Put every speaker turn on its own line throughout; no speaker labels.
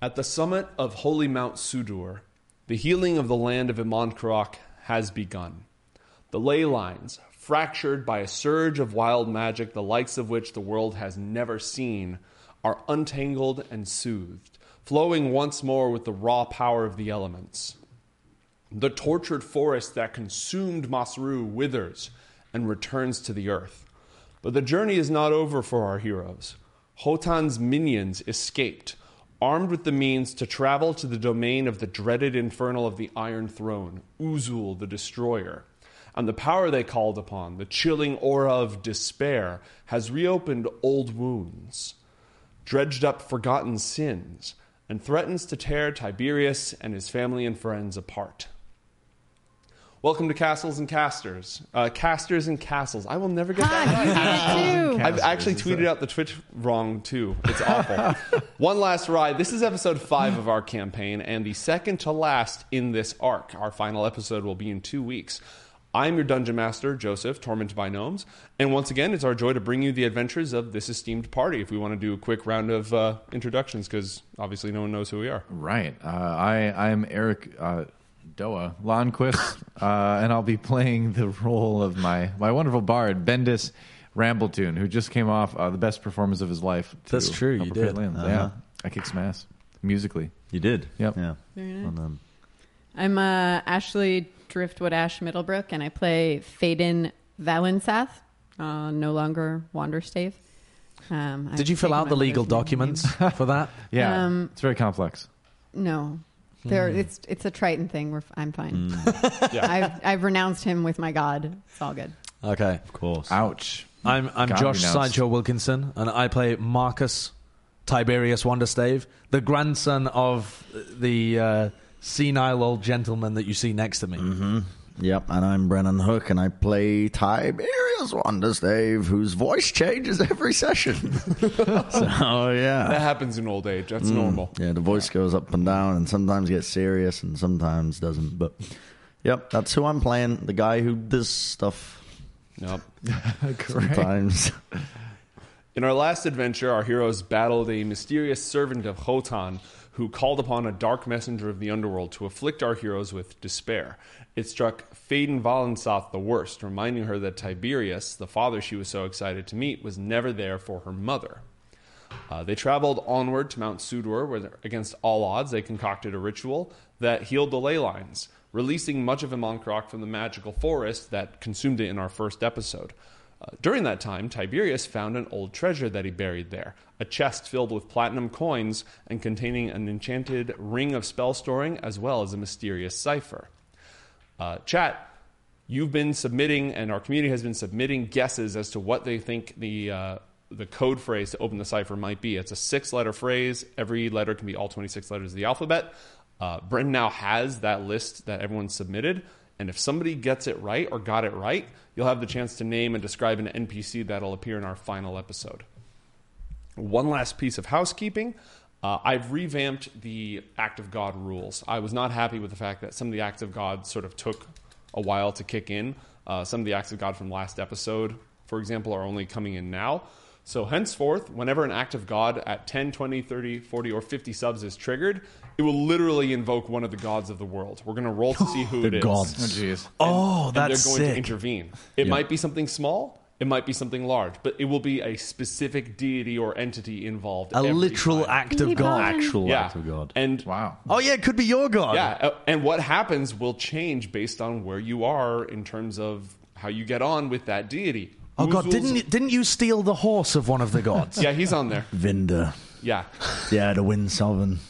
At the summit of holy Mount Sudur, the healing of the land of Imankarak has begun. The ley lines, fractured by a surge of wild magic the likes of which the world has never seen, are untangled and soothed, flowing once more with the raw power of the elements. The tortured forest that consumed Masru withers and returns to the earth. But the journey is not over for our heroes. Hotan's minions escaped, armed with the means to travel to the domain of the dreaded infernal of the Iron Throne, Uzul the Destroyer. And the power they called upon, the chilling aura of despair, has reopened old wounds, dredged up forgotten sins, and threatens to tear Tiberius and his family and friends apart. Welcome to Castles and Casters. Uh, casters and Castles. I will never get that.
Ah,
right.
you did it too.
I've actually
Casters, is
tweeted out the Twitch wrong too. It's awful. One last ride. This is episode five of our campaign and the second to last in this arc. Our final episode will be in two weeks. I'm your dungeon master, Joseph, tormented by gnomes, and once again, it's our joy to bring you the adventures of this esteemed party. If we want to do a quick round of uh, introductions, because obviously no one knows who we are.
Right. Uh, I I'm Eric uh, Doa Lonquist, uh, and I'll be playing the role of my my wonderful bard Bendis Rambletoon, who just came off uh, the best performance of his life. to
That's true, you
Upper
did.
Pitlands.
Uh-huh.
Yeah, I kicked some ass musically.
You did.
Yep.
Yeah.
Very nice.
Well done.
I'm uh, Ashley Driftwood Ash Middlebrook, and I play Faden Valensath, uh, no longer Wanderstave. Um, I've
Did you fill
taken
out
my
the legal
mother's middle name.
documents for that?
Yeah,
Um,
it's very complex.
No, there.
Hmm.
It's it's a Triton thing. We're, f- I'm fine.
Yeah.
I've I've renounced him with my God. It's all good.
Okay, of course.
Ouch.
I'm I'm
God
Josh
renounced.
Sideshow Wilkinson, and I play Marcus Tiberius Wanderstave, the grandson of the uh, senile old gentleman that you see next to me.
Yep, and I'm Brennan Hook, and I play Tiberius Wonders Dave, whose voice changes every session. so
That
yeah,
happens in old age. That's normal.
yeah, the voice goes up and down, and sometimes gets serious, and sometimes doesn't. But yep, that's who I'm playing. The guy who does stuff
Yep.
sometimes.
In our last adventure, our heroes battled a mysterious servant of Khotan who called upon a dark messenger of the underworld to afflict our heroes with despair. It struck Faden Valensoth the worst, reminding her that Tiberius, the father she was so excited to meet, was never there for her mother. Uh, they traveled onward to Mount Sudur, where, against all odds, they concocted a ritual that healed the ley lines, releasing much of Imankarak from the magical forest that consumed it in our first episode. Uh, during that time, Tiberius found an old treasure that he buried there a chest filled with platinum coins and containing an enchanted ring of spell storing, as well as a mysterious cipher. Uh, chat, you've been submitting, and our community has been submitting guesses as to what they think the uh, the code phrase to open the cipher might be. It's a six letter phrase. Every letter can be all twenty six letters of the alphabet. Uh, Bren now has that list that everyone submitted, and if somebody gets it right or got it right, you'll have the chance to name and describe an NPC that'll appear in our final episode. One last piece of housekeeping. Uh, I've revamped the Act of God rules. I was not happy with the fact that some of the Acts of God sort of took a while to kick in. Uh, some of the Acts of God from last episode, for example, are only coming in now. So, henceforth, whenever an Act of God at 10, 20, 30, 40, or 50 subs is triggered, it will literally invoke one of the gods of the world. We're going to roll to see who it
The
is
gods.
Oh, jeez.
Oh,
and
that's
they're going to
sick.
intervene. It might be something small, it might be something large, but it will be a specific deity or entity involved.
a
every
literal
time.
act of God.
Actual
yeah.
act of God.
And
Wow.
Oh yeah, it could be your God.
yeah, uh, and what happens will change based on where you are in terms of how you get on with that deity.
Oh God,
Uzul's-
didn't didn't you steal the horse of one of the gods?
yeah, he's on there.
Vinda,
Yeah,
yeah, the wind sovereign.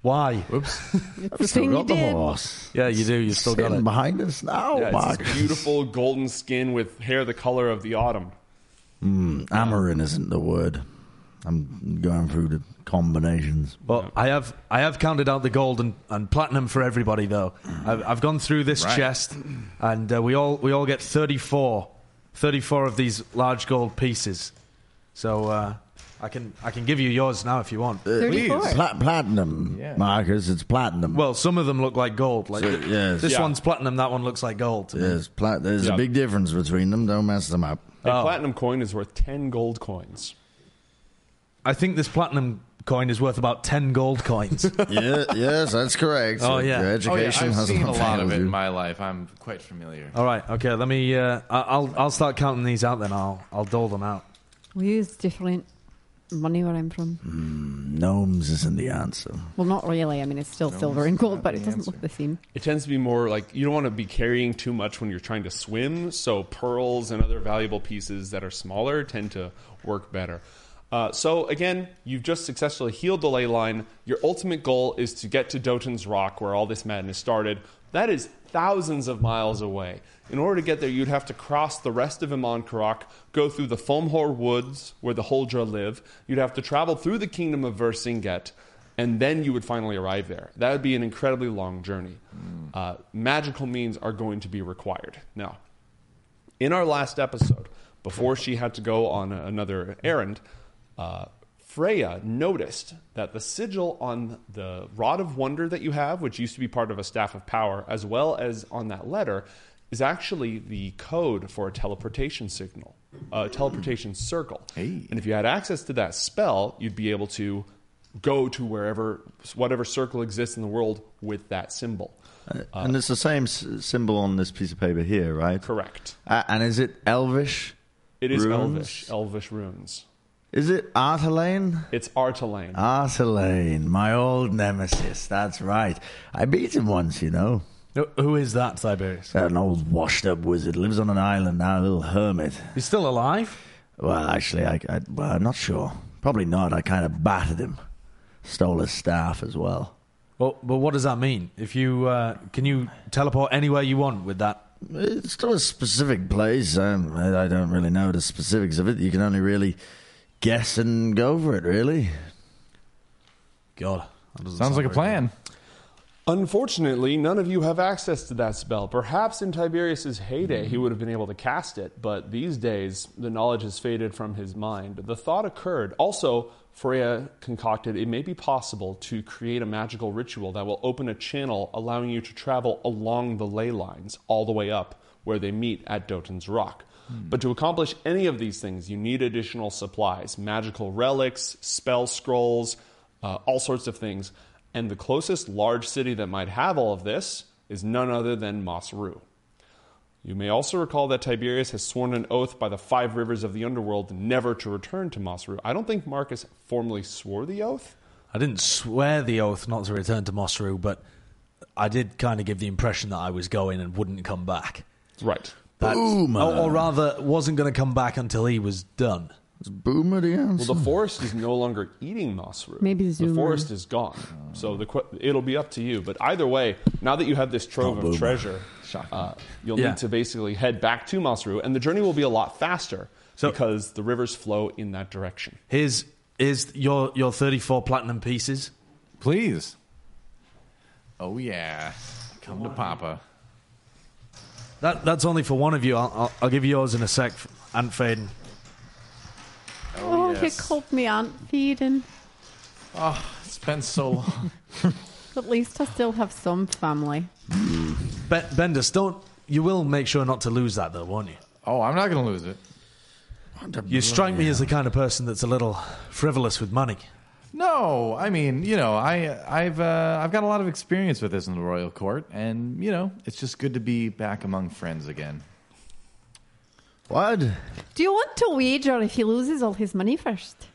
Why?
It's the
We've still
thing you
got the
did.
horse.
Yeah, you do. You still got
Sitting
it.
behind us now,
yeah it's
Mark.
this beautiful golden skin with hair the color of the autumn.
Amarin isn't the word. I'm going through the combinations.
Well, I have I have counted out the gold and, and platinum for everybody though. I've, I've gone through this
Right.
chest, and uh, we all we all get 34, 34 of these large gold pieces. So uh, I can I can give you yours now if you
Uh,
want.
Thirty-four.
Pla- platinum,
Yeah.
Marcus. It's platinum.
Well, some of them look like gold. Like
So, yes.
this
Yeah.
one's platinum. That one looks like gold. to me.
there's pla- there's
Yeah. Oh.
a big difference between them. Don't mess them up.
Oh.
A platinum coin is worth ten gold coins.
I think this platinum coin is worth about 10 gold coins.
yeah, yes, that's correct.
Oh, yeah.
Your
Oh, yeah,
education
I've
has
seen a lot of
value.
it in my life. I'm quite familiar.
All right, okay, let me. Uh, I- I'll, I'll start counting these out then. I'll, I'll dole them out.
We use different money where I'm from.
Gnomes isn't the answer.
Well, not really. I mean, it's still silver and gold, but it doesn't look the same.
It tends to be more like you don't want to be carrying too much when you're trying to swim. So pearls and other valuable pieces that are smaller tend to work better. Uh, so again, you've just successfully healed the ley line. Your ultimate goal is to get to Dotan's Rock, where all this madness started. That is thousands of miles away. In order to get there, you'd have to cross the rest of Iman Karak, go through the Fomhor Woods, where the Holdra live. You'd have to travel through the kingdom of Versinget and then you would finally arrive there. That would be an incredibly long journey. Uh, magical means are going to be required. Now, in our last episode, before she had to go on another errand, uh, Freya noticed that the sigil on the Rod of Wonder that you have, which used to be part of a Staff of Power, as well as on that letter, is actually the code for a teleportation signal, a teleportation circle. And if you had access to that spell, you'd be able to go to wherever, whatever circle exists in the world with that symbol.
and it's the same s- symbol on this piece of paper here, right?
Correct.
Uh, and is it Elvish?
It is
Runes?
Elvish, Elvish runes.
Is it Artelane?
It's Artalane.
Artelane, my old nemesis. That's right. I beat him once, you know.
Who- Who is that, Tiberius?
An old washed-up wizard lives on an island now, a little hermit.
He's still alive?
Well, actually, I, I well, I'm not sure. Probably not. I kind of battered him, stole his staff as well.
Well, but what does that mean? If you uh, can you teleport anywhere you want with that?
It's not a specific place. Um, I, I don't really know the specifics of it. You can only really guess and go for it, really.
God, that doesn't
Sounds
sound
like a
very
plan.
Unfortunately, none of you have access to that spell. Perhaps in Tiberius's heyday he would have been able to cast it, but these days the knowledge has faded from his mind. The thought occurred. Also, Freya concocted it may be possible to create a magical ritual that will open a channel allowing you to travel along the ley lines all the way up where they meet at Dotan's Rock. But to accomplish any of these things, you need additional supplies, magical relics, spell scrolls, uh, all sorts of things. And the closest large city that might have all of this is none other than Mosru. You may also recall that Tiberius has sworn an oath by the five rivers of the underworld never to return to Mosru. I don't think Marcus formally swore the oath.
good. I didn't swear the oath not to return to Mosru, but I did kind of give the impression that I was going and wouldn't come back.
Right.
That's, or, or rather, wasn't going to come back until he was done.
Is Boomer the answer?
Well, the forest is no longer eating Mosru.
Maybe
the
Zoomer.
forest is gone. So the que- it'll be up to you. But either way, now that you have this trove of treasure, uh, you'll
Yeah.
need to basically head back to Mosru, and the journey will be a lot faster
So-
because the rivers flow in that direction.
Here's is your your thirty four platinum pieces.
Please. Oh yeah, come to Papa.
That that's only for one of you. I'll, I'll, I'll give you yours in a sec, Aunt Faden.
Oh,
yes.
you called me Aunt Feeden.
Ah, It's been so long.
At least I still have some family.
Ben, Bendis, don't. You will make sure not to lose that, though, won't you?
oh, I'm not gonna lose it.
You strike me as the kind of person that's a little frivolous with money.
No, I mean, you know, I I've uh, I've got a lot of experience with this in the royal court, and you know, it's just good to be back among friends again.
what?
Do you want to wager if he loses all his money first?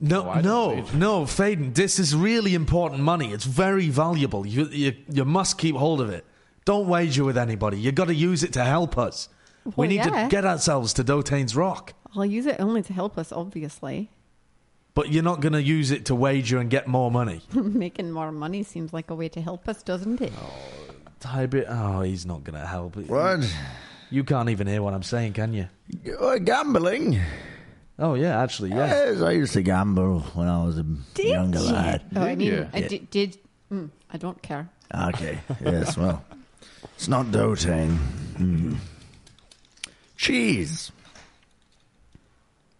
No,
Oh, I didn't
no,
read.
no, Faden. This is really important money. It's very valuable. You, you, you must keep hold of it. Don't wager with anybody. You got to use it to help us. we
Well,
need
yeah.
to get ourselves to Dotane's Rock.
I'll use it only to help us, obviously.
But you're not going to use it to wager and get more money.
Making more money seems like a way to help us, doesn't it?
Tiber, oh, he's not going to help.
What?
You can't even hear what I'm saying, can you?
Uh, gambling?
Oh yeah, actually, yeah.
Yes, I used to gamble when I was a younger lad.
Oh, I mean,
you?
I did. did mm, I don't care.
Okay. Yes. Well, it's not doting. Hmm. Cheese.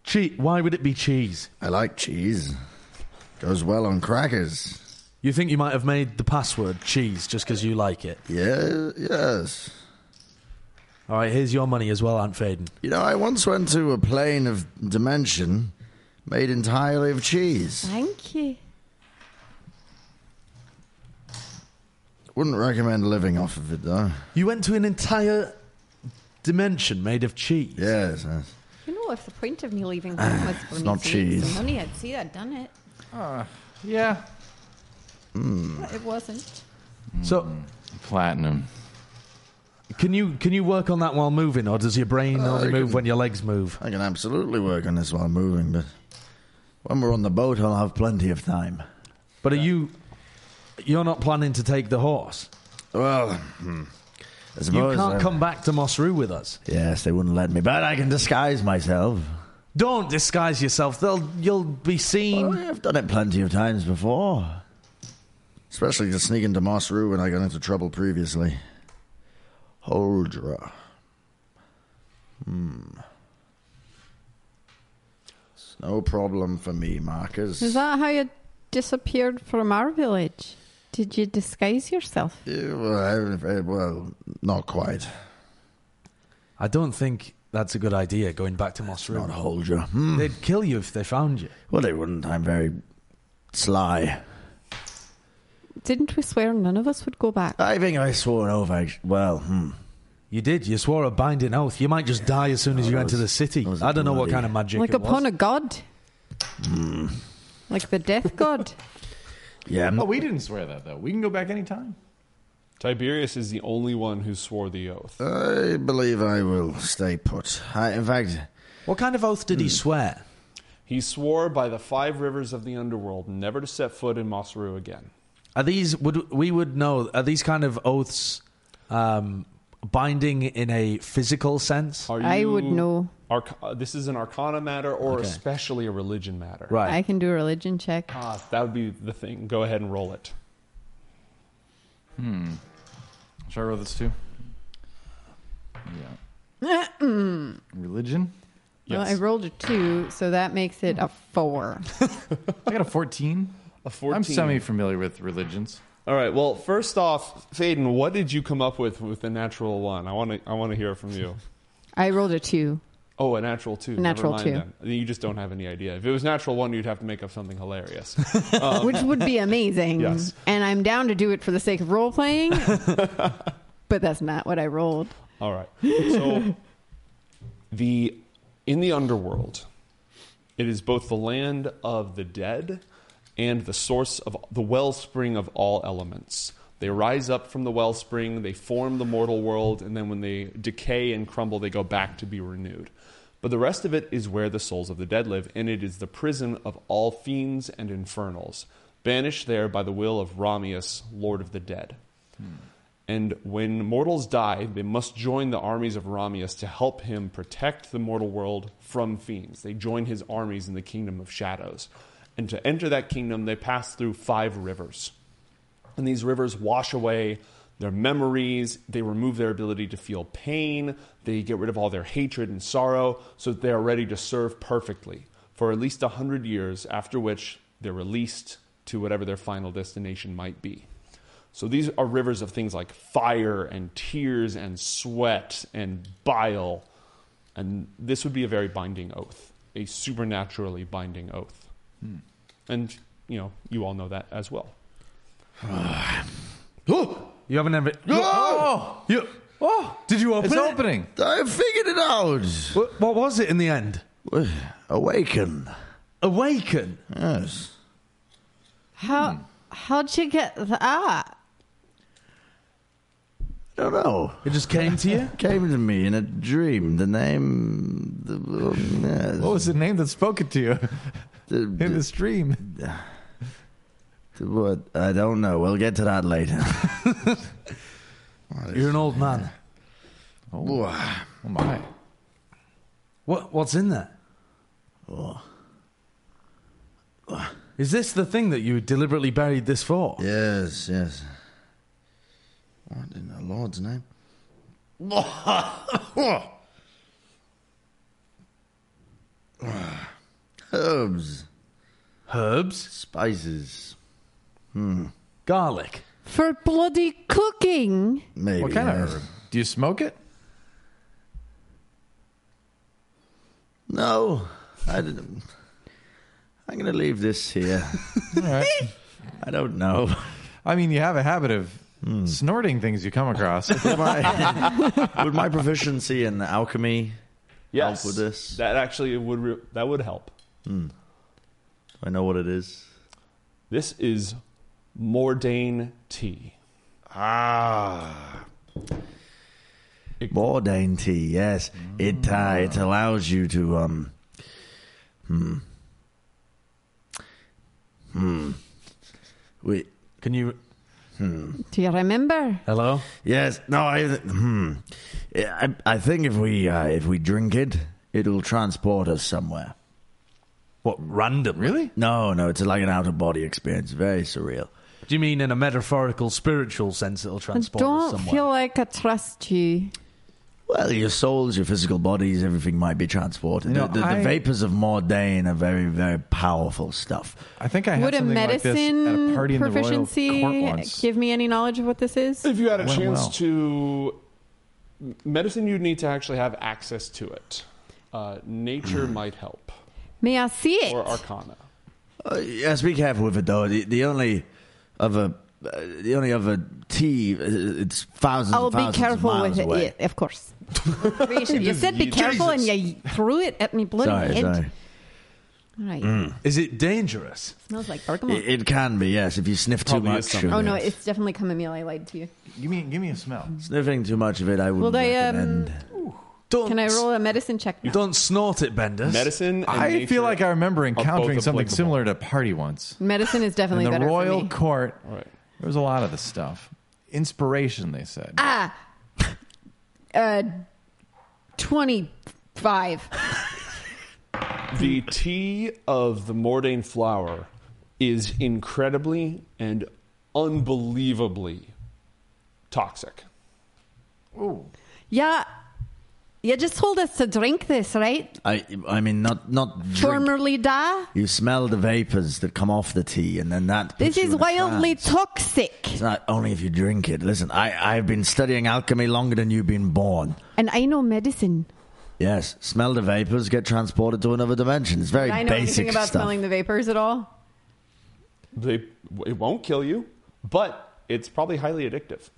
Cheat. Why would it be cheese?
I like cheese. Goes well on crackers.
You think you might have made the password cheese just because you like it?
Yeah, yes.
All right, here's your money as well, Aunt Faden.
You know, I once went to a plane of dimension made entirely of cheese.
Thank you.
Wouldn't recommend living off of it though.
You went to an entire dimension made of cheese.
Yes, yes.
You know, if the point of me leaving home was for
It's
me
not
to make
cheese.
some money, I'd see I'd done it.
Yeah.
But it wasn't.
So,
Platinum.
can you can you work on that while moving, or does your brain only
I
move
can-
when your legs move?
I can absolutely work on this while moving, but when we're on the boat, I'll have plenty of time.
But are you you're not planning to take the horse?
Well, hmm, I
You
suppose
can't
I-
come back to Mossroo with us.
Yes, they wouldn't let me, but I can disguise myself.
Don't disguise yourself. They'll you'll be seen.
Oh, yeah, I've done it plenty of times before. Especially to sneak into Moss Rue when I got into trouble previously. Holdra. Hmm. No problem for me, Marcus.
Is that how you disappeared from our village? Did you disguise yourself?
Yeah, well, I- I- uh, eh, well, not quite.
I don't think that's a good idea. Going back to
Not
Mossroo,
Holdra. Hmm.
they'd kill you if they found you.
Well, they wouldn't. I'm very sly.
Didn't we swear none of us would go back?
I think I swore an oath. I, well, hmm.
You did. You swore a binding oath. You might just die as soon as you
that
enter
was-
the city.
that was
I don't know what
bloody-
kind of magic.
like
it was.
upon a god? Like the death god?
Yeah, I'm
Oh, we didn't swear that though. We can go back anytime.
Tiberius is the only one who swore the oath.
I believe I will stay put. I, in fact,
What kind of oath did he swear?
He swore by the five rivers of the underworld never to set foot in Mosru again.
Are these would we would know? Are these kind of oaths um, binding in a physical sense?
Are
I would
you-
know.
Arc- uh, this is an arcana matter or especially a religion matter.
Right.
I can do a religion check.
Ah, that would be the thing. Go ahead and roll it.
Should I roll this too? Yeah. Religion.
Well, I
Yes.
rolled a two, so that makes it a four.
I got a 14.
A 14.
I'm semi familiar with religions.
All right. Well, first off, Faden, what did you come up with with the natural one? I want to. I want to hear from you.
I rolled a two.
Oh, a natural two.
Natural
Never
two.
mind Then. You just don't have any idea. If it was natural one, you'd have to make up something hilarious.
Um,
which would be amazing.
Yes.
And I'm down to do it for the sake of role playing. but that's not what I rolled.
All right. So the in the underworld, it is both the land of the dead and the source of the wellspring of all elements. They rise up from the wellspring, they form the mortal world, and then when they decay and crumble, they go back to be renewed. But the rest of it is where the souls of the dead live, and it is the prison of all fiends and infernals, banished there by the will of Ramius, Lord of the Dead. And when mortals die, they must join the armies of Ramius to help him protect the mortal world from fiends. They join his armies in the kingdom of shadows. And to enter that kingdom, they pass through five rivers. And these rivers wash away their memories, they remove their ability to feel pain, they get rid of all their hatred and sorrow, so that they are ready to serve perfectly for at least a hundred years, after which they're released to whatever their final destination might be. So these are rivers of things like fire and tears and sweat and bile. And this would be a very binding oath, a supernaturally binding oath. And, you know, you all know that as well.
You haven't ever.
Oh!
You, Ah! oh! Did you open
It's
it?
opening.
I figured it out.
What, what was it in the end?
Awaken.
Awaken.
Yes.
How
Hmm.
how'd you get ah, that?
I don't know.
It just came to you.
Came to me in a dream. The name. The, yes.
What was the name that spoke it to you
The,
in
the,
this dream?
the- what? I don't know. We'll get to that later.
You're an old man.
Wha-
Oh my.
What what's in there? Oh. Is this the thing that you deliberately buried this for?
yes, yes. What in the Lord's name? Herbs,
Herbs,
spices,
garlic.
For bloody cooking.
maybe.
What kind of
yes.
herb? Do you smoke it?
No, I didn't. I'm going to leave this here.
All right.
I don't know.
I mean, you have a habit of snorting things you come across.
Would my, would my proficiency in alchemy?
Yes,
with this.
that actually would re- that would help.
I know what it is.
This is Mordane tea.
Ah. More dainty, yes. It uh, it allows you to um hmm. Hmm. Wait.
Can you?
Do you remember?
Hello.
Yes. No, I hmm. Yeah, I I think if we uh, if we drink it, it'll transport us somewhere.
What random?
really?
No, no, it's like an out of body experience. Very surreal.
Do you mean in a metaphorical, spiritual sense? It'll
I
transport us
don't
somewhere.
feel like I trust you.
Well, your souls, your physical bodies, everything might be transported.
You know,
the, the,
I-
the vapors of Mordane are very, very powerful stuff.
I think I had
Would a
something
medicine
like this at a party in
proficiency
the royal court once.
give me any knowledge of what this is?
If you had a
Well,
chance
well.
to medicine, you'd need to actually have access to it. Uh, nature
Hmm.
might help,
May I see it?
or Arcana.
Uh, yes, be careful with it though. The, the only other, uh, the only other tea, uh, it's 1000s
I'll
and
Oh, be
thousands of
careful
miles
with it,
away.
yeah, of course. you said be careful, and you threw it at me bloody
Sorry,
head.
sorry. Mm.
All right,
Is it dangerous?
smells like bergamot.
It, it can be yes if you sniff too
Probably is
much.
something.
Of
oh
it.
no, it's definitely chamomile. I lied to you.
Give me, give me a smell.
sniffing too much of it, I wouldn't
Will they, um,
recommend.
Don't.
Can I roll a medicine check? now?
Don't snort it, Bendis.
Medicine. And
I
nature
feel like I remember
both
encountering something
applicable.
similar at a party once.
Medicine is
In
definitely
the
better
royal
for me.
court,
All right.
there was a lot of this stuff. Inspiration, they said.
ah, uh, twenty-five.
The tea of the Mordane flower is incredibly and unbelievably toxic.
Yeah, you just told us to drink this, right?
I, I mean, not not. drink.
Formerly da.
You smell the vapors that come off the tea, and then that. puts
This
you
is
in a
wildly
trance.
toxic,
It's not only if you drink it. Listen, I I've been studying alchemy longer than you've been born.
and I know medicine.
Yes, smell the vapors, get transported to another dimension. It's very
I know
basic
anything about
stuff.
smelling the vapors at all.
They, it won't kill you, but it's probably highly addictive.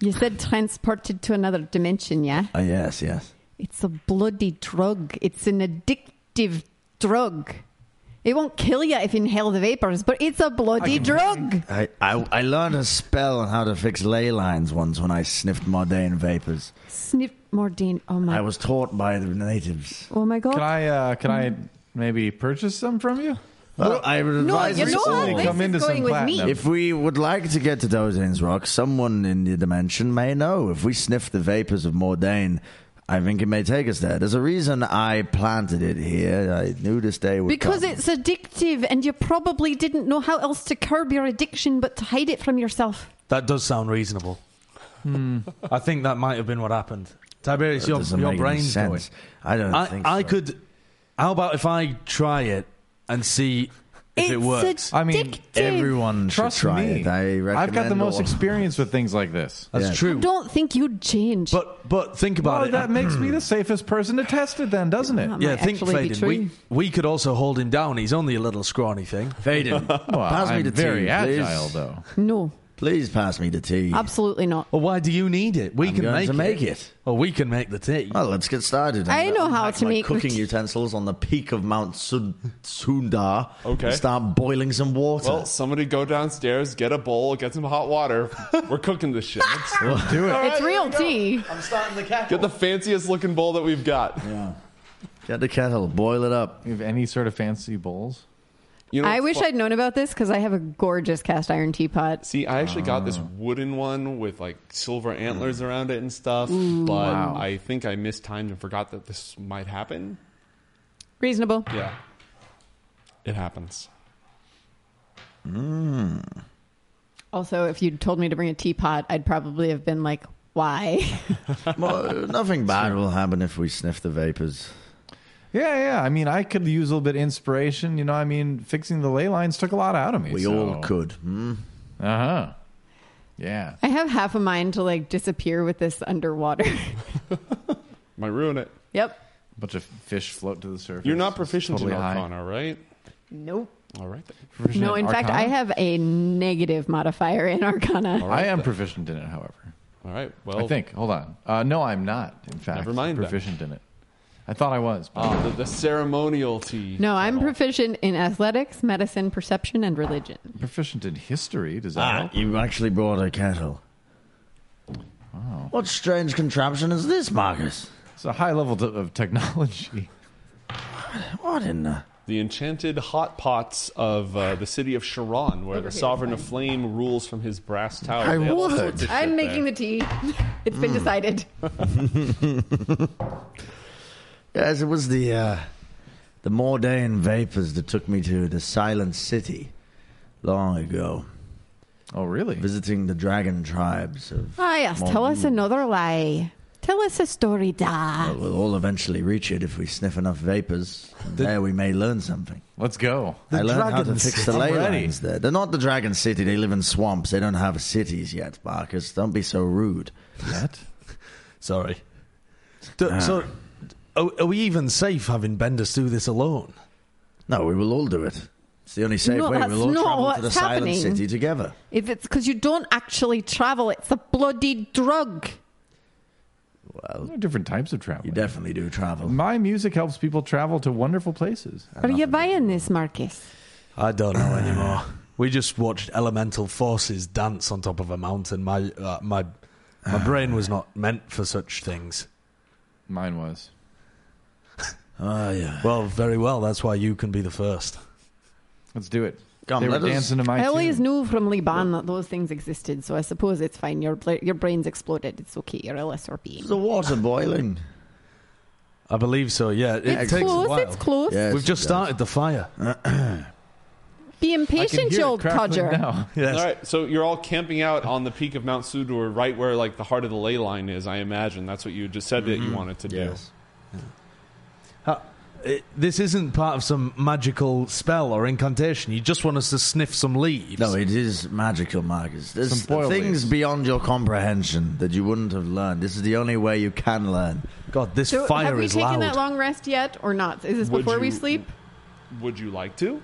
You said transported to another dimension, yeah?
Ah, yes, yes.
It's a bloody drug. It's an addictive drug. It won't kill you if you inhale the vapors, but it's a bloody drug.
I, I, I learned a spell on how to fix ley lines once when I sniffed Mordane vapors.
Sniff Mordine. Oh my.
I was taught by the natives.
oh my god.
Can I, uh, can I
Mm-hmm.
maybe purchase some from you?
Well, I would
no,
advise
you
us
know
all.
what?
only
This
come
is
into some
going with me.
platinum.
If we would like to get to Dozane's Rock, someone in the dimension may know. If we sniff the vapors of Mordane, I think it may take us there. There's a reason I planted it here. I knew this day would
Because
come.
it's addictive, and you probably didn't know how else to curb your addiction but to hide it from yourself.
That does sound reasonable. I think that might have been what happened. Hmm. Tiberius,
That
your,
doesn't
your
make any
brain's going.
sense. I don't
I,
think
I
so.
could. How about if I try it and see if
it's
it works?
Addictive.
I mean,
Everyone
Trust
should try
me.
it. I recommend
have got the most
all-
experience with things like this.
That's
Yeah.
true.
Don't think you'd change.
But but think about
Well,
it.
that makes me the safest person to test it, then, doesn't it?
Um,
yeah,
might
think
actually be
Faden. We
true.
we could also hold him down. He's only a little scrawny thing.
Faden,
Well,
pass me
Uh, I'm
the tea,
very
please.
agile, though.
no,
Please pass me the tea.
absolutely not.
Well, why do you need it? We
I'm
can
going
make
to
it.
make it.
Well, we can make the tea.
Well, let's get started.
I know how
Unpack
to
my
make
cooking
cookies.
utensils on the peak of Mount Sun- Sundar.
Okay.
and start boiling some water.
Well, somebody go downstairs, get a bowl, get some hot water. We're cooking this shit. Let's
Do it.
It's real tea.
I'm starting the kettle.
get the fanciest looking bowl that we've got.
Get the kettle, boil it up.
You have any sort of fancy bowls?
You know,
I
it's
wish
fu-
I'd known about this because I have a gorgeous cast iron teapot.
See, I actually got this wooden one with like silver antlers around it and stuff, but I think I mistimed and forgot that this might happen.
Reasonable.
Yeah. It happens.
Also, if you'd told me to bring a teapot, I'd probably have been like, why?
Well, nothing bad will happen if we sniff the vapors.
Yeah, yeah. I mean, I could use a little bit of inspiration. You know, I mean, fixing the ley lines took a lot out of me.
We all could. Hmm?
Uh huh. Yeah.
I have half a mind to like disappear with this underwater.
Might ruin it.
yep.
bunch of fish float to the surface.
You're not
It's
proficient
totally
in
high.
Arcana, right?
Nope.
All right. then.
Proficient
No, in fact, I
Arcana?
have a negative modifier in Arcana.
All right.
I am proficient in it, however.
All right. Well,
I think. Hold on. Uh, no, I'm not. In fact,
Never mind then.
Proficient in it. I thought I was. But
uh, the, the ceremonial tea.
No, I'm
kettle.
proficient in athletics, medicine, perception, and religion.
Um,
proficient in history. Does that
Ah,
help?
you actually brought a kettle.
Wow.
What strange contraption is this, Marcus?
It's a high level to, of technology.
What in the?
The enchanted hot pots of uh, the city of Sharon, where the sovereign of flame rules from his brass tower.
I
They have all
would.
sorts of
I'm
shit
making
there.
the tea. It's been decided.
Yes, it was the uh, the Mordain vapors that took me to the Silent City long ago,
Oh, really?
visiting the dragon tribes of.
Ah, yes. Tell us
Mon-
another lie. Tell us a story,
Uh,
da.
We'll all eventually reach it if we sniff enough vapors. And there we may learn something.
Let's go.
I learned how to
dragon
fix the
city.
ley
I'm ready.
lines there. They're not the Dragon City. They live in swamps. They don't have cities yet, Marcus. Don't be so rude.
What?
Sorry. D- So, are, are we even safe having Bendis do this alone?
No, we will all do it. It's the only safe
No,
way.
that's
We'll all
not
travel to the
what's
Silent
happening.
City together.
If it's because you don't actually travel, it's a bloody drug.
Well,
There are different types of travel.
you definitely do travel.
My music helps people travel to wonderful places.
Are you buying this, Marcus?
I don't know anymore. Ah. We just watched elemental forces dance on top of a mountain. My uh, my
Ah.
my brain was not meant for such things.
Mine was.
Oh, yeah.
Well, very well. That's why you can be the first.
Let's do it.
Come,
they were
let us-
dancing to my
I, always
tune.
knew from Liban that those things existed, so I suppose it's fine. Your bla- your brain's exploded. It's okay. You're a lesser being.
Is the water boiling?
I believe so. Yeah, it
It's
takes a
close.
while.
It's close.
Yes,
We've just
it does. Ah.
started the fire.
Be
I can
impatient, you
hear it
old
crackling
codger.
now.
Yes.
All right, so you're all camping out on the peak of Mount Sudur, right where like the heart of the ley line is. I imagine that's what you just said that you wanted to
Yes.
Uh, it- this isn't part of some magical spell or incantation. You just want us to sniff some leaves.
No, it is magical, Marcus. There's
Some boiled
things
leaves.
beyond your comprehension that you wouldn't have learned. This is the only way you can learn.
God, this
So
fire
have we
is
taken
loud.
that long rest yet, or not? Is this
Would
before we
you-
sleep?
do. Would you like to?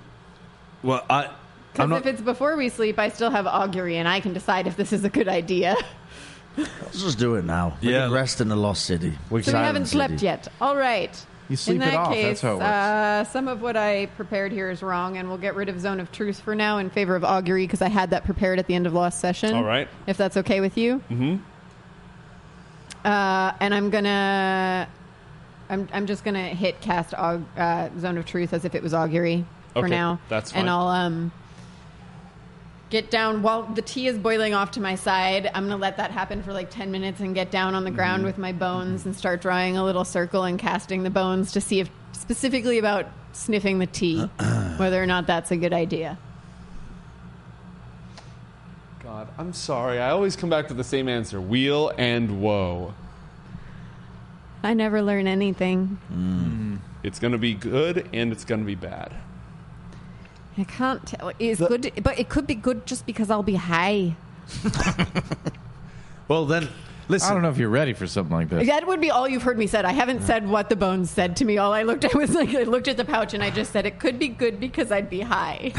Well, I, I'm
Because
not.
if it's before we sleep, I still have augury, and I can decide if this is a good idea.
Let's just do it now. We
Yeah.
can rest in the lost city.
so we haven't slept yet. All right.
You sleep
In
it
that
off.
case,
That's how it works.
Uh, some of what I prepared here is wrong, and we'll get rid of Zone of Truth for now in favor of augury because I had that prepared at the end of last session.
All right.
if that's okay with you. Mm-hmm. Uh, and I'm gonna, I'm I'm just gonna hit cast aug, uh, Zone of Truth as if it was augury for
Okay,
now.
that's fine.
And I'll um get down while the tea is boiling off to my side. I'm gonna let that happen for like ten minutes and get down on the
Mm-hmm.
ground with my bones and start drawing a little circle and casting the bones to see if specifically about sniffing the tea, whether or not that's a good idea.
God, I'm sorry. I always come back to the same answer: wheel and woe.
I never learn anything.
It's going to be good and it's going to be bad.
I can't tell. It's good, but it could be good just because I'll be high.
well, then, listen.
I don't know if you're ready for something like this.
That would be all you've heard me said. I haven't said what the bones said to me. All I looked at was like I looked at the pouch and I just said it could be good because I'd be high.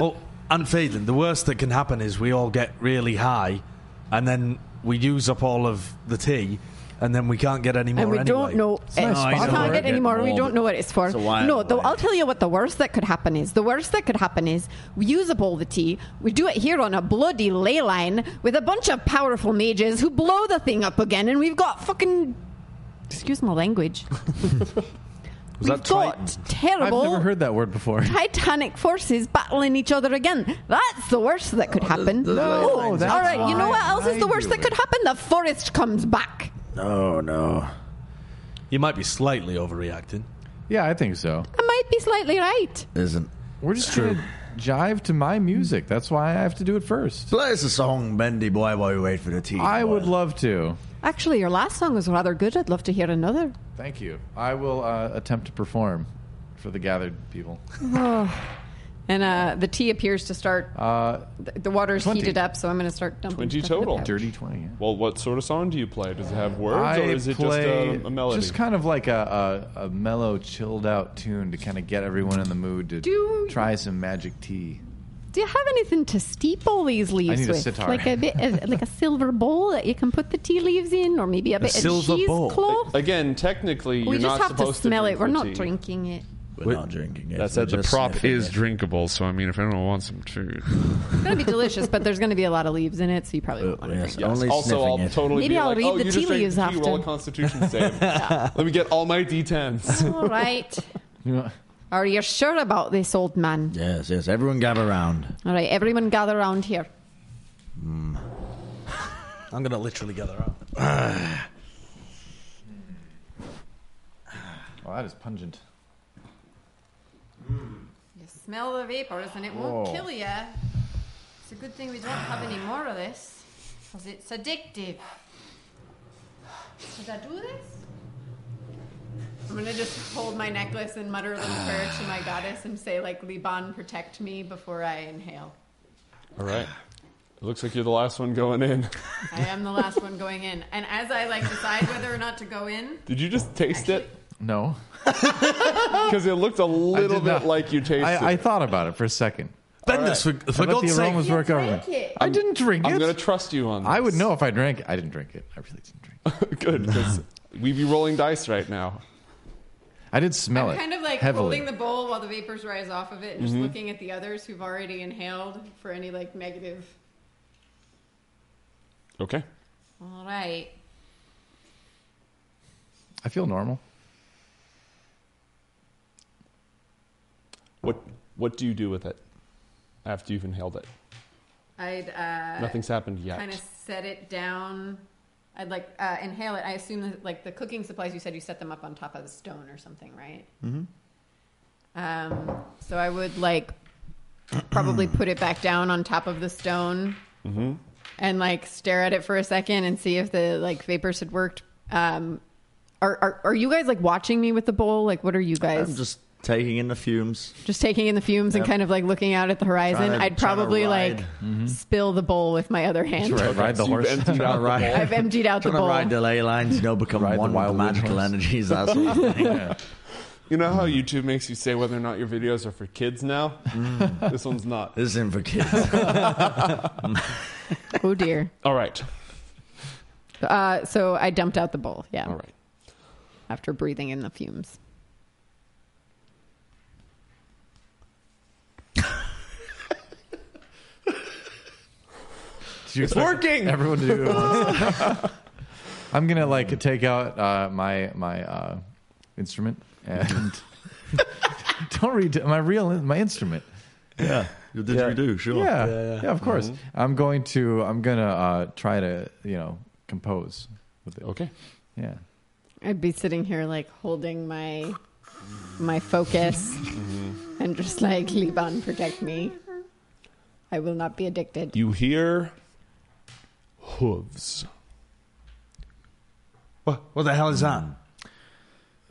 Well, and Phelan, oh, the worst that can happen is we all get really high, and then we use up all of the tea, and then we can't get any more.
and we
anyway.
don't know.
not
it.
a
we
spot
can't
for
get
it.
any more. We
Mold.
don't know what it's for.
It's a wild
no, though
way.
I'll tell you what the worst that could happen is. The worst that could happen is we use up all the tea. We do it here on a bloody ley line with a bunch of powerful mages who blow the thing up again, and we've got fucking. Excuse my language.
Was
We've
that
got
Triton?
I've
terrible
never heard that word before.
titanic forces battling each other again. That's the worst that
Oh,
could happen. Oh,
the- the No,
all
that's
right. You know what
why
else is the
I
worst
do
that could
it.
happen? The forest comes back.
No, no.
You might be slightly overreacting.
Yeah, I think so.
I might be slightly right.
Isn't.
We're just going to jive to my music. That's why I have to do it first.
Play us a song, Bendy Boy, while we wait for the tea. to
I would
boil.
love to.
Actually, your last song was rather good. I'd love to hear another.
Thank you. I will uh, attempt to perform for the gathered people.
Oh, And uh, the tea appears to start.
Uh,
th- the water's
20.
heated up, so I'm going to start dumping.
20
stuff in the
total.
pouch.
dirty twenty. Yeah.
Well, what sort of song do you play? Does it have words
I
or is it just um,
play
a, a melody?
just kind of like a, a, a mellow, chilled out tune to kind of get everyone in the mood to
Do-
try some magic tea.
Do you have anything to steeple these leaves
need a
with?
sitar.
Like a bit of, like a silver bowl that you can put the tea leaves in, or maybe a bit
silver
of
bowl.
cheesecloth.
Again, technically,
we
you're not
just have to
supposed
smell
drink
it. We're
the
not
tea.
drinking it.
We're not drinking it.
That
We're
said, the
just
prop
sniffing
is
it.
drinkable, so I mean, if anyone wants some, food.
It's going to be delicious, but there's going to be a lot of leaves in it, so you probably won't want to
Yes,
drink it.
only
also,
sniffing
I'll
it.
totally
Maybe
be
I'll
like,
read
oh,
the
you
tea
just drank
leaves
the tea, roll a
after.
Constitution save. Let me get all my d10s.
All right.
You know,
Are you sure about this, old man?
Yes, yes. Everyone gather around.
All right, everyone gather around here.
I'm gonna literally gather up.
well, Oh, that is pungent.
You smell the vapors and it won't
Whoa.
kill you. It's a good thing we don't have any more of this, because it's addictive. Should I do this? I'm gonna just hold my necklace and mutter a little prayer to my goddess and say, like, Liban, protect me before I inhale.
all right. It looks like you're the last one going in.
I am the last one going in. And as I, like, decide whether or not to go in,
Did you just taste it?
No,
Oh.
Because it looked a
I
little
did
bit
not-
like you tasted
I, I
it.
thought about it for a second.
Bendis,
All right.
for,
I
for
let
God's
the
sake,
aromas work
You
over
drank
me.
it.
I didn't drink
I'm
it.
going to trust you on this.
I would know if I drank. it. I didn't drink it. I really didn't drink. it.
Good, because we'd be rolling dice right now.
I did smell
I'm
it.
kind of like
heavily.
holding
Mm-hmm.
the bowl while the vapors rise off of it and just looking at the others who've already inhaled for any like negative.
Okay.
All right.
I feel normal.
What What do you do with it after you've inhaled it?
I'd uh,
Nothing's happened yet.
kind of set it down. I'd like uh, inhale it. I assume that like the cooking supplies you said you set them up on top of the stone or something, right? Mm-hmm. Um, so I would like probably put it back down on top of the stone
Mm-hmm.
and like stare at it for a second and see if the like vapors had worked. Um, are, are are you guys like watching me with the bowl? Like, what are you guys?
I'm just taking in the fumes.
just taking in the fumes and
Yep.
kind of like looking out at the horizon.
Trying to-
I'd
trying to
probably like
ride. Mm-hmm.
spill the bowl with my other hand.
Right,
Okay,
ride the
so you've
horse.
emptied out the
Ride-
bowl.
I've emptied out the
Trying to
bowl.
ride delay lines, you know, become
Ride the
one with the
wild
magical
windhorse.
energies. That's sort of thing.
You know how YouTube makes you say whether or not your videos are for kids now? This one's not.
This isn't for kids. Uh,
Oh dear.
All right.
Uh, so I dumped out the bowl. Yeah.
All right.
After breathing in the fumes.
Did you expect
working!
Everyone to do it. at once? I'm gonna like take out uh, my my uh, instrument and don't read my real my instrument.
yeah. You did you do, sure.
Yeah, yeah,
Yeah, yeah. Mm-hmm.
of course. I'm going to I'm gonna uh, try to you know compose with it.
Okay.
Yeah,
I'd be sitting here like holding my my focus and just like Liban protect me. I will not be addicted.
You hear hooves.
what, what the hell is that?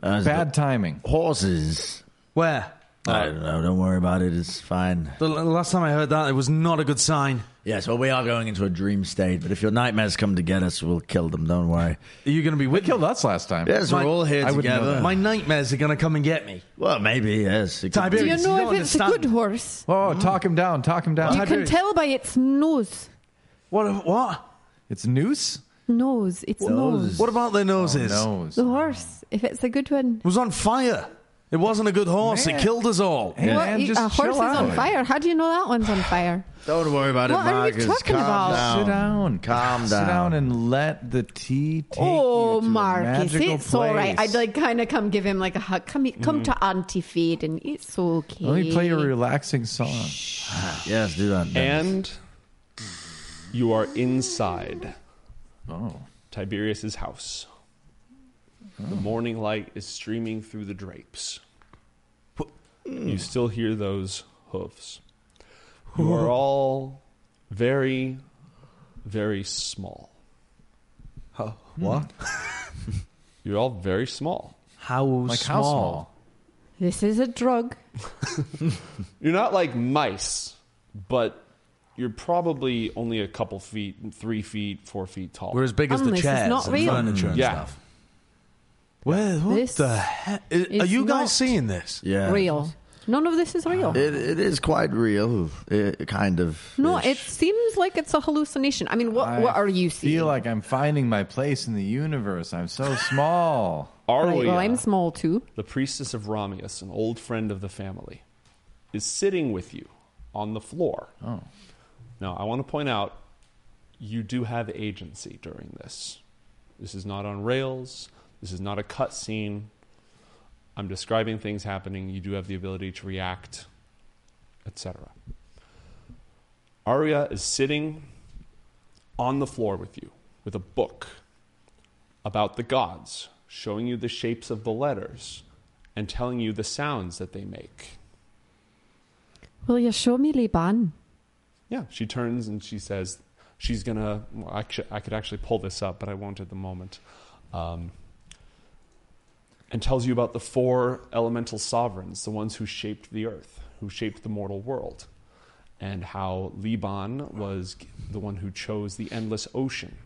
As the
bad timing.
horses.
Where?
I don't know. Don't worry about it. It's fine.
The l- last time I heard that, it was not a good sign.
Yes, well, we are going into a dream state, but if your nightmares come to get us, we'll kill them. Don't worry.
Are you gonna be
They
with
killed us last time.
Yes,
My-
we're all here
I wouldn't know
together.
that.
My nightmares are gonna come and get me.
well, maybe, yes. It could
Tiberius.
be.
Do you
you
know
don't
if it's a
understand.
good horse?
Oh, talk him down. Talk him down.
You can tell by its nose.
What? What?
It's noose.
Nose. Its nose.
Nose.
What about
Oh,
their noses?
Nose.
The horse. If it's a good one.
It was on fire. It wasn't a good horse.
Man.
It killed us all.
Hey,
What?
man,
You-
just
a horse
chill
is
out.
on fire. How do you know that one's on fire?
Don't worry about
What
it,
are you
Marcus.
talking
Calm
about?
Down.
Sit down.
Um, Calm
Sit
down.
down and let the tea take you
Oh,
to a
Marcus,
magical
it's all right.
place. Mm.
I'd like kind of come give him like a hug. Come, he- come to Auntie Fade, and it's okay.
Let me play a relaxing song.
Yes, do that.
And you are inside
Oh,
Tiberius's house. The morning light is streaming through the drapes. You still hear those hoofs. You are all very, very small.
Huh, what?
You're all very small.
How
like
small?
how small?
This is a drug.
You're not like mice, but you're probably only a couple feet, three feet, four feet tall.
We're as big as the
Unless it's
chairs
not
and
real.
furniture and
Yeah.
stuff. Where, what
This
the heck? Are
is
you
not
guys seeing this?
Yeah.
Real. None of this is real.
It, it is quite real, eh, kind of.
no, it seems like it's a hallucination. I mean, what
I
what are you seeing?
feel like I'm finding my place in the universe. I'm so small.
Right,
Arlia,
well, I'm small too.
the priestess of Ramius, an old friend of the family, is sitting with you on the floor. Oh. Now, I want to point out you do have agency during this. This is not on rails. This is not a cut scene. I'm describing things happening. You do have the ability to react, etc. Arya is sitting on the floor with you with a book about the gods, showing you the shapes of the letters and telling you the sounds that they make.
Will you show me Liban?
Yeah, she turns and she says, she's gonna. Well, actually, I could actually pull this up, but I won't at the moment. Um, and tells you about the four elemental sovereigns, the ones who shaped the earth, who shaped the mortal world, and how Liban was the one who chose the endless ocean.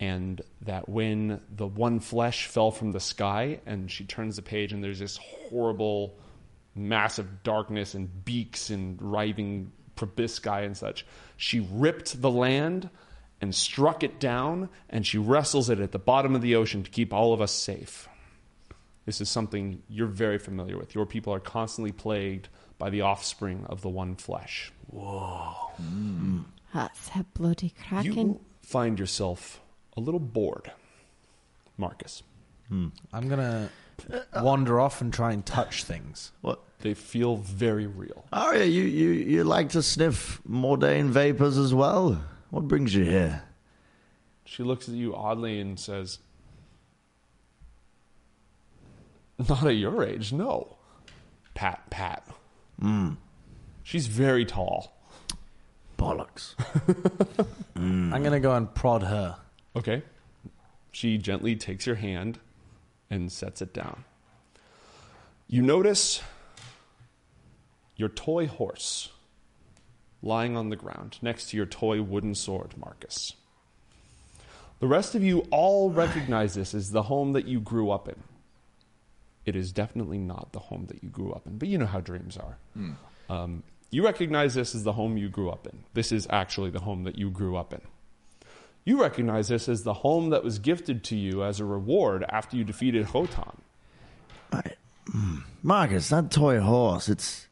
And that when the one flesh fell from the sky, and she turns the page, and there's this horrible, massive darkness and beaks and writhing proboscis and such. She ripped the land and struck it down, and she wrestles it at the bottom of the ocean to keep all of us safe. This is something you're very familiar with. Your people are constantly plagued by the offspring of the one flesh.
That's a bloody kraken.
You find yourself a little bored, Marcus.
I'm gonna wander off and try and touch things.
What?
They feel very real.
Aria, you, you, you like to sniff Mordane vapors as well? What brings you here?
She looks at you oddly and says, Not at your age, no. Pat, pat. Mm. She's very tall.
Bollocks.
I'm gonna go and prod her.
Okay. She gently takes your hand and sets it down. You notice your toy horse lying on the ground next to your toy wooden sword, Marcus. The rest of you all recognize this as the home that you grew up in. It is definitely not the home that you grew up in, but you know how dreams are. Um, you recognize this as the home you grew up in. This is actually the home that you grew up in. You recognize this as the home that was gifted to you as a reward after you defeated Khotan.
I, mm. Marcus, that toy horse, it's,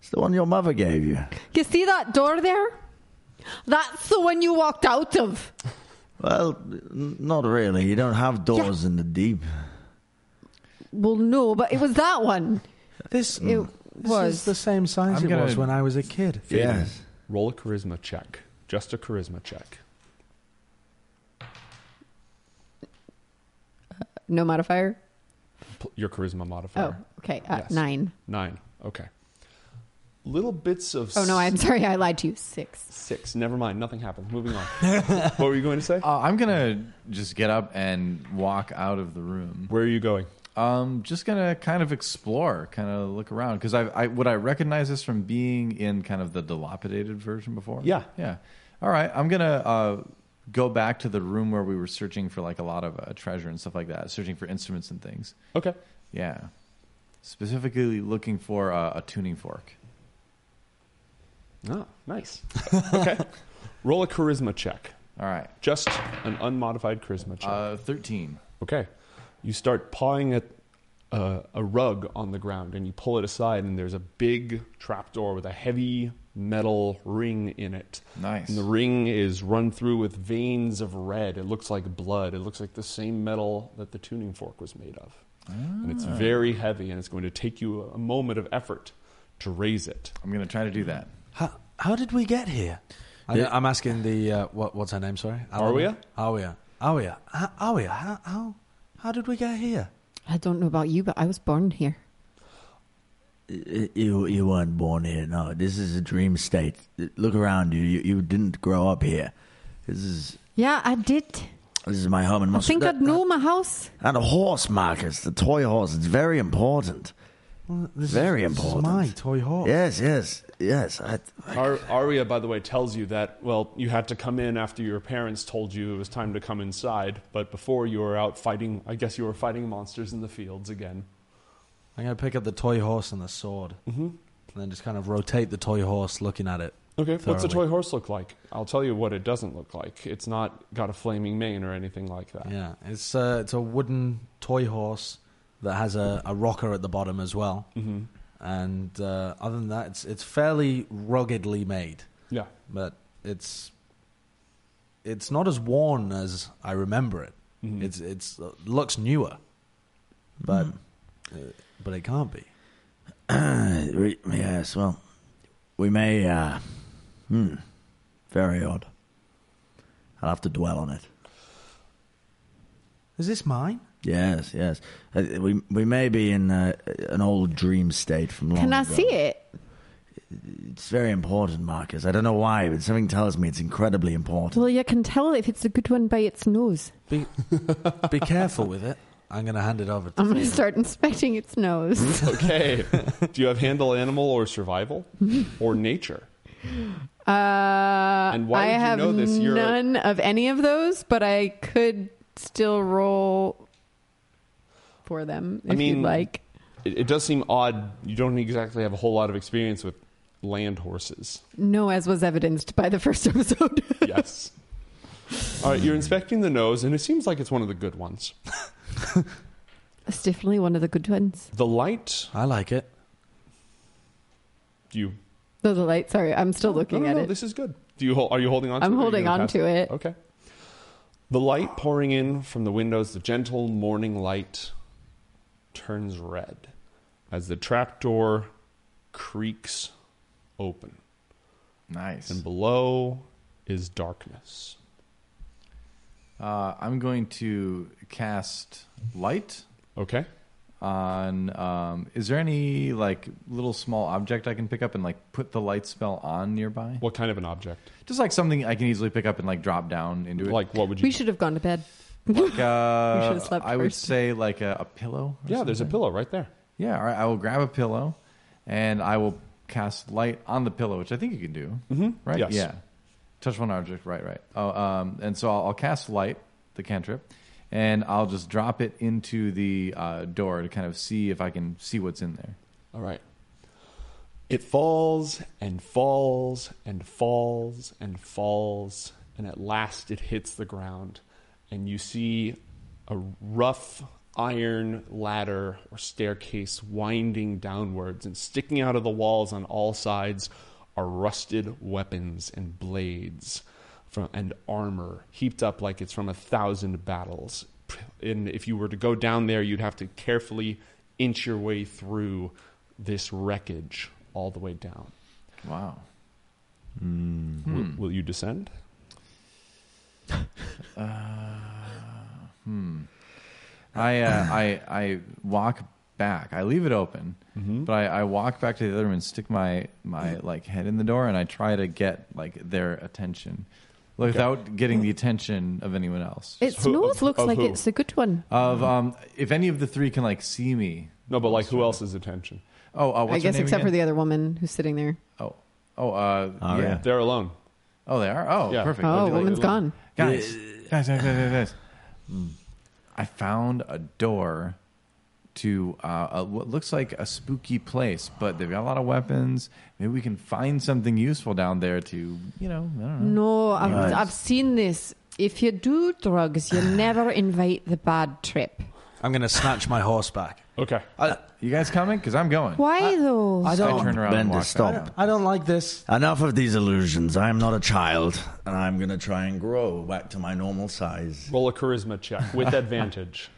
it's the one your mother gave you.
You see that door there? That's the one you walked out of.
Well, n- not really. You don't have doors in the deep.
Well, no, but it was that one.
This hmm,
It
Hmm.
this
was.
is the same size
I'm
it
gonna-
was when I was a kid.
Yes.
Roll a charisma check. Just a charisma check.
no modifier.
Pl- Your charisma
Oh,
modifier.
okay. Uh,
Yes.
Nine.
Nine. Okay. Little bits of.
Oh, no, I'm sorry. I lied to you. Six.
Six. Never mind. Nothing happened. Moving on. what were you going to say?
Uh, I'm gonna just get up and walk out of the room.
Where are you going?
Um, just gonna kind of explore, kind of look around, because I, I would I recognize this from being in kind of the dilapidated version before.
Yeah.
yeah. All right, I'm gonna uh, go back to the room where we were searching for like a lot of uh, treasure and stuff like that, searching for instruments and things.
Okay.
Yeah, specifically looking for uh, a tuning fork.
Oh, nice. Okay. Roll a charisma check.
All right,
Just an unmodified charisma check.
uh, thirteen.
Okay. You start pawing at a, a rug on the ground and you pull it aside, and there's a big trapdoor with a heavy metal ring in it.
Nice.
And the ring is run through with veins of red. It looks like blood. It looks like the same metal that the tuning fork was made of. And it's very heavy, and it's going to take you a moment of effort to raise it.
I'm gonna try to do that.
How, how did we get here? I, I'm asking the uh, what, what's her name? Sorry,
Arya?
Arya. Arya. How- Arya. How, how how did we get here?
I don't know about you, but I was born here.
Y- You you weren't born here. No, this is a dream state. Look around you. You, you didn't grow up here. This is
Yeah, I did.
this is my
Oh,
home. And
I think I'd know my house.
And a horse, Marcus, the toy horse. It's very important.
This
Very
is, This
important.
is my toy
Oh.
hawk.
Yes, yes, yes. I,
Ar- Arya, by the way, tells you that, well, you had to come in after your parents told you it was time to come inside, but before you were out fighting, I guess you were fighting monsters in the fields again.
I'm gonna pick up the toy horse and the sword, mm-hmm. and then just kind of rotate the toy horse, looking at it.
Okay, what's a toy
thoroughly.
horse look like? I'll tell you what it doesn't look like. It's not got a flaming mane or anything like that.
Yeah, it's uh, it's a wooden toy horse that has a, a rocker at the bottom as well. Mm-hmm. And uh, other than that, it's it's fairly ruggedly made,
Yeah.
but it's it's not as worn as I remember it.
Mhm.
It's it's uh, looks newer, but uh, but it can't be.
we, yes, well, we may. Uh, hmm. Very odd. I'll have to dwell on it.
Is this mine?
Yes, yes. Uh, we we may be in uh, an old dream state from long
Can I
ago.
see it?
It's very important, Marcus. I don't know why, but something tells me it's incredibly important.
Well, you can tell if it's a good one by its nose.
Be be careful with it. I'm gonna hand it over. to
I'm going to
Theo.
start inspecting its nose.
Okay. Do you have handle animal or survival
Mm-hmm.
or nature?
Uh,
And why
I
did you
have
know this? You're a-
none of any of those, but I could still roll for them if
I mean-
you'd like.
It, it does seem odd. You don't exactly have a whole lot of experience with land horses.
No, as was evidenced by the first episode.
Yes. All right, you're inspecting the nose, and it seems like it's one of the good ones.
It's definitely one of the good ones.
The light,
I like it.
you
No, the light. Sorry, I'm still looking
no, no,
at
no,
it.
This is good. Do you hol- are you holding on? to
I'm
it? Are you
holding
gonna
on
pass
to it.
Okay. The light pouring in from the windows, the gentle morning light, turns red as the trapdoor creaks open,
Nice.
and below is darkness.
Uh, I'm going to cast light
Okay.
on. Um, is there any like little small object I can pick up and like put the light spell on nearby?
What kind of an object?
Just like something I can easily pick up and like drop down into it.
Like what would you?
We should have gone to bed.
Like, uh,
We should've slept
I would
first.
say like a, a pillow. or
yeah, there's a
something.
pillow right there.
Yeah, all right. I will grab a pillow, and I will cast light on the pillow, which I think you can do, mm-hmm. right?
Yes.
Yeah. Touch one object. Right. Right. Oh, um, and so I'll, I'll cast light, the cantrip, and I'll just drop it into the uh, door to kind of see if I can see what's in there.
All right. It falls and falls and falls and falls, and at last it hits the ground, and you see a rough iron ladder or staircase winding downwards, and sticking out of the walls on all sides are rusted weapons and blades from, and armor heaped up like it's from a thousand battles. And if you were to go down there, you'd have to carefully inch your way through this wreckage all the way down.
Wow.
Will- Will, you descend?
I, uh, I I walk back. I leave it open, but I, I walk back to the other room and stick my my like head in the door, and I try to get like their attention, without getting the attention of anyone else.
Its
Who-
nose
of-
looks
of
like
who?
it's a good one.
of um, if any of the three can like see me.
No, but like who else's attention?
Oh, uh, what's
I guess,
her name
except for
again?
the other woman who's sitting there.
for the oh oh uh,
Aria.
yeah.
They're alone.
oh they are oh
Yeah.
perfect
Oh,
Would you
woman's
like-
gone.
guys guys guys guys guys, guys. I found a door to uh, a, what looks like a spooky place, but they've got a lot of weapons. Maybe we can find something useful down there to you know I don't know.
No, I've,
Right.
I've seen this. If you do drugs, you never invite the bad trip.
I'm gonna snatch my horse back.
Okay.
I,
You guys coming? Because I'm going.
Why though?
I
I turn
don't.
around and
Bender,
walk
stop.
back.
I don't like this.
Enough of these illusions. I am not a child, and I'm going to try and grow back to my normal size.
Roll a charisma check with advantage.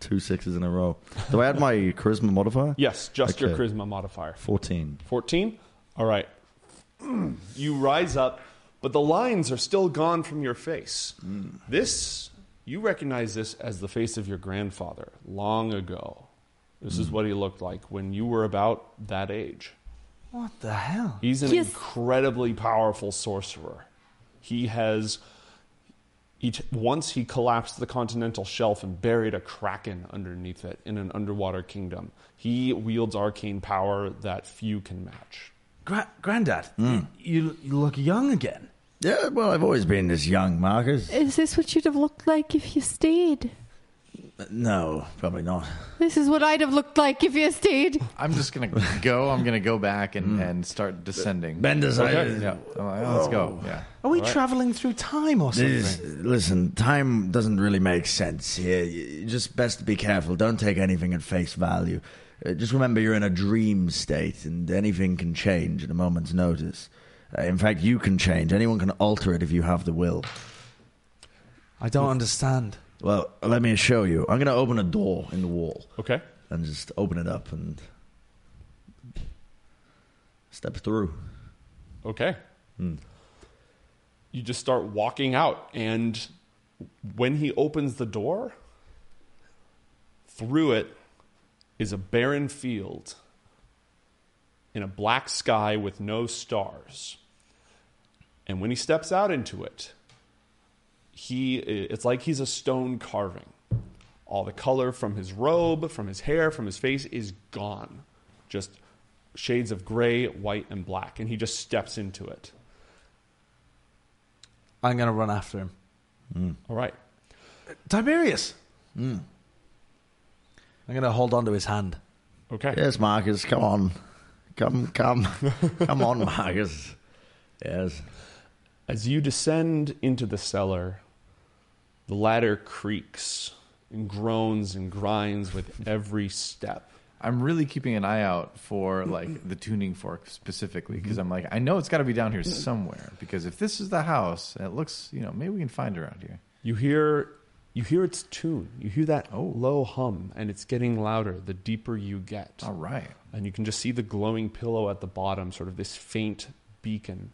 Two sixes in a row. Do I add my charisma modifier?
Yes, just your
Okay.
charisma modifier.
14.
14? All right. You rise up, but the lines are still gone from your face. This, you recognize this as the face of your grandfather long ago. This is what he looked like when you were about that age.
What the hell?
He's an
Yes.
incredibly powerful sorcerer. He has Each, once he collapsed the continental shelf and buried a kraken underneath it in an underwater kingdom. He wields arcane power that few can match.
Gra- Grandad, you, you look young again.
Yeah, well, I've always been this young, Marcus.
Is this what you'd have looked like if you stayed?
No, probably not.
This is what I'd have looked like if you stayed.
I'm just gonna go. I'm gonna go back and, and start descending.
Benders, I-
yeah, I'm like, oh, let's go. Yeah,
Are we traveling through time or something?
This, listen, time doesn't really make sense here. You- you Just best to be careful. Don't take anything at face value. Uh, just remember you're in a dream state and anything can change at a moment's notice. Uh, in fact, you can change. Anyone can alter it if you have the will.
I don't understand.
Well, let me show you. I'm going to open a door in the wall
Okay.
and just open it up and step through.
Okay. You just start walking out, and when he opens the door, through it is a barren field in a black sky with no stars. And when he steps out into it, he it's like he's a stone carving. All the color from his robe, from his hair, from his face is gone. Just shades of gray, white, and black. And he just steps into it.
I'm going to run after him.
All right.
Tiberius! Hmm. I'm going to hold onto his hand.
Okay.
Yes, Marcus, come on. Come, come. come on, Marcus. Yes.
As you descend into the cellar, the ladder creaks and groans and grinds with every step.
I'm really keeping an eye out for
Mm-hmm.
like the tuning fork specifically because I'm like, I know it's got to be down here
Mm-hmm.
somewhere because if this is the house, and it looks, you know, maybe we can find it around here.
You hear you hear its tune. You hear that low hum and it's getting louder the deeper you get.
All right,
and you can just see the glowing pillow at the bottom, sort of this faint beacon.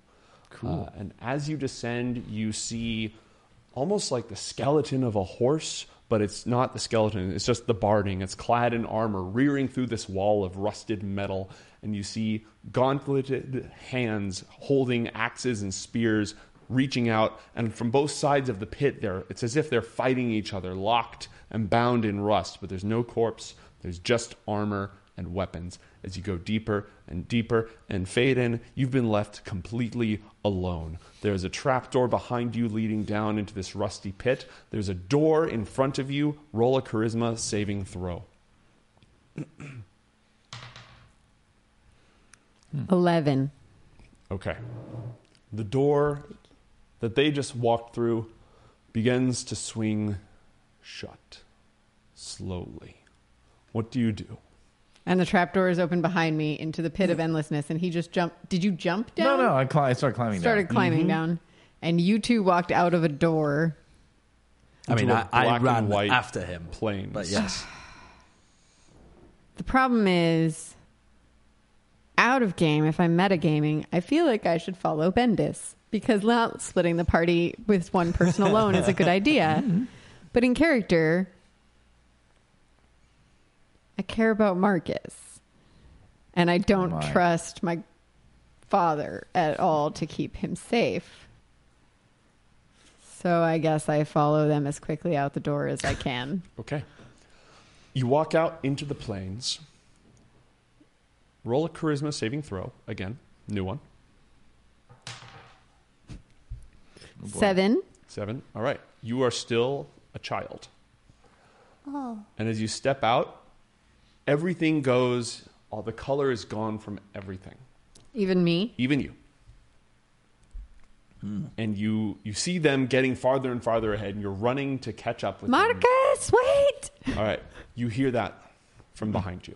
Cool. and as you descend, you see almost like the skeleton of a horse, but it's not the skeleton. It's just the barding. It's clad in armor, rearing through this wall of rusted metal, and you see gauntleted hands holding axes and spears. Reaching out, and from both sides of the pit, there it's as if they're fighting each other, locked and bound in rust. But there's no corpse, there's just armor and weapons. As you go deeper and deeper and fade in, you've been left completely alone. There's a trapdoor behind you leading down into this rusty pit. There's a door in front of you. Roll a charisma saving throw.
Hmm. 11.
Okay. The door that they just walked through begins to swing shut slowly. What do you do?
And the trapdoor is open behind me into the pit of endlessness. And he just jumped. Did you jump down?
no, no, I, cli- I started climbing.
Started
down.
climbing down. And you two walked out of a door.
I mean,
Into a
I, I
black and
ran
white
after him.
planes.
But yes.
The problem is, out of game, if I'm metagaming, I feel like I should follow Bendis because not splitting the party with one person alone is a good idea. But in character, I care about Marcus. And I don't
my.
trust my father at all to keep him safe. So I guess I follow them as quickly out the door as I can.
Okay. You walk out into the plains. Roll a charisma saving throw again, new one.
Seven.
Seven. All right. You are still a child. Oh. And as you step out, everything goes, all the color is gone from everything,
Even me.
even you. And you you see them getting farther and farther ahead, and you're running to catch up with them.
Marcus, wait!
All right. You hear that from behind you.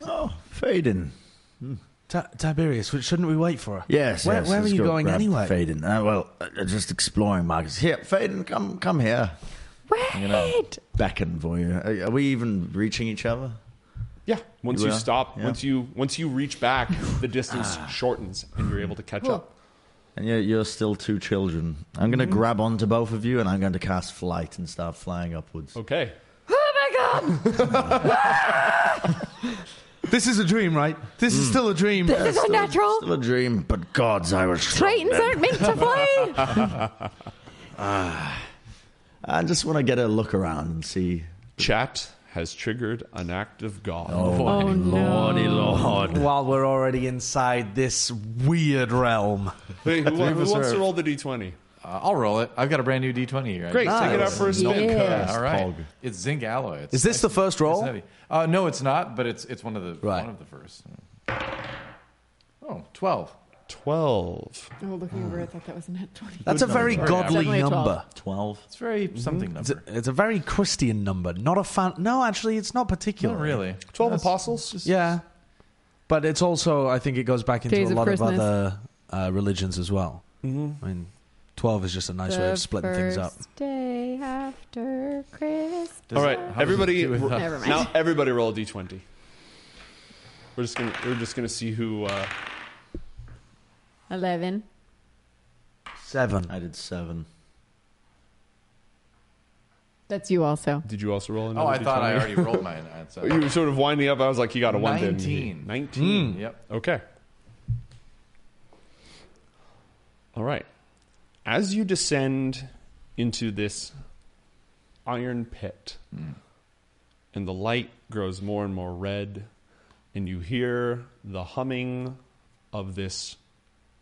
Oh, fading.
Ti- Tiberius, w- shouldn't we wait for her?
Yes.
Where,
yes,
where are
let's
you
go
going
grab
anyway?
Faden. Uh, well, uh, just exploring, Marcus. Here, Faden, come, come here.
Wait!
Beckon for you. Uh, Are, are we even reaching each other?
Yeah. Once
You
you,
will?
stop,
Yeah.
once you once you reach back, the distance shortens, and you're able to catch up.
And you're, you're still two children. I'm going to
Mm-hmm.
grab onto both of you, and I'm going to cast flight and start flying upwards.
Okay.
This is a dream, right? Hmm. This is still a dream.
This is
Still-
unnatural.
Still a dream, but gods, I was. strong
Titans
then.
aren't meant to fly.
I just want to get a look around and see.
Chat has triggered an act of God.
Oh, no.
Lordy Lord.
While we're already inside this weird realm.
Hey, who, wa- who wants
reserved.
to roll the d20?
Uh, I'll roll it. I've got a brand new D20 here.
Great, take it out for a spin.
Yeah.
All right. It's zinc alloy. It's
Is this the first
It's
roll?
heavy. Uh, no, it's not. But it's it's one of the
Right.
one of the first. Oh, 12.
12.
Oh, looking over, I thought that was a net 20.
That's a very godly
Definitely a twelve.
number.
12.
It's very
Mm-hmm.
something
It's a,
number.
it's a very Christian number. Not a fan. No, actually, it's not particular.
Not really.
12 apostles?
Yeah, but it's also I think it goes back into
Days
a
of
lot of,
Christmas.
other uh, religions as well. Mm-hmm. I mean, twelve is just a nice way of splitting things up.
Day after Christmas.
Does-
All right,
how does it
everybody.
do with us?
Never mind.
Now everybody roll a d20. We're just gonna we're just gonna see who. Uh,
11.
Seven.
I did 7.
That's you also.
did you also roll another?
Oh, I thought I
D20?
already rolled mine. That's, uh,
You were sort of winding up. I was like, you got a one. didn't you?
19.
Nineteen.
Yep.
Okay. All right. As you descend into this iron pit,
Hmm.
and the light grows more and more red, and you hear the humming of this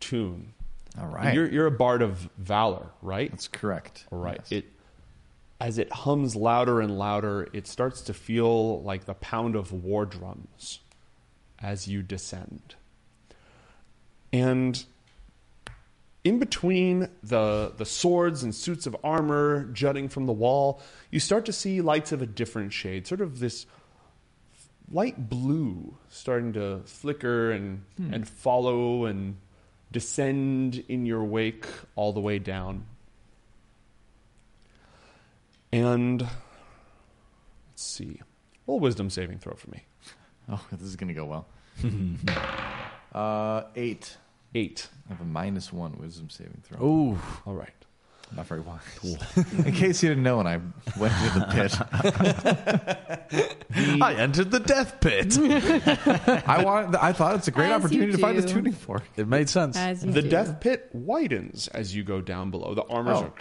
tune.
All
And
right.
You're, you're a bard of valor, right?
That's correct.
All right.
Yes.
It as it hums louder and louder, it starts to feel like the pound of war drums as you descend. And in between the the swords and suits of armor jutting from the wall, you start to see lights of a different shade, sort of this light blue starting to flicker and and follow and descend in your wake all the way down. And let's see. Roll wisdom saving throw for me.
Oh, this is gonna go well. uh, eight.
Eight.
I have a minus one wisdom saving throw.
Ooh,
All right.
Not very wise. In case you didn't know, when I went to the pit,
I entered the death pit.
I wanted. I thought it's a great
As you
opportunity to find the
do.
tuning fork.
it made sense.
As you
The
do.
death pit widens as you go down below. The armors
Oh.
are.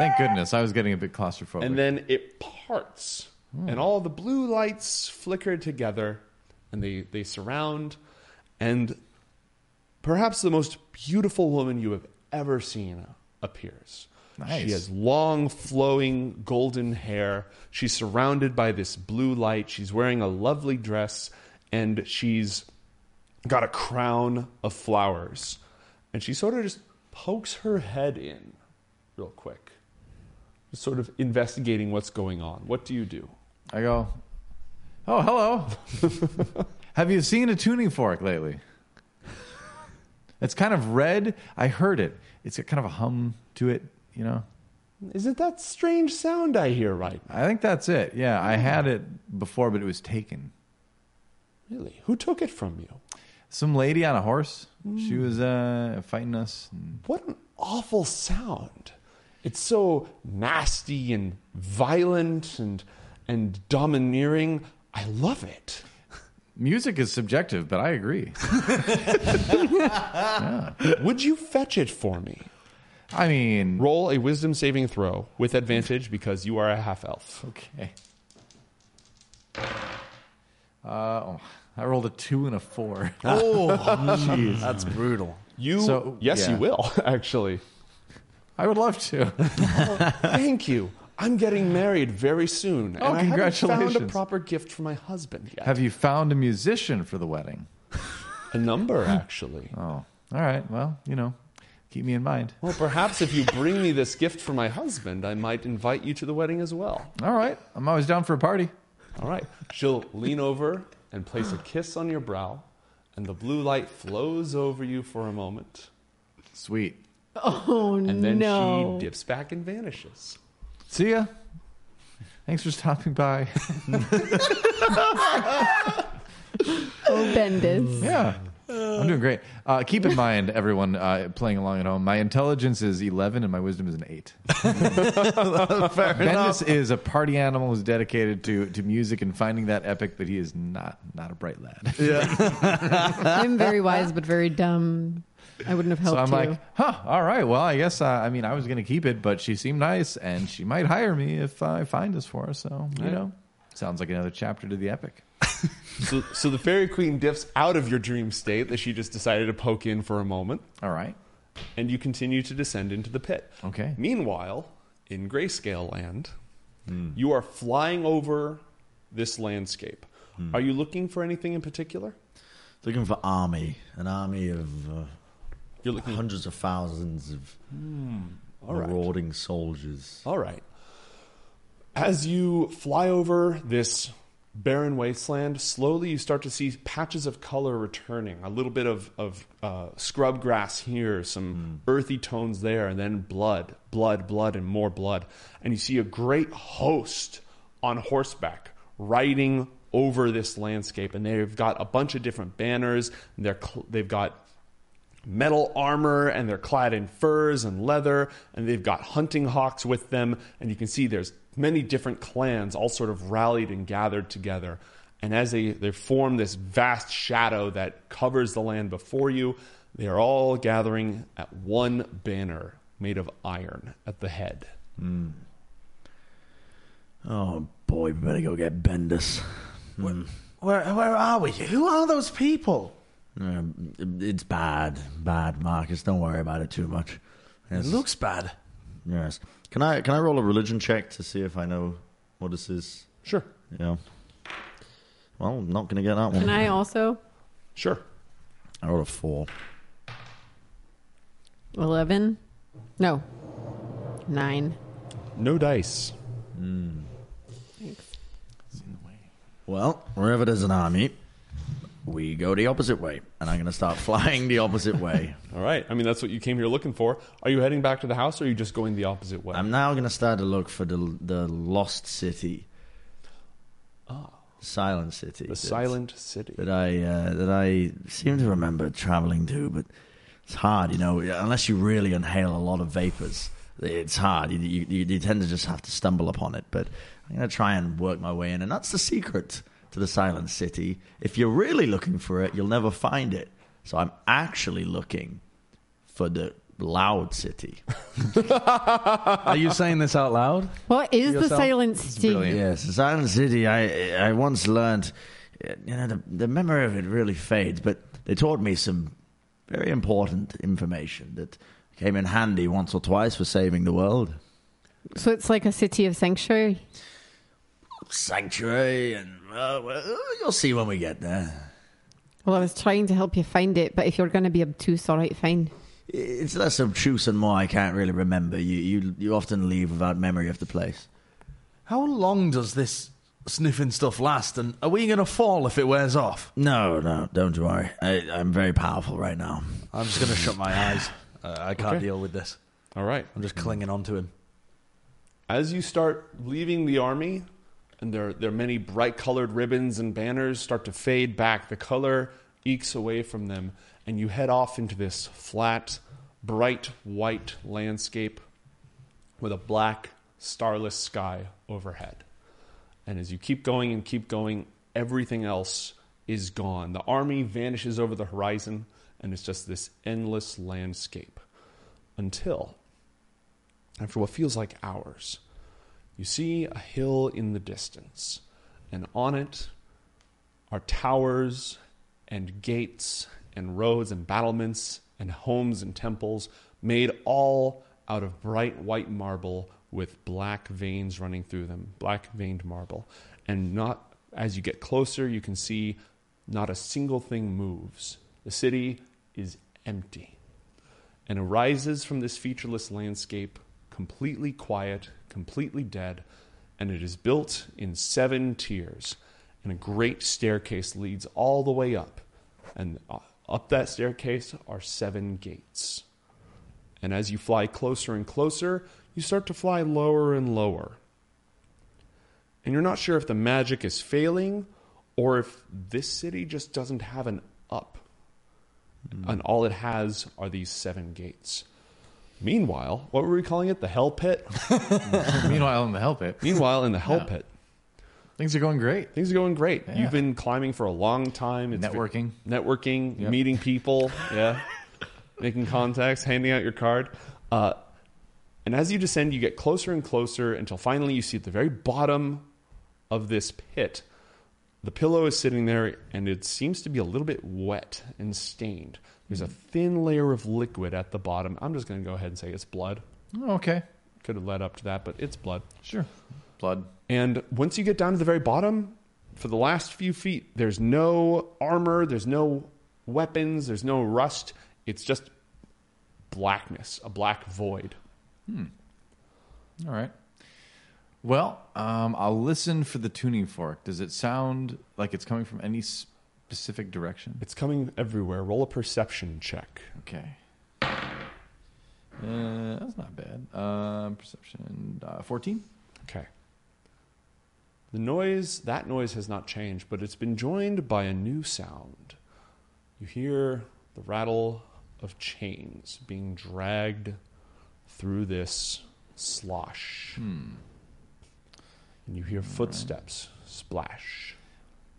Thank goodness, I was getting a bit claustrophobic.
And then it parts, and all the blue lights flicker together, and they, they surround, and perhaps the most beautiful woman you have ever seen appears.
Nice.
She has long, flowing, golden hair. She's surrounded by this blue light. She's wearing a lovely dress, and she's got a crown of flowers. And she sort of just pokes her head in real quick sort of investigating what's going on. What do you do?
I go, "Oh, hello. Have you seen a tuning fork lately? It's kind of red. I heard it. It's got kind of a hum to it, you know.
Is it that strange sound I hear right now?
I think that's it. Yeah, I had it before, but it was taken.
Really? Who took it from you?
Some lady on a horse. She was uh, fighting us.
What an awful sound. It's so nasty and violent and and domineering. I love it.
Music is subjective, but I agree.
Would you fetch it for me?
I mean,
Roll a wisdom saving throw with advantage because you are a half elf.
okay. Uh, oh, I rolled a two and a four.
That's brutal.
You
So-
Yes,
yeah.
you will, actually.
I would love to.
Thank you. I'm getting married very soon. and
Oh,
I haven't found a
congratulations.
proper gift for my husband yet.
Have you found a musician for the wedding?
A number, actually.
Oh, all right. Well, you know, keep me in mind.
Well, perhaps if you bring me this gift for my husband, I might invite you to the wedding as well.
All right. I'm always down for a party.
All right. She'll lean over and place a kiss on your brow, and the blue light flows over you for a moment,
Sweet.
Oh,
and then
no.
she dips back and vanishes.
See ya. Thanks for stopping by.
Oh, Bendis.
Yeah. I'm doing great. Uh, keep in mind, everyone uh, playing along at home, my intelligence is 11 and my wisdom is an 8. Bendis is a party animal who's dedicated to, to music and finding that epic, but he is not not a bright lad.
I'm very wise, but very dumb. I wouldn't have helped
so I'm
you.
like, huh, all right. Well, I guess uh, I mean I was gonna keep it, but she seemed nice, and she might hire me if I find this for her. So you know, sounds like another chapter to the epic.
So, so the fairy queen dips out of your dream state that she just decided to poke in for a moment,
All right,
and you continue to descend into the pit.
okay.
Meanwhile, in grayscale land, you are flying over this landscape. Are you looking for anything in particular?
Looking for army, an army of uh,
You're looking.
hundreds of thousands of Hmm,
all right.
marauding soldiers.
All right. As you fly over this barren wasteland, slowly you start to see patches of color returning. A little bit of, of uh, scrub grass here, some earthy tones there, and then blood, blood, blood, and more blood. And you see a great host on horseback riding over this landscape. And they've got a bunch of different banners. and They're cl- they've got metal armor and they're clad in furs and leather and they've got hunting hawks with them and you can see there's many different clans all sort of rallied and gathered together and as they, they form this vast shadow that covers the land before you they are all gathering at one banner made of iron at the head
Oh boy, we better go get Bendis.
Where, where are we? Who are those people?
Um, it's bad, bad, Marcus. Don't worry about it too much.
It
Yes.
looks bad.
yes. Can I can I roll a religion check to see if I know what this is?
sure
Yeah. Well, I'm not gonna get that one.
Can I also?
sure
I rolled a four.
11? No. 9.
no dice
Well, wherever there's an army, we go the opposite way, and I'm gonna start flying the opposite way.
all right i mean that's what you came here looking for are you heading back to the house or are you just going the opposite way
I'm now gonna start to look for the the lost city. Silent city.
Ah. the silent city
that I uh, that I seem to remember traveling to, but it's hard, you know, unless you really inhale a lot of vapors. It's hard. You, you, you tend to just have to stumble upon it. But I'm going to try and work my way in, and that's the secret to the Silent City. If you're really looking for it, you'll never find it. So I'm actually looking for the loud city.
Are you saying this out loud?
What is the
Yourself?
silent city?
brilliant.
Yes, the Silent City. I I once learned, you know, the, the memory of it really fades, but they taught me some very important information that came in handy once or twice for saving the world.
So it's like a city of sanctuary.
Sanctuary, and uh, well, you'll see when we get there.
Well, I was trying to help you find it, but if you're going to be obtuse, all right, fine.
It's less obtuse and more I can't really remember. You you you often leave without memory of the place.
How long does this sniffing stuff last? And are we going to fall if it wears off?
No, no, don't worry. I, I'm very powerful right now.
I'm just going to shut my eyes. Uh, I can't deal with this.
all right
I'm just clinging on to him.
as you start leaving the army and their, their many bright colored ribbons and banners start to fade back, the color ekes away from them, and you head off into this flat, bright white landscape with a black, starless sky overhead. And as you keep going and keep going, everything else is gone. The army vanishes over the horizon, and it's just this endless landscape until after what feels like hours, you see a hill in the distance, and on it are towers and gates and roads and battlements and homes and temples made all out of bright white marble with black veins running through them, black veined marble. And not as you get closer, you can see not a single thing moves. The city is empty and arises from this featureless landscape, completely quiet, completely dead, and it is built in seven tiers. And a great staircase leads all the way up, and uh, up that staircase are seven gates. And as you fly closer and closer, you start to fly lower and lower. And you're not sure if the magic is failing or if this city just doesn't have an up and all it has are these seven gates. Meanwhile, what were we calling it? The hell pit?
Meanwhile, in the hell pit,
Meanwhile, in the hell pit,
things are going great.
things are going great. You've been climbing for a long time. ve-
Networking.
networking, meeting people. Yeah. making contacts, handing out your card. Uh, and as you descend, you get closer and closer until finally you see at the very bottom of this pit, the pillow is sitting there and it seems to be a little bit wet and stained. There's a thin layer of liquid at the bottom. I'm just going to go ahead and say it's blood.
Okay.
Could have led up to that, but it's blood.
Sure. Blood.
And once you get down to the very bottom, for the last few feet, there's no armor, there's no weapons, there's no rust. It's just blackness, a black void.
All right. Well, um, I'll listen for the tuning fork. Does it sound like it's coming from any specific direction?
It's coming everywhere. Roll a perception check.
Okay. Uh, that's not bad. Um, perception uh, 14.
Okay. The noise, that noise has not changed, but it's been joined by a new sound. You hear the rattle of chains being dragged through this slosh.
Hmm.
And you hear footsteps splash.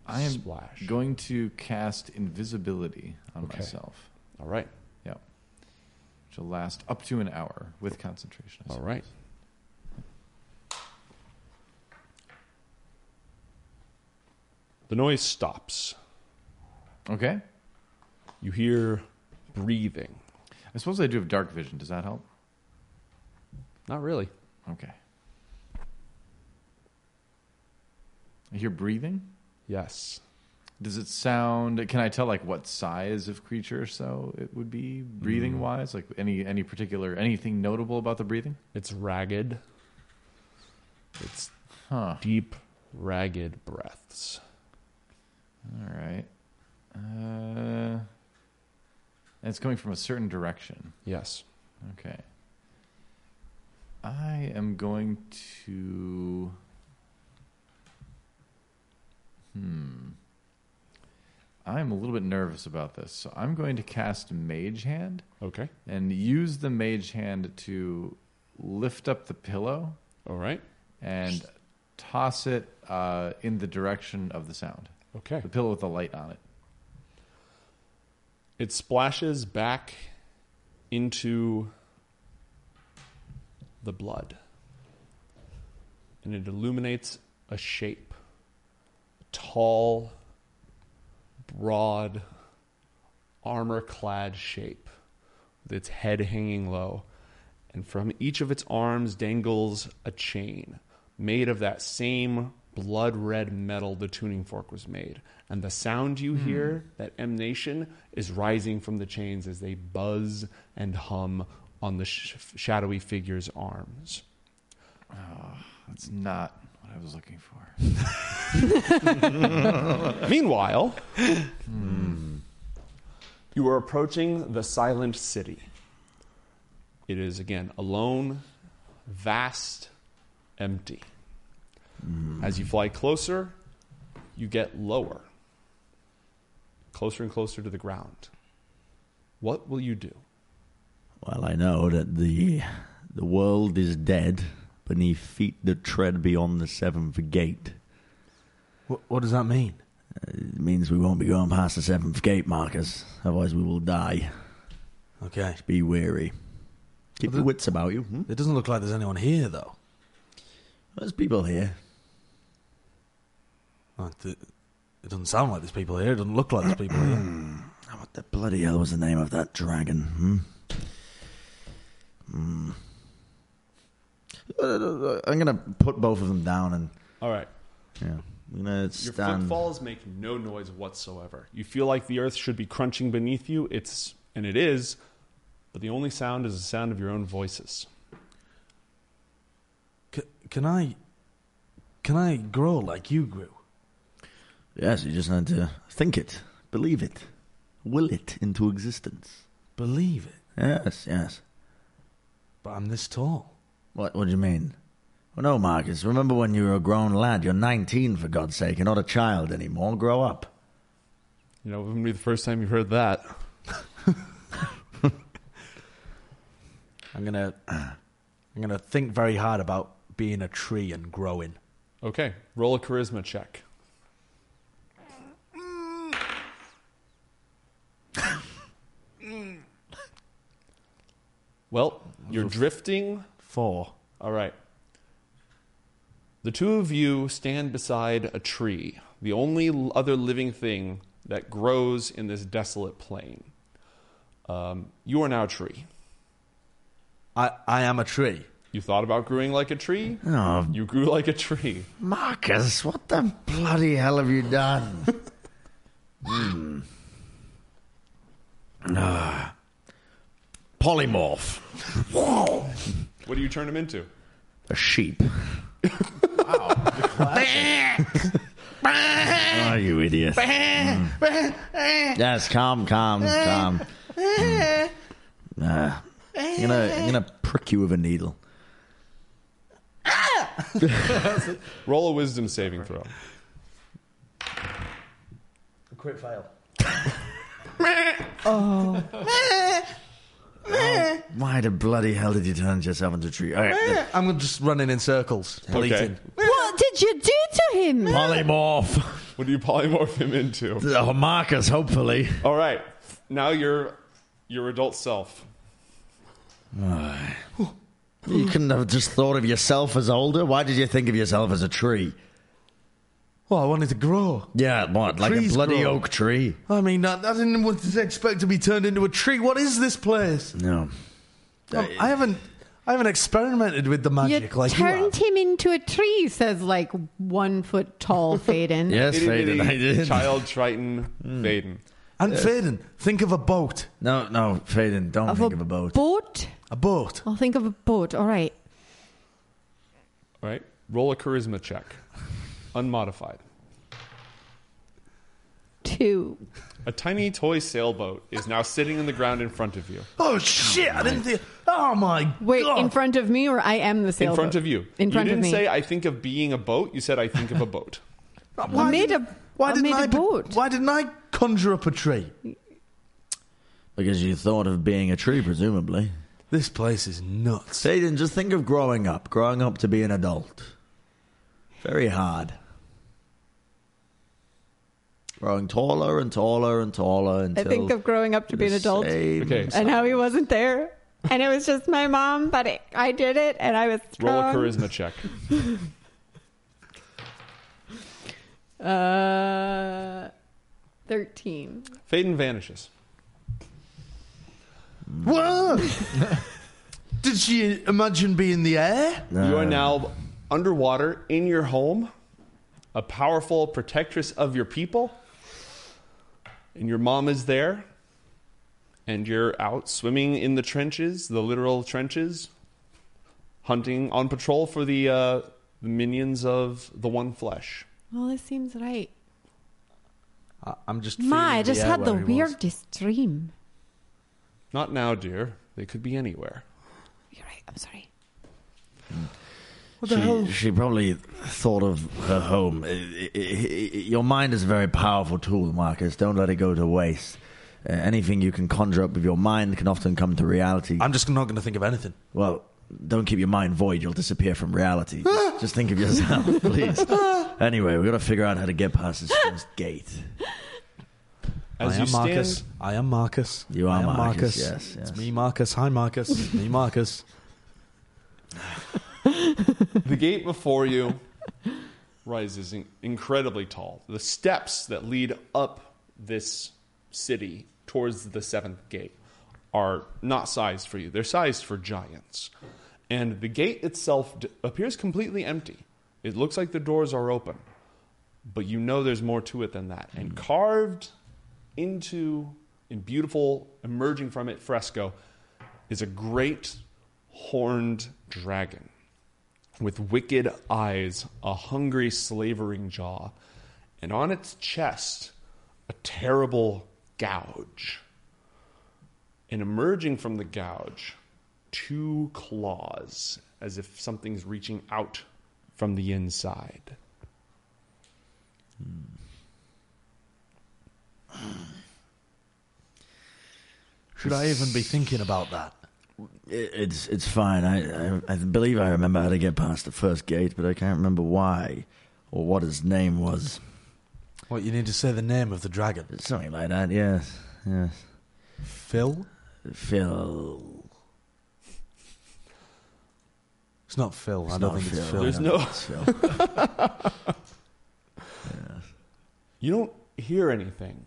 I am
splash.
going to cast invisibility on
Okay.
myself.
All right.
Yep. Which will last up to an hour with concentration. I
All
suppose.
right. The noise stops.
Okay.
You hear breathing.
I suppose I do have dark vision. Does that help?
Not really.
Okay. I hear breathing.
Yes.
Does it sound? Can I tell like what size of creature or so it would be breathing wise? Like any any particular anything notable about the breathing?
It's ragged. It's
Huh.
deep, ragged breaths.
All right. Uh, and it's coming from a certain direction.
Yes.
Okay. I am going to. Hmm. I'm a little bit nervous about this, so I'm going to cast Mage Hand
Okay.
and use the Mage Hand to lift up the pillow
All right.
and toss it uh, in the direction of the sound.
Okay.
The pillow with the light on it.
It splashes back into the blood. And it illuminates a shape. Tall, broad, armor clad shape with its head hanging low. And from each of its arms dangles a chain made of that same blood red metal the tuning fork was made. And the sound you hear, that emnation, is rising from the chains as they buzz and hum on the sh- shadowy figure's arms.
That's not what I was looking for.
Meanwhile, Hmm. you are approaching the silent city. It is again alone, vast, empty. As you fly closer, you get lower, closer and closer to the ground. What will you do?
Well, I know that the the world is dead beneath feet that tread beyond the seventh gate.
What, what does that mean?
It means we won't be going past the seventh gate, Marcus. Otherwise, we will die.
Okay.
Be wary. Keep
Well,
your
the-
wits about you. Hmm?
It doesn't look like there's anyone here, though.
There's people here.
Like, th- It doesn't sound like there's people here. It doesn't look like there's people here.
Oh, what the bloody hell was the name of that dragon? Hmm? Hmm. Uh, I'm gonna put both of them down and
All right.
yeah, I'm gonna
Your
stand.
footfalls make no noise whatsoever. You feel like the earth should be crunching beneath you. It's and it is, but the only sound is the sound of your own voices.
C- can I? Can I grow like you grew?
Yes, you just need to think it, believe it, will it into existence.
Believe it.
Yes, yes.
But I'm this tall.
What? What do you mean? Well, no, Marcus. Remember when you were a grown lad? You're 19, for God's sake. You're not a child anymore. Grow up.
You know, it wouldn't be the first time you've heard that.
I'm gonna. I'm gonna think very hard about being a tree and growing.
Okay, roll a charisma check. Well, you're drifting
Four.
all right. The two of you stand beside a tree, the only l- other living thing that grows in this desolate plain. Um, you are now a tree.
I, I am a tree.
You thought about growing like a tree.
Oh,
You grew like a tree.
Marcus, what the bloody hell have you done? Hmm. Ah. Polymorph.
What do you turn him into?
A sheep. oh, you idiot. Hmm. yes, calm, calm, calm. Mm. Ah. I'm, gonna, I'm gonna prick you with a needle.
Roll a wisdom saving throw.
A quick fail.
Why the bloody hell did you turn yourself into a tree? Okay.
I'm just running in circles, bleating.
What did you do to him?
Polymorph.
What do you polymorph him into?
Oh, Marcus, hopefully.
All right. Now you're your adult self.
You couldn't have just thought of yourself as older. Why did you think of yourself as a tree?
Well, I wanted to grow.
Yeah, what? Like
Trees
a bloody
grow.
oak tree?
I mean, I, I didn't was- expect to be turned into a tree. What is this place?
No.
Um, I haven't, I haven't experimented with the
You
magic like you
turned
have.
him into a tree, says like one foot tall Faden.
Yes,
Itty
Faden, I
bitty
did. Hmm.
Child Triton Faden.
And Faden, think of a boat,
No, no, Faden, don't
Of
think of a boat.
boat?
a boat.
I'll think of a boat. All right.
All right. Roll a charisma check. Unmodified.
Two.
A tiny toy sailboat is now sitting in the ground in front of you.
Oh shit! I didn't think. Oh my
Wait,
god!
in front of me or I am the
In
sailboat?
front of you.
In front
you
of
didn't
me.
say I think of being a boat. You said I think of a boat.
Why
I made
didn't-
a-
Why
I
didn't
made a
I be-
boat.
Why didn't I conjure up a tree?
Because you thought of being a tree, presumably.
This place is nuts.
Faden, just think of growing up, growing up to be an adult. Very hard. Growing taller and taller and taller
I
until.
think of growing up to be an
the
adult
same
Okay.
and how he wasn't there. And it was just my mom, but it, I did it and I was
Roll a
strong.
charisma check.
Uh, 13.
Faden vanishes.
Whoa! Did she imagine being in the air?
You are now underwater in your home, a powerful protectress of your people, and your mom is there, and you're out swimming in the trenches, the literal trenches, hunting on patrol for the, uh, the minions of the One Flesh.
Well, this seems right.
I- I'm just.
Ma,
feeling
I just
air
had the
where he was.
weirdest dream.
Not now, dear. They could be anywhere.
You're right. I'm sorry.
What the hell?
She, she probably thought of her home. I- I- I- I- Your mind is a very powerful tool, Marcus. Don't let it go to waste. Uh, anything you can conjure up with your mind can often come to reality.
I'm just not going to think of anything.
Well, don't keep your mind void. You'll disappear from reality.
Ah!
Just, just think of yourself, please. anyway, we got to figure out how to get past this first gate.
As
I
you
am
stand,
Marcus. I am Marcus.
You
I
are
am
Marcus, yes, yes.
It's me, Marcus. Hi, Marcus. It's me, Marcus.
the gate before you rises in- incredibly tall. The steps that lead up this city towards the seventh gate are not sized for you, they're sized for giants. And the gate itself d- appears completely empty. It looks like the doors are open, but you know there's more to it than that. And carved into in beautiful, emerging from it fresco, is a great horned dragon with wicked eyes, a hungry, slavering jaw, and on its chest, a terrible gouge. And emerging from the gouge, two claws, as if something's reaching out from the inside.
Should I even be thinking about that?
It- It's it's fine. I, I I believe I remember how to get past the first gate, but I can't remember why or what his name was.
What, you need to say the name of the dragon?
Something like that. Yes, yes.
Phil?
Phil.
It's not Phil. I
It's
don't
not
think it's
Phil.
Phil.
There's
no,
no-
it's Phil.
You don't hear anything,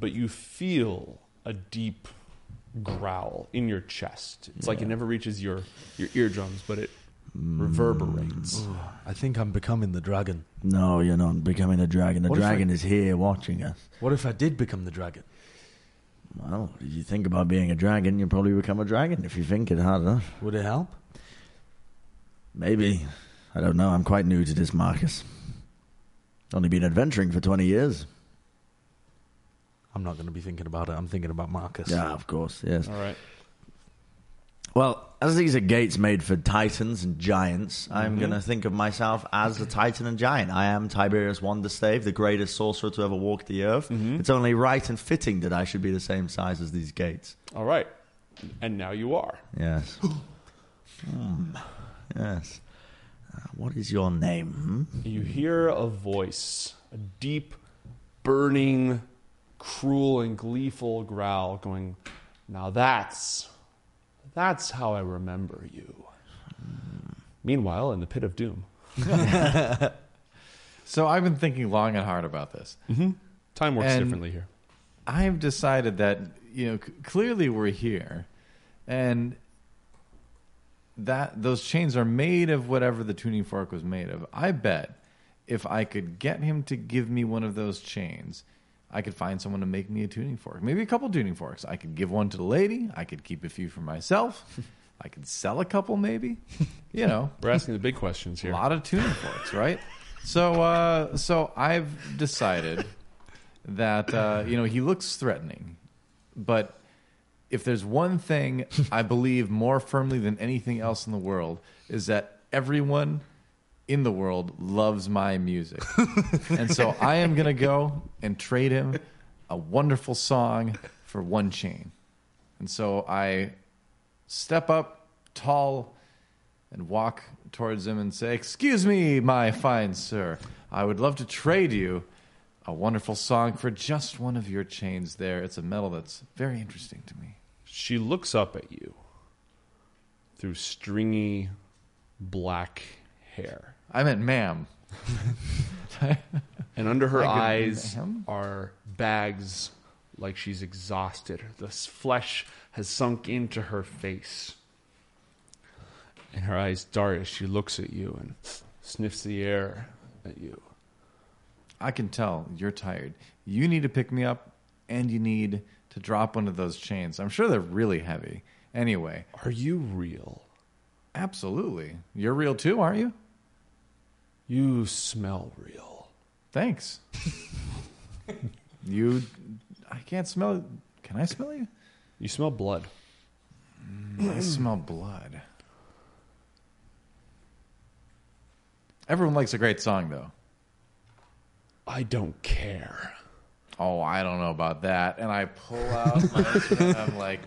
but you feel a deep growl in your chest. It's like it never reaches your, your eardrums, but it
Mm.
reverberates.
I think I'm becoming the dragon.
No, you're not becoming a dragon. The
What if I-
dragon is here watching us.
What if I did become the dragon?
Well, if you think about being a dragon, you'll probably become a dragon if you think it hard enough.
Would it help?
Maybe. I don't know. I'm quite new to this, Marcus. Only been adventuring for 20 years.
I'm not going to be thinking about it. I'm thinking about Marcus.
Yeah, of course, yes.
All right.
Well, as these are gates made for titans and giants, I'm
Mm-hmm.
going to think of myself as a titan and giant. I am Tiberius Wonderstave, the greatest sorcerer to ever walk the earth.
Mm-hmm.
It's only right and fitting that I should be the same size as these gates.
All right. And now you are.
Yes. Hmm. Yes. Uh, what is your name? hmm?
You hear a voice, a deep, burning, cruel, and gleeful growl going, Now that's, that's how I remember you. Meanwhile, in the pit of doom,
So I've been thinking long and hard about this.
time works
And-
differently here.
I've decided that you know c- clearly we're here, and that those chains are made of whatever the tuning fork was made of. I bet if I could get him to give me one of those chains, I could find someone to make me a tuning fork. Maybe a couple tuning forks. I could give one to the lady. I could keep a few for myself. I could sell a couple, maybe. You know,
We're asking the big questions here.
a lot of tuning forks, right? So, uh, so I've decided that uh, you know he looks threatening, but if there's one thing I believe more firmly than anything else in the world is that everyone in the world loves my music, and so I am gonna go and trade him a wonderful song for one chain, and so I step up tall and walk towards him and say, Excuse me, my fine sir, I would love to trade you a wonderful song for just one of your chains there. It's a metal that's very interesting to me.
She looks up at you through stringy black hair.
I meant ma'am.
And under her
Like an
eyes
ahem?
are bags like she's exhausted. The s- flesh has sunk into her face. And her eyes dart as she looks at you and sniffs the air at you.
I can tell you're tired. You need to pick me up and you need to drop one of those chains. I'm sure they're really heavy. Anyway,
Are you real?
absolutely. You're real too, aren't you?
You smell real.
Thanks. you. I can't smell. Can I smell you?
You smell blood.
I smell blood. Everyone likes a great song, though.
I don't care.
Oh, I don't know about that. And I pull out my instrument, I'm like,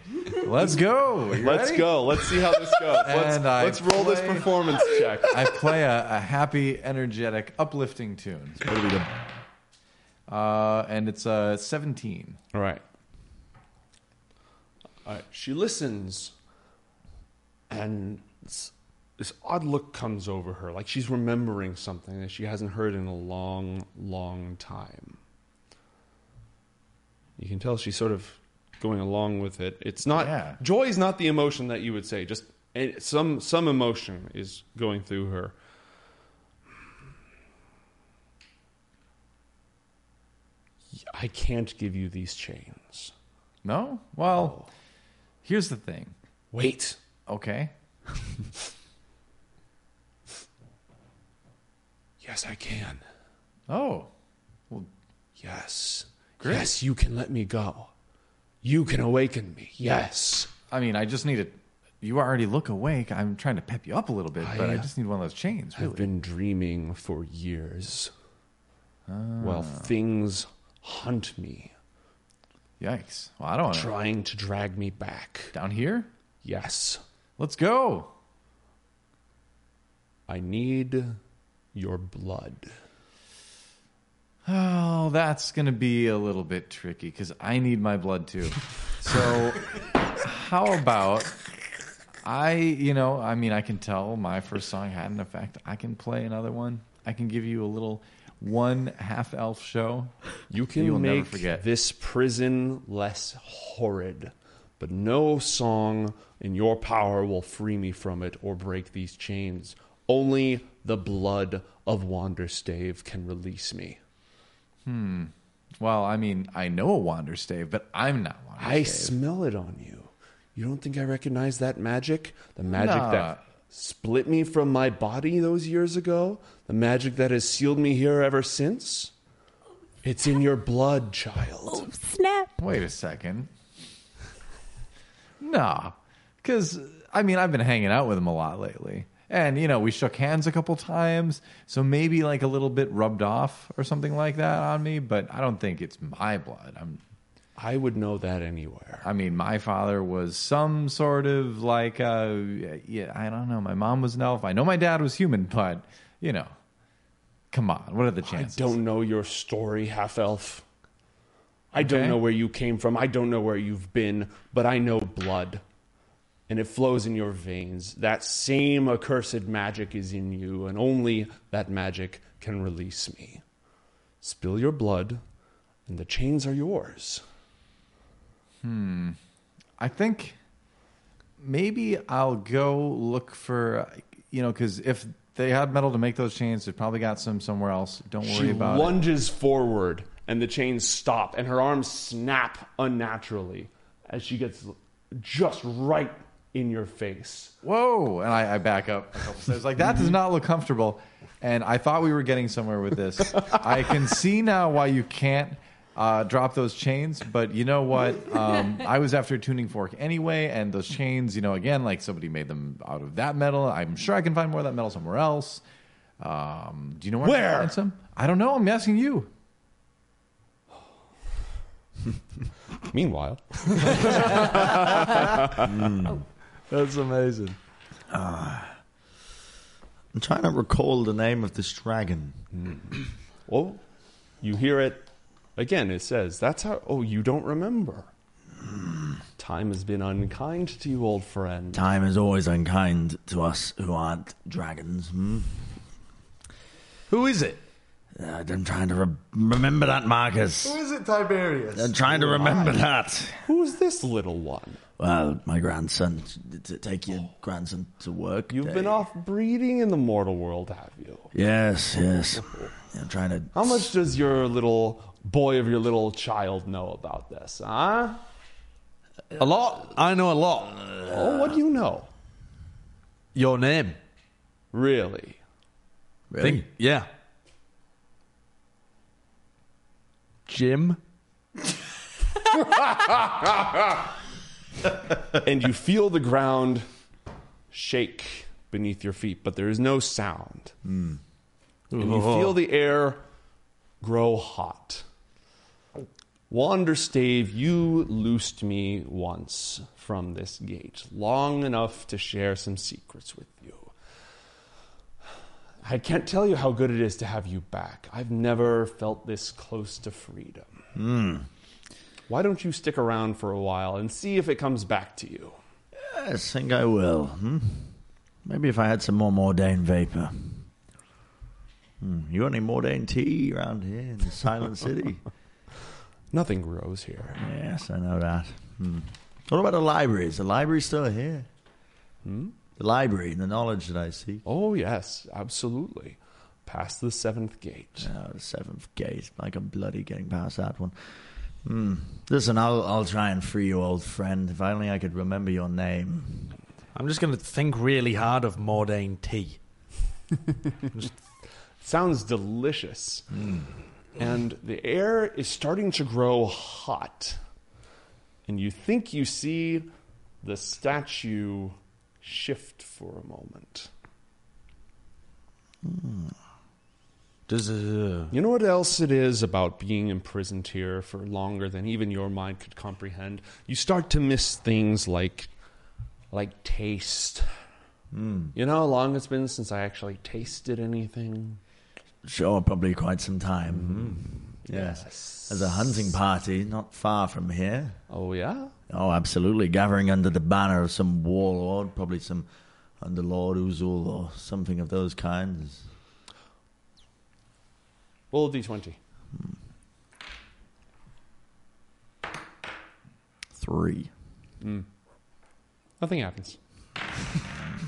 let's go. You
Let's
ready?
go. Let's see how this goes. Let's,
And I
let's roll this
play-
performance check.
I play a, a happy, energetic, uplifting tune. Uh, and it's uh, 17.
All right. All right. She listens, and s- this odd look comes over her, like she's remembering something that she hasn't heard in a long, long time. You can tell she's sort of going along with it. It's not
Yeah.
joy is not the emotion that you would say. Just eh, some some emotion is going through her. I can't give you these chains.
No?
Oh.
Well, here's the thing.
Wait.
Okay.
Yes, I can.
Oh,
Yes.
Great.
Yes, you can let me go. You can awaken me. Yes.
I mean, I just need a. You already look awake. I'm trying to pep you up a little bit, but I
I, uh,
just need one of those chains, really.
I've been dreaming for years. While things hunt me,
Yikes. Well, I don't want to.
trying to drag me back.
Down here?
Yes.
Let's go.
I need your blood.
Oh, that's going to be a little bit tricky because I need my blood too. So, how about I, you know, I mean, I can tell my first song had an effect. I can play another one. I can give you a little one half elf show.
You can
You will never
make
forget.
this prison less horrid, but no song in your power will free me from it or break these chains. Only the blood of Wanderstave can release me.
Well, I mean, I know a Wander Stave, but I'm not Wander
I
Stave.
smell it on you. You don't think I recognize that magic? The magic
Nah.
that split me from my body those years ago? The magic that has sealed me here ever since? It's in your blood,
Oh.
child.
Snap.
Wait a second. Nah, because I mean, I've been hanging out with him a lot lately, and you know, we shook hands a couple times, so maybe like a little bit rubbed off or something like that on me. But I don't think it's my blood. I'm
I would know that anywhere.
I mean, my father was some sort of like, uh, yeah, I don't know. My mom was an elf. I know my dad was human, but you know, come on, what are the
I
chances?
don't know your story, half elf. I don't
Okay.
know where you came from. I don't know where you've been, but I know blood. And it flows in your veins. That same accursed magic is in you, and only that magic can release me. Spill your blood, and the chains are yours.
I think maybe I'll go look for, you know, because if they had metal to make those chains, they probably got some somewhere else. Don't worry
She
about it.
lunges forward, and the chains stop, and her arms snap unnaturally as she gets just right in your face.
Whoa! And I, I back up. a couple steps. like
Mm-hmm.
that does not look comfortable. And I thought we were getting somewhere with this. I can see now why you can't uh, drop those chains. But you know what? Um, I was after a tuning fork anyway, and those chains, you know, again, like somebody made them out of that metal. I'm sure I can find more of that metal somewhere else. Um, do you know where? I can
Where?
find some? I don't know. I'm asking you.
Meanwhile,
That's amazing.
I'm trying to recall the name of this dragon.
Oh, you hear it again. It says, That's how. Oh, you don't remember. Time has been unkind to you, old friend.
Time is always unkind to us who aren't dragons. Hmm?
Who is it?
Uh, I'm trying to re- remember that, Marcus.
Who is it, Tiberius?
I'm trying to remember that.
Who's this little one?
Well, my grandson, t- to take your grandson to work.
You've
day.
been off breeding in the mortal world, have you?
Yes, yes. I'm trying to.
How much does your little boy of your little child know about this, huh?
a lot. I know a lot.
Oh, what do you know?
Your name?
Really?
Really?
Think- yeah. Jim.
and you feel the ground shake beneath your feet, but there is no sound. And you feel the air grow hot. Wanderstave, you loosed me once from this gate, long enough to share some secrets with you. I can't tell you how good it is to have you back. I've never felt this close to freedom. Why don't you stick around for a while and see if it comes back to you?
I think I will. Hmm? Maybe if I had some more Mordane vapor. Hmm. You want any Mordane tea around here in the Silent City?
Nothing grows here.
Yes, I know that. Hmm. What about the library? Is the library still here?
Hmm?
The library, the knowledge that I seek.
Oh, yes, absolutely. Past the seventh gate.
Oh, the seventh gate. Like I'm bloody getting past that one. Hmm. Listen, I'll I'll try and free you, old friend. If only I could remember your name.
I'm just going to think really hard of Mordane tea.
Sounds delicious. And the air is starting to grow hot. And you think you see the statue shift for a moment.
Does uh,
You know what else it is about being imprisoned here for longer than even your mind could comprehend? You start to miss things like like taste. You know how long it's been since I actually tasted anything?
Sure, probably quite some time. Mm-hmm. Yes. There's a hunting party not far from here.
Oh yeah.
Oh, absolutely. Gathering under the banner of some warlord, probably some underlord Uzul or something of those kinds.
Roll a d20.
Three.
Nothing happens.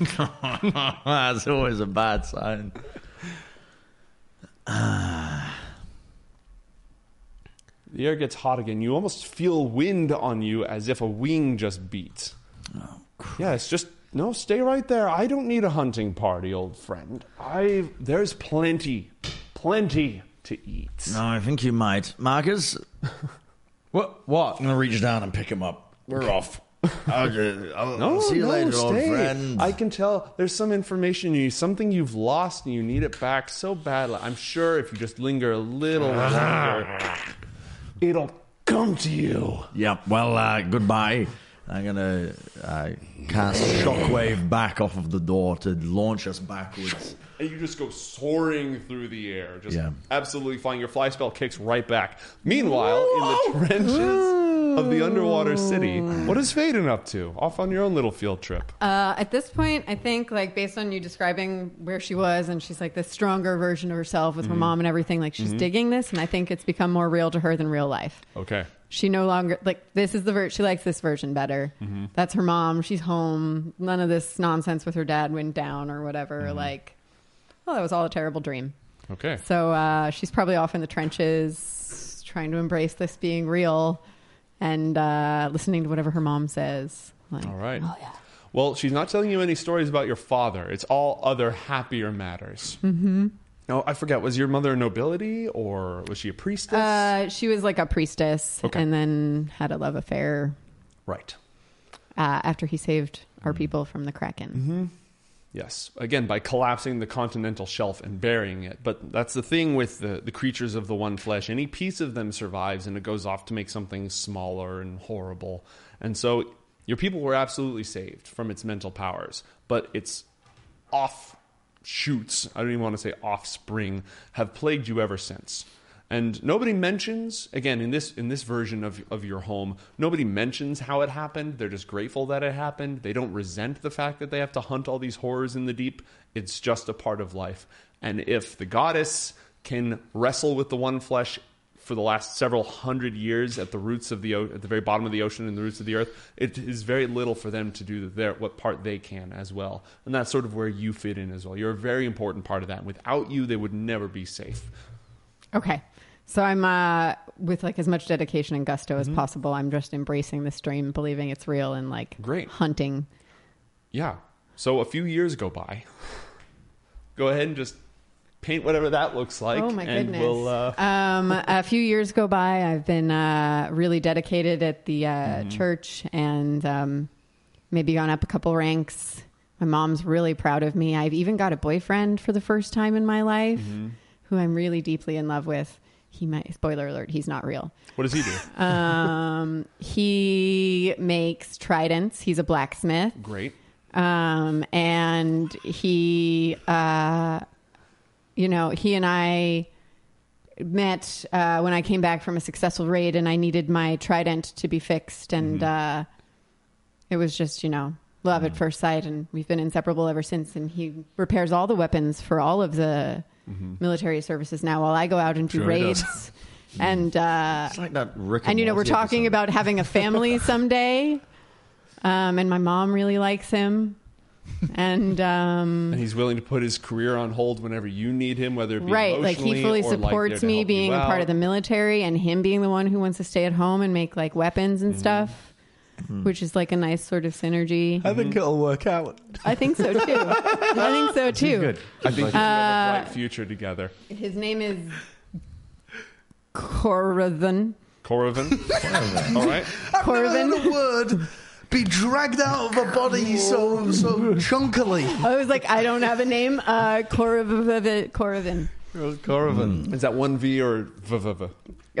That's always a bad sign.
The air gets hot again. You almost feel wind on you as if a wing just beat. Oh, yeah, it's just no. Stay right there. I don't need a hunting party, old friend. I there's plenty, plenty to eat.
No, I think you might. Marcus, I'm
What? What?
going to reach down and pick him up. We're off. I'll, ju- I'll- I'll see you later, old
Oh, stay.
friend.
I can tell there's some information you something you've lost and you need it back so badly. I'm sure if you just linger a little
Ah.
longer, it'll come to you.
Yep. Well, uh, goodbye. I'm gonna uh, cast shockwave back off of the door to launch us backwards.
And you just go soaring through the air, just
Yeah.
absolutely flying. Your fly spell kicks right back. Meanwhile, in the trenches of the underwater city, what is Faden up to? Off on your own little field trip.
Uh, at this point, I think, like, based on you describing where she was, and she's like the stronger version of herself with her mom and everything, like, she's digging this, and I think it's become more real to her than real life.
Okay.
She no longer, like, this is the ver she likes this version better. That's her mom. She's home. None of this nonsense with her dad went down or whatever. Like, well, that was all a terrible dream.
Okay.
So uh, she's probably off in the trenches trying to embrace this being real and uh, listening to whatever her mom says. Like,
All right.
Oh, yeah.
Well, she's not telling you any stories about your father. It's all other happier matters. Mm-hmm. No, I forget. Was your mother nobility or was she a priestess?
Uh, she was like a priestess
Okay.
and then had a love affair
right.
uh, after he saved our
Mm.
people from the Kraken.
Mm-hmm. Yes. Again, by collapsing the continental shelf and burying it. But that's the thing with the, the creatures of the one flesh. Any piece of them survives and it goes off to make something smaller and horrible. And so your people were absolutely saved from its mental powers. But its offshoots, I don't even want to say offspring, have plagued you ever since. And nobody mentions again in this in this version of, of your home, nobody mentions how it happened. They're just grateful that it happened. They don't resent the fact that they have to hunt all these horrors in the deep. It's just a part of life. And if the goddess can wrestle with the one flesh for the last several hundred years at the roots of the o- at the very bottom of the ocean and the roots of the earth, it is very little for them to do their what part they can as well, and that's sort of where you fit in as well. You're a very important part of that. Without you, they would never be safe.
Okay. So I'm uh, with like as much dedication and gusto
Mm-hmm.
as possible. I'm just embracing this dream, believing it's real and like
Great.
hunting.
Yeah. So a few years go by. Go ahead and just paint whatever that looks like.
Oh my
and
goodness!
We'll, uh,
um, a few years go by. I've been uh, really dedicated at the uh,
Mm-hmm.
church and um, maybe gone up a couple ranks. My mom's really proud of me. I've even got a boyfriend for the first time in my life,
Mm-hmm.
who I'm really deeply in love with. He might spoiler alert. He's not real.
what does he do?
Um, he makes tridents. He's a blacksmith
Great.
um, and he, uh, you know, he and I met uh, when I came back from a successful raid, and I needed my trident to be fixed, and
Mm-hmm.
uh, it was just, you know, love at first sight, and we've been inseparable ever since. And he repairs all the weapons for all of the military services now, while I go out and do
Mm-hmm. Sure he does.
raids. And uh,
It's like that Rick.
and you know, we're talking about having a family someday. Um, and my mom really likes him. And um,
And he's willing to put his career on hold whenever you need him, whether it be
right, like he
emotionally
fully
or, like, there
supports
to
me
help you
being a part
out.
of the military and him being the one who wants to stay at home and make like weapons
Mm-hmm.
and stuff, which is like a nice sort of synergy.
I
Mm-hmm.
think it'll work out.
I think so too. I think so too.
Good.
I
Uh,
think you have a bright future together.
His name is Corvin.
Coravin. All right.
uh, Corvin.
The word be dragged out of a body so so chunkily.
I was like, I don't have a name. Uh, Corvin. Corvin.
Corvin.
Mm. Is that one V or V? v,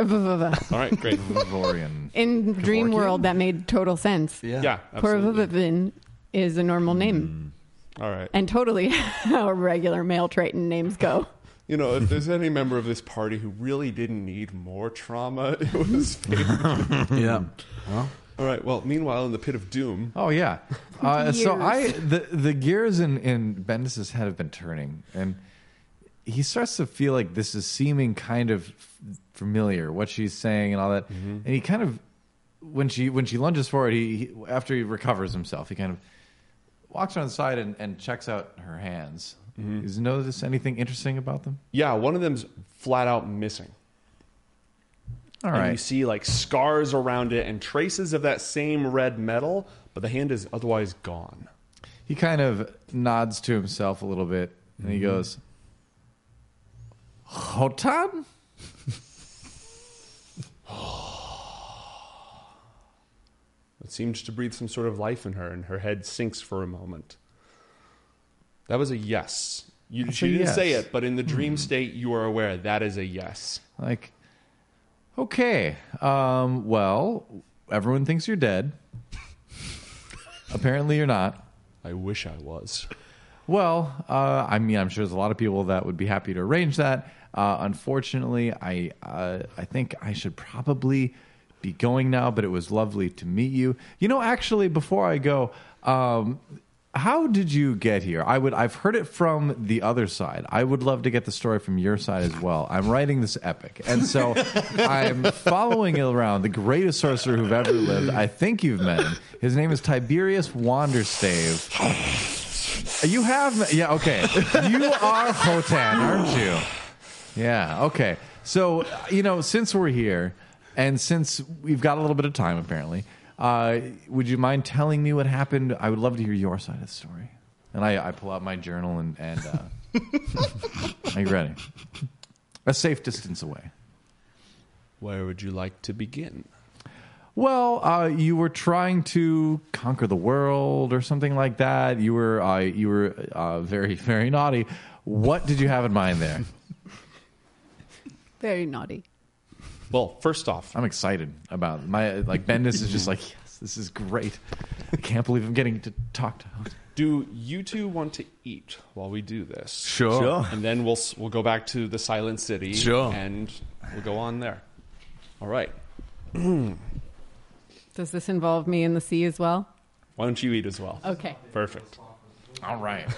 v? All right. Great.
Vorian.
In Dream World, that made total sense.
Yeah.
Yeah. Absolutely. Hmm.
Korvavin is a normal name
All right.
and totally how regular male Triton names go.
You know, if there's any member of this party who really didn't need more trauma, it was Faden.
yeah. Well,
All right. Well, meanwhile, in the pit of doom,
Oh yeah. Uh, so
Gears.
I the the gears in in Bendis's head have been turning, and he starts to feel like this is seeming kind of f- familiar what she's saying and all that, and he kind of when she when she lunges forward, he, he after he recovers himself, he kind of walks around the side and, and checks out her hands. He's noticed anything interesting about them?
yeah, one of them's flat out missing.
All
and
right.
you see like scars around it and traces of that same red metal, but the hand is otherwise gone.
he kind of nods to himself a little bit and he goes, Hotan?
It seems to breathe some sort of life in her, and her head sinks for a moment. That was a yes. You,
That's
she
a
didn't say
yes. Hmm.
it, but in the dream state, you are aware that is a yes.
Like, okay, um, well, everyone thinks you're dead. Apparently, you're not.
I wish I was.
Well, uh, I mean, I'm sure there's a lot of people that would be happy to arrange that. Uh, unfortunately, I uh, I think I should probably be going now. But it was lovely to meet you. You know, actually, before I go, um, how did you get here? I would I've heard it from the other side. I would love to get the story from your side as well. I'm writing this epic, and so I'm following around the greatest sorcerer who've ever lived. I think you've met him. His name is Tiberius Wanderstave. You have, yeah, okay. You are Hotan, aren't you? Yeah, okay. So you know, since we're here, and since we've got a little bit of time, apparently, uh, would you mind telling me what happened? I would love to hear your side of the story. And I, I pull out my journal and, and uh, are you ready? A safe distance away.
Where would you like to begin?
Well, uh, you were trying to conquer the world or something like that. You were uh, you were uh, very very naughty. What did you have in mind there?
Very naughty.
Well, first off,
I'm excited about my like Bendis is just like yes, this is great. I can't believe I'm getting to talk to.
do you two want to eat while we do this?
sure.
And then we'll s- we'll go back to the Silent City.
Sure.
And we'll go on there. All right.
Does this involve me in the sea as well?
Why don't you eat as well?
Okay.
Perfect.
All right.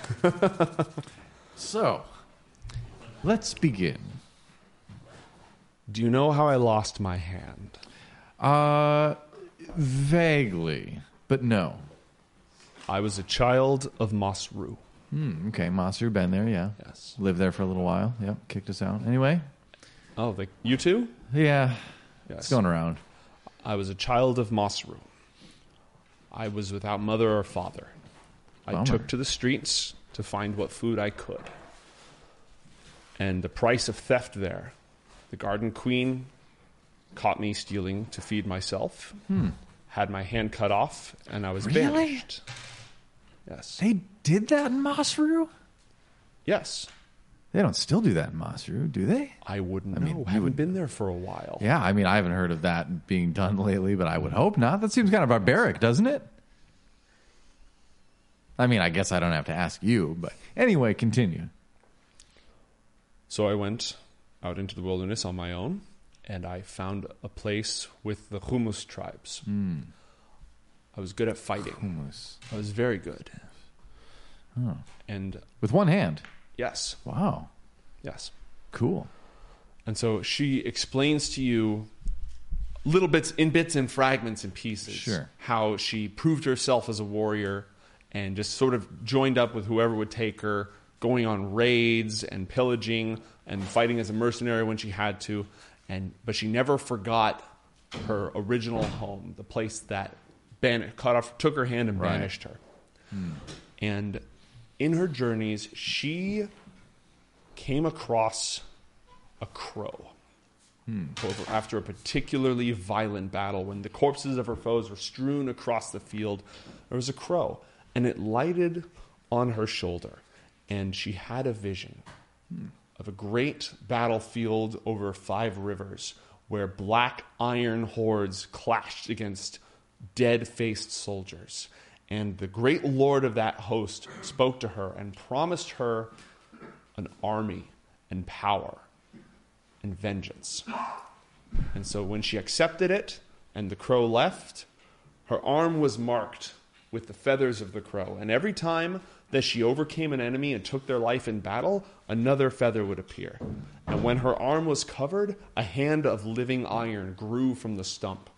so, let's begin.
Do you know how I lost my hand?
Uh, vaguely, but no.
I was a child of Masru.
Hmm, okay, Masu, been there, yeah.
Yes.
Lived there for a little while. Yep, kicked us out. Anyway,
Oh, the, you too?
yeah,
Yes.
it's going around.
I was a child of Masru. I was without mother or father. I
Bummer.
took to the streets to find what food I could. And the price of theft there. The garden queen caught me stealing to feed myself, had my hand cut off, and I was banished. Yes.
They did that in Masru?
Yes.
They don't still do that in Masru, do they?
I wouldn't
mean,
know.
you
I haven't
would-
been there for a while.
Yeah, I mean, I haven't heard of that being done lately, but I would hope not. That seems kind of barbaric, doesn't it? I mean, I guess I don't have to ask you, but anyway, continue.
So I went out into the wilderness on my own, and I found a place with the Humus tribes. I was good at fighting.
Hummus.
I Hmm. was very good. And
With one hand.
yes,
Wow.
yes.
Cool.
And so she explains to you little bits in bits and fragments and pieces
Sure.
how she proved herself as a warrior and just sort of joined up with whoever would take her going on raids and pillaging and fighting as a mercenary when she had to and but she never forgot her original home the place that ban- cut off took her hand and
Right.
banished her and in her journeys she came across a crow over- after a particularly violent battle when the corpses of her foes were strewn across the field. There was a crow, and it lighted on her shoulder, and she had a vision of a great battlefield over five rivers where black iron hordes clashed against dead faced soldiers. And the great lord of that host spoke to her and promised her an army and power and vengeance. And so when she accepted it and the crow left, her arm was marked with the feathers of the crow. And every time that she overcame an enemy and took their life in battle, another feather would appear. And when her arm was covered, a hand of living iron grew from the stump.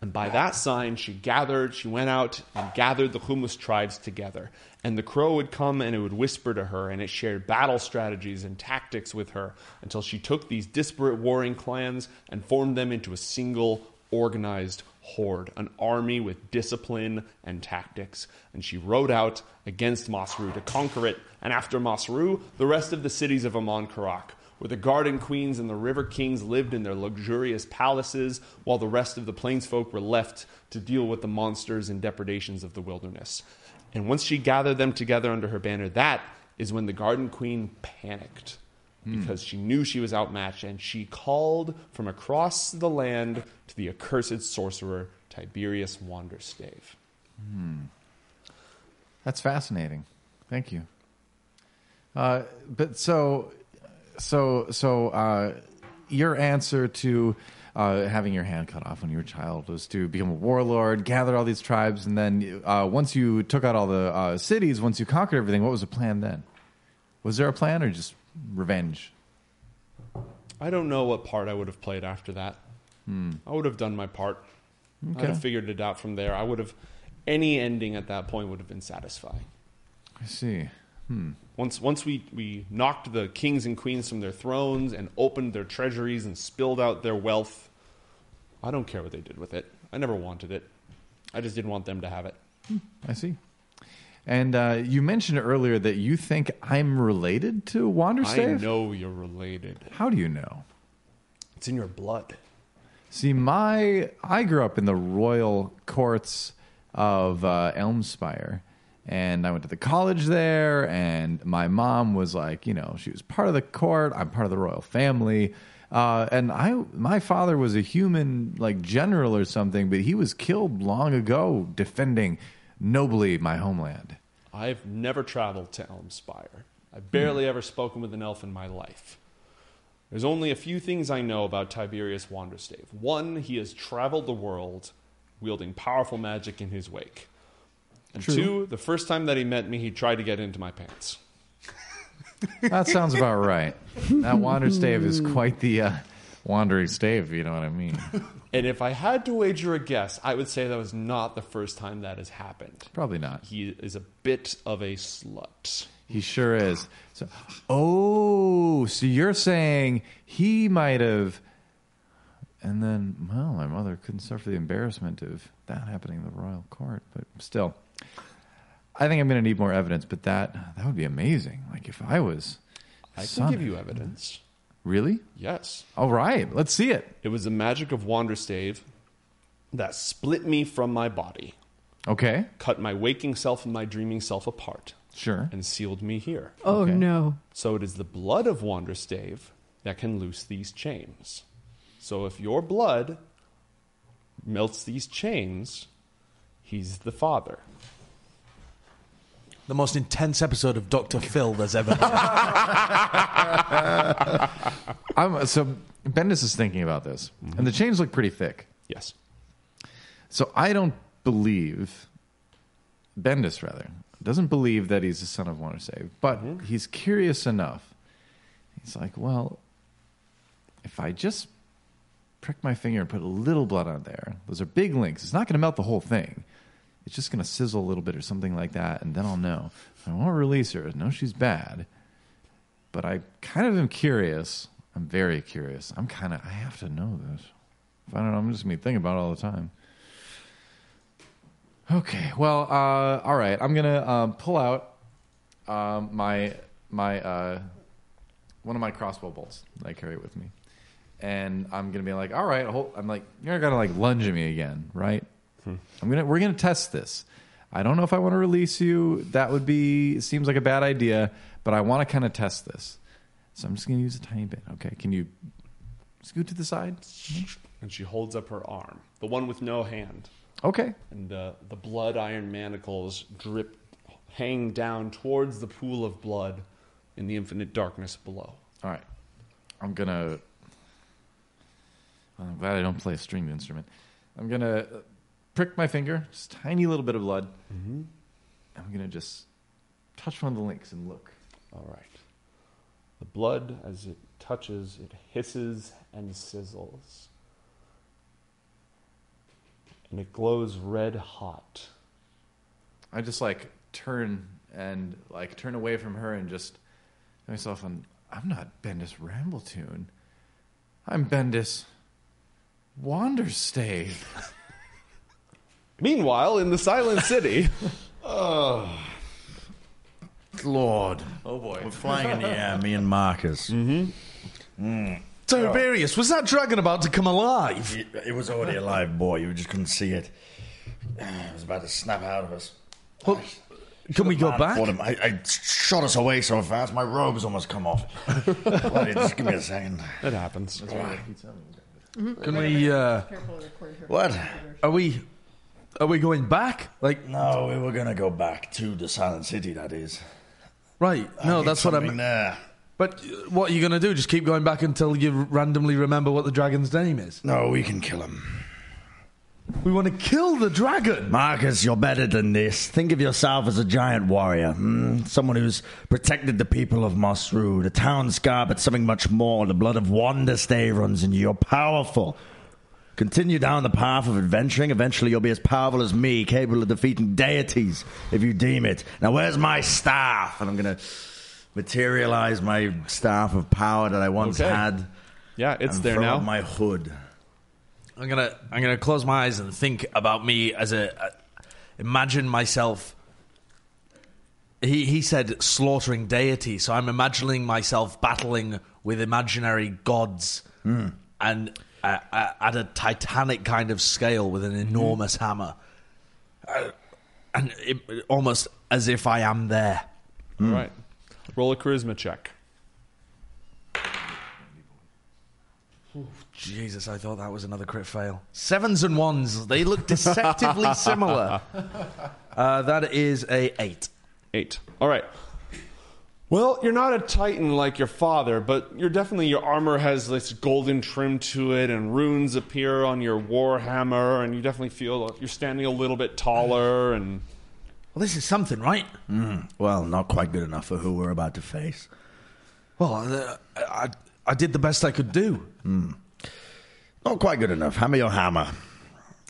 And by that sign, she gathered, she went out and gathered the Humus tribes together. And the crow would come and it would whisper to her, and it shared battle strategies and tactics with her until she took these disparate warring clans and formed them into a single organized horde, an army with discipline and tactics. And she rode out against Masru to conquer it, and after Masru, the rest of the cities of Amon Karak where the garden queens and the river kings lived in their luxurious palaces, while the rest of the plainsfolk were left to deal with the monsters and depredations of the wilderness. And once she gathered them together under her banner, that is when the garden queen panicked because she knew she was outmatched and she called from across the land to the accursed sorcerer Tiberius Wanderstave.
That's fascinating. Thank you. Uh, but so, so, so, uh, your answer to uh, having your hand cut off when you were a child was to become a warlord, gather all these tribes, and then uh, once you took out all the uh, cities, once you conquered everything, what was the plan then? Was there a plan or just revenge?
I don't know what part I would have played after that. I would have done my part. I'd
Okay.
have figured it out from there. I would have any ending at that point would have been satisfying.
I see.
Once once we, we knocked the kings and queens from their thrones and opened their treasuries and spilled out their wealth, I don't care what they did with it. I never wanted it. I just didn't want them to have it.
I see. And uh, you mentioned earlier that you think I'm related to Wanderstave.
I know you're related.
How do you know?
It's in your blood.
See, my I grew up in the royal courts of uh, Elmspire, and I went to the college there. And my mom was like, you know, she was part of the court. I'm part of the royal family. Uh, and I, my father was a human, like general or something, but he was killed long ago defending nobly my homeland.
I've never traveled to Elmspire. I've barely ever spoken with an elf in my life. There's only a few things I know about Tiberius Wanderstave. One, he has traveled the world wielding powerful magic in his wake. And two, the first time that he met me, he tried to get into my pants.
That sounds about right. That wander stave is quite the uh, wandering stave, if you know what I mean.
And if I had to wager a guess, I would say that was not the first time that has happened.
Probably not.
He is a bit of a slut.
He sure is. So, oh, so you're saying he might have, and then well, my mother couldn't suffer the embarrassment of that happening in the royal court, but still, I think I'm going to need more evidence. But that that would be amazing. Like if I was,
I can
son-
give you evidence.
really.
Yes.
All right, let's see it.
It was the magic of Wanderstave that split me from my body,
Okay,
cut my waking self and my dreaming self apart,
sure.
and sealed me here.
Oh
Okay.
no.
So it is the blood of Wanderstave that can loose these chains. So if your blood melts these chains, he's the father.
The most intense episode of Doctor Phil there's ever been.
I'm, so Bendis is thinking about this, and the chains look pretty thick.
Yes.
So I don't believe Bendis rather doesn't believe that he's the son of Warner Save, but he's curious enough. He's like, well, if I just prick my finger and put a little blood on there, those are big links. It's not going to melt the whole thing. It's just going to sizzle a little bit or something like that, and then I'll know. I won't release her. I know she's bad, but I kind of am curious. I'm very curious. I'm kind of. I have to know this. If I don't know, I'm just gonna be thinking about it all the time. Okay. Well, uh, all right. I'm gonna um, pull out um, my my uh, one of my crossbow bolts that I carry with me, and I'm gonna be like, all right. Hold, I'm like, you're gonna like lunge at me again, right? I'm gonna we're gonna test this. I don't know if I want to release you. That would be it seems like a bad idea, but I want to kind of test this. So I'm just gonna use a tiny bit. Okay. Can you scoot to the side?
And she holds up her arm, the one with no hand.
Okay.
and the, the blood iron manacles drip hang down towards the pool of blood in the infinite darkness below.
All right. I'm going to. I'm glad I don't play a stringed instrument. I'm going to prick my finger, just tiny little bit of blood.
Mm-hmm.
I'm going to just touch one of the links and look.
All right. The blood, as it touches, it hisses and sizzles. And it glows red hot.
I just like turn and like turn away from her and just to myself and I'm not Bendis Rambletoon. I'm Bendis Wanderstave.
Meanwhile, in the Silent City,
Lord. Mm-hmm.
Oh boy.
We're flying in the air, me and Marcus.
Tiberius, was that dragon about to come alive?
It, it was already alive, boy. You just couldn't see it. It was about to snap out of us.
Can we go
Man
back?
fought him. I, I shot us away so fast, my robes almost come off. Bloody, just give me a second.
it happens.
Can we? Uh,
What?
are we? Are we going back? Like,
No, we were gonna go back to the Silent City. That is.
right? No,
Need
that's what
something
I'm.
There.
But uh, what are you going to do? Just keep going back until you randomly remember what the dragon's name is.
No, we can kill him.
We want to kill the dragon.
Marcus, you're better than this. Think of yourself as a giant warrior, hmm? someone who's protected the people of Mosru, the town scar, but something much more. The blood of Wanderstay runs in you. You're powerful. Continue down the path of adventuring. Eventually, you'll be as powerful as me, capable of defeating deities if you deem it. Now, where's my staff? And I'm gonna materialize my staff of power that I once
Okay.
had.
Yeah, it's
and
there
throw
now.
up My hood.
I'm gonna I'm gonna close my eyes and think about me as a, a imagine myself. He he said slaughtering deity, so I'm imagining myself battling with imaginary gods and uh, uh, at a titanic kind of scale with an enormous hammer, uh, and it, almost as if I am there.
All right. Roll a charisma check.
Jesus, I thought that was another crit fail. Sevens and ones, they look deceptively similar. Uh, that is a eight.
Eight. All right. Well, you're not a titan like your father, but you're definitely your armor has this golden trim to it, and runes appear on your warhammer, and you definitely feel you're standing a little bit taller. And
Well, this is something, right?
Well, not quite good enough for who we're about to face.
Well, uh, I, I did the best I could do.
Not quite good enough. Hammer your hammer.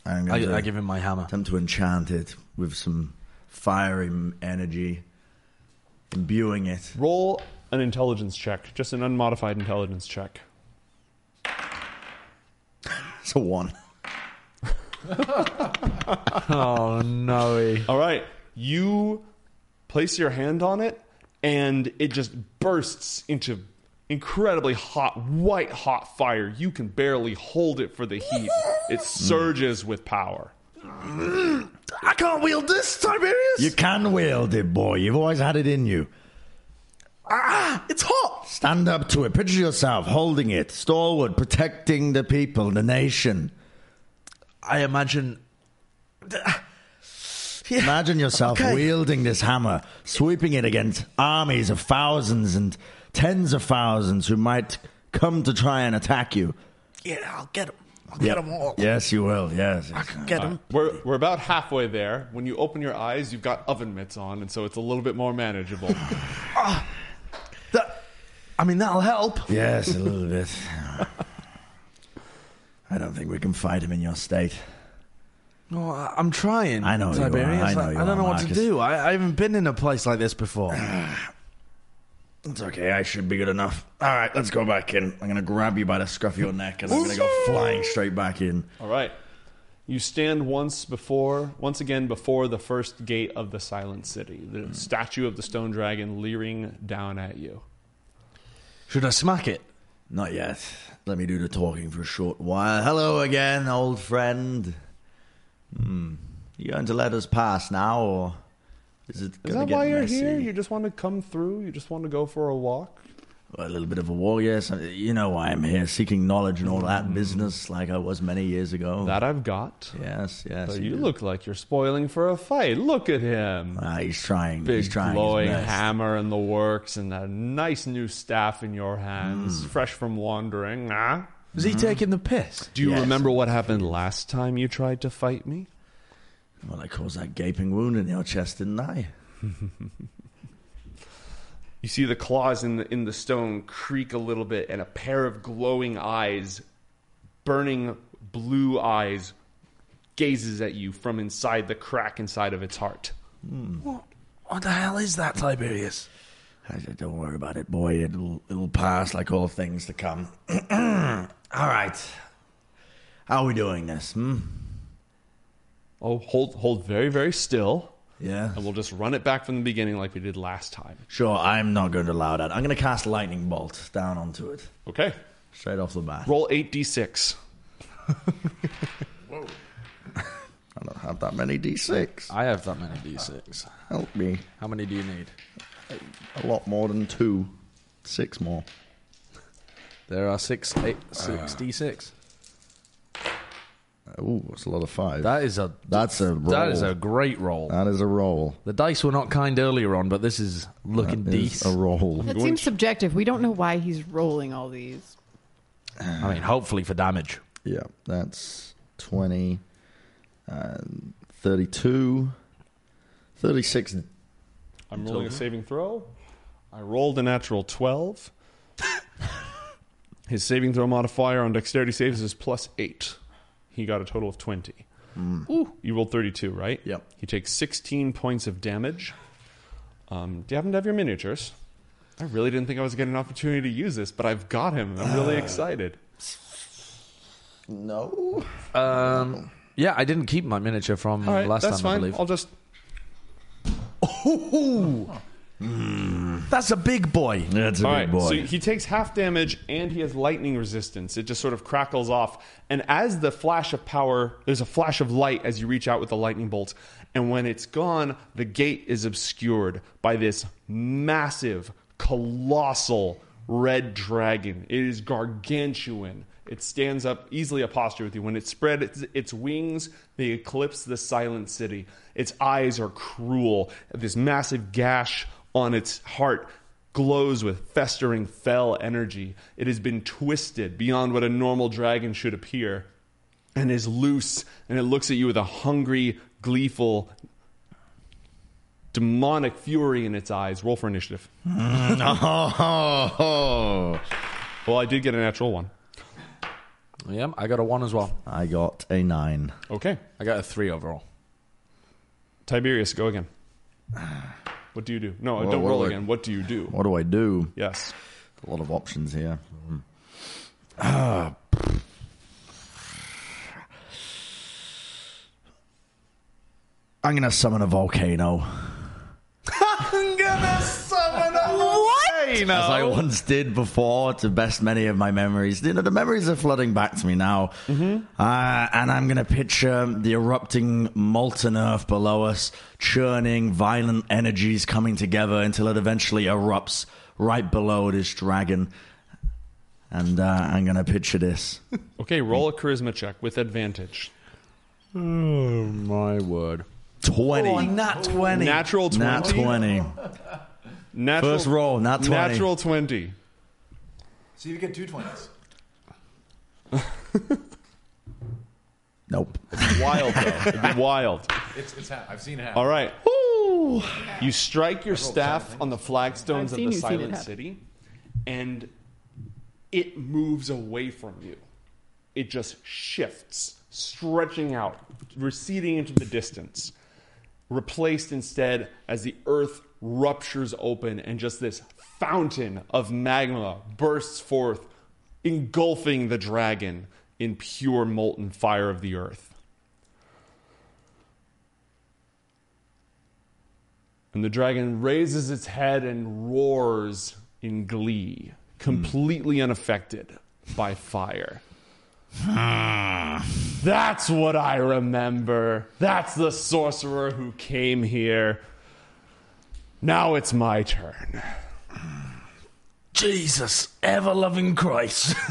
I'm
I,
going to
I give him my hammer.
attempt to enchant it with some fiery m- energy, imbuing it.
roll an intelligence check, just an unmodified intelligence check.
It's a one.
Oh no!
All right. You place your hand on it, and it just bursts into incredibly hot, white hot fire. You can barely hold it for the heat. It surges with power.
I can't wield this, Tiberius.
You can wield it, boy. You've always had it in you.
ah, it's hot.
Stand up to it. Picture yourself holding it, stalwart, protecting the people, the nation.
I imagine.
Imagine yourself
Okay.
wielding this hammer, sweeping it against armies of thousands and tens of thousands who might come to try and attack you.
Yeah, I'll get him. I'll
Yep.
get him all.
Yes, you will. Yes.
I can get him.
We're, we're about halfway there. When you open your eyes, you've got oven mitts on, and so it's a little bit more manageable.
That, I mean, that'll help.
Yes, a little bit. I don't think we can fight him in your state.
No, I, I'm trying.
I know you are.
Tiberius.
I know
I,
you
don't
are,
know what to
Marcus.
do. I, I haven't been in a place like this before.
It's okay. I should be good enough. All right, let's go back in. I'm gonna grab you by the scruff of your neck, and I'm gonna go flying straight back in.
All right. You stand once before, once again before the first gate of the Silent City, the statue of the stone dragon leering down at you.
Should I smack it?
Not yet. Let me do the talking for a short while. Hello again, old friend. Hmm. You going to let us pass now, or is it?
Is
gonna
that
get
why you're
messy?
here? You just want to come through? You just want to go for a walk?
a little bit of a war, yes. Uh, You know why I'm here, seeking knowledge and all that business, like I was many years ago.
Hmm. That I've got.
yes, yes.
So
he
you
did.
look like you're spoiling for a fight. Look at him.
Ah, he's trying.
Big
he's trying. his
glowing
best.
hammer in the works and a nice new staff in your hands, fresh from wandering. Ah.
Was he taking the piss?
Do you
Yes.
remember what happened last time you tried to fight me?
Well, I caused that gaping wound in your chest, didn't I?
You see the claws in the in the stone creak a little bit, and a pair of glowing eyes, burning blue eyes, gazes at you from inside the crack inside of its heart.
What, what the hell is that, Tiberius?
I said, "Don't worry about it, boy. It'll it'll pass, like all things to come." all right. How are we doing this? Hmm?
Oh, hold hold very very still,
Yeah.
and we'll just run it back from the beginning like we did last time.
Sure. I'm not going to allow that. I'm going to cast lightning bolt down onto it,
Okay,
straight off the bat.
roll eight d six.
I don't have that many d6.
I have that many d6.
Help me.
How many do you need?
A lot more than two. Six more.
There are six, eight, six d6.
Ooh, that's a lot of five.
That is a
that's a roll.
that is a great roll.
That is a roll.
the dice were not kind earlier on, but this is looking
That is
decent.
a roll.
That seems subjective. We don't know why he's rolling all these.
I mean, hopefully for damage.
Yeah, that's uh, 20, and 32, 36.
I'm rolling a saving throw. I rolled a natural 12. His saving throw modifier on dexterity saves is plus 8. He got a total of 20.
Hmm.
Ooh, you rolled 32, right?
Yep.
He takes 16 points of damage. Um, do you happen to have your miniatures? I really didn't think I was getting an opportunity to use this, but I've got him. I'm really
Uh,
excited.
mm,
No.
Um, yeah, I didn't keep my miniature from
All right,
last
that's
time, I
fine.
believe.
I'll just.
That's a big boy.
That's a
All
big
right,
boy.
so he takes half damage and he has lightning resistance. It just sort of crackles off. And as the flash of power, there's a flash of light as you reach out with the lightning bolt. And when it's gone, the gate is obscured by this massive, colossal red dragon. It is gargantuan. It stands up easily a posture with you. When it spread its, its wings, they eclipse the silent city. Its eyes are cruel. This massive gash on its heart glows with festering fell energy. It has been twisted beyond what a normal dragon should appear and is loose and it looks at you with a hungry, gleeful, demonic fury in its eyes. Roll for initiative. Well, I did get a natural one.
Yeah, I got a one as well.
I got a nine.
Okay.
I got a three overall.
Tiberius, go again. What do you do? No, don't
what
roll
do I-
again. What do you do?
What do I do?
Yes.
A lot of options here. Mm. Ah. I'm going to summon a volcano.
I'm gonna summon a
as I once did before to best many of my memories. You know, the memories are flooding back to me now. Uh, and I'm going to picture the erupting molten earth below us, churning violent energies coming together until it eventually erupts right below this dragon. And uh, I'm going to picture this.
Okay, roll a charisma check with advantage.
Oh my word!
20.
Not twenty.
Natural 20.
Nat 20.
Natural,
First roll, nat 20.
Natural 20.
So you get two twenties.
Nope.
Wild, though. It'd be wild.
It's it's half. I've seen half.
All right. You strike your staff on the flagstones of
I've seen
the
you seen it
silent
happen.
city, and it moves away from you. It just shifts, stretching out, receding into the distance, replaced instead as the earth ruptures open and just this fountain of magma bursts forth, engulfing the dragon in pure molten fire of the earth. And the dragon raises its head and roars in glee, completely unaffected by fire. That's what I remember. That's the sorcerer who came here. Now it's my turn.
Jesus, ever loving Christ.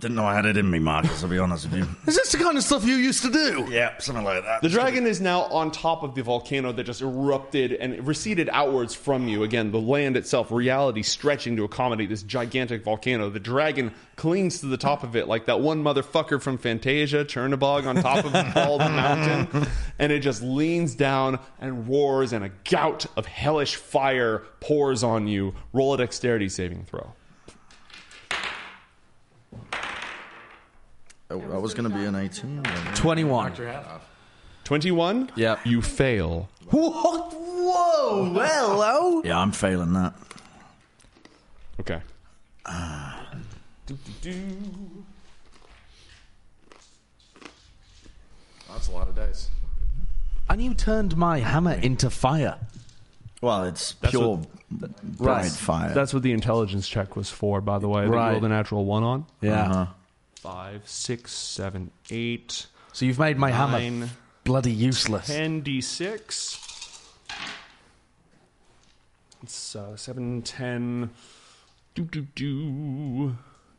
Didn't know I had it in me, Marcus, I'll be honest with you.
Is this the kind of stuff you used to do?
yeah, something like that.
The dragon is now on top of the volcano that just erupted and receded outwards from you. Again, the land itself, reality stretching to accommodate this gigantic volcano. The dragon clings to the top of it like that one motherfucker from Fantasia, Chernobog, on top of a bald mountain. And it just leans down and roars, and a gout of hellish fire pours on you. Roll a dexterity saving throw.
Oh, that was going to be an 18.
21.
21?
Yep.
You fail.
What? Whoa! Well, oh.
Yeah, I'm failing that.
Okay.
That's a lot of dice.
And you turned my hammer into fire.
Well, it's pure
what-
bright fire.
That's what the intelligence check was for, by the way. They
Right.
rolled a natural one on.
Yeah.
Five, six, seven, eight,
So you've made my hammer
nine,
bloody useless.
ten, d6. It's uh, seven, ten, do, do, do,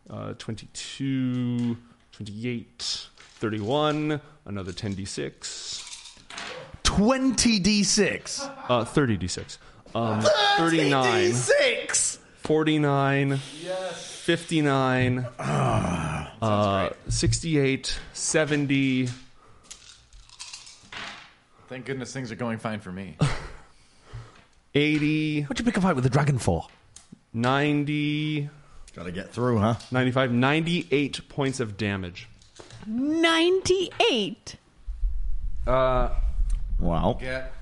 uh, 22, 28, 31, another 10d6,
20 d6.
uh, 30d6, um, 39.
d6!
49 59 uh, 68 70
Thank goodness things are going fine for me.
Oh, 80
What'd you pick a fight with the dragon for?
90
Got to get through, huh?
95 98 points of damage
98.
Wow.
Get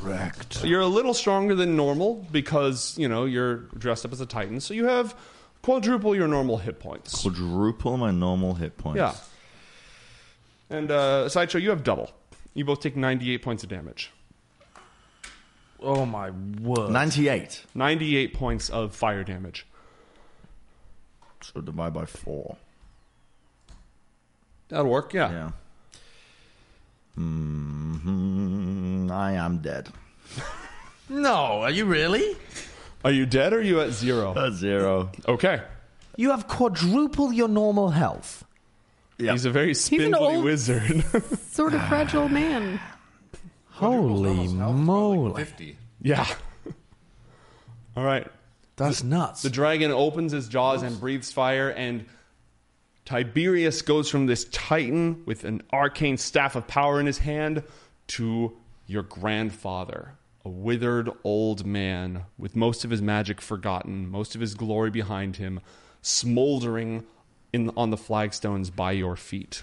Wrecked.
you're a little stronger than normal because you know you're dressed up as a titan so you have quadruple your normal hit points
Quadruple my normal hit points.
yeah and uh, sideshow you have double you both take 98 points of damage
Oh my word.
98.
98 points of fire damage
So divide by four.
that'll work
Yeah. hmm I am dead.
No, are you really?
are you dead or are you at zero
A zero.
Okay.
You have quadruple your normal health.
Yeah.
He's a very spindly
old-
wizard.
Sort
Ah.
of fragile man.
Holy moly.
fifty.
yeah. All right.
That's nuts.
The dragon opens his jaws and breathes fire, and Tiberius goes from this titan with an arcane staff of power in his hand to your grandfather, a withered old man with most of his magic forgotten, most of his glory behind him, smoldering in, on the flagstones by your feet.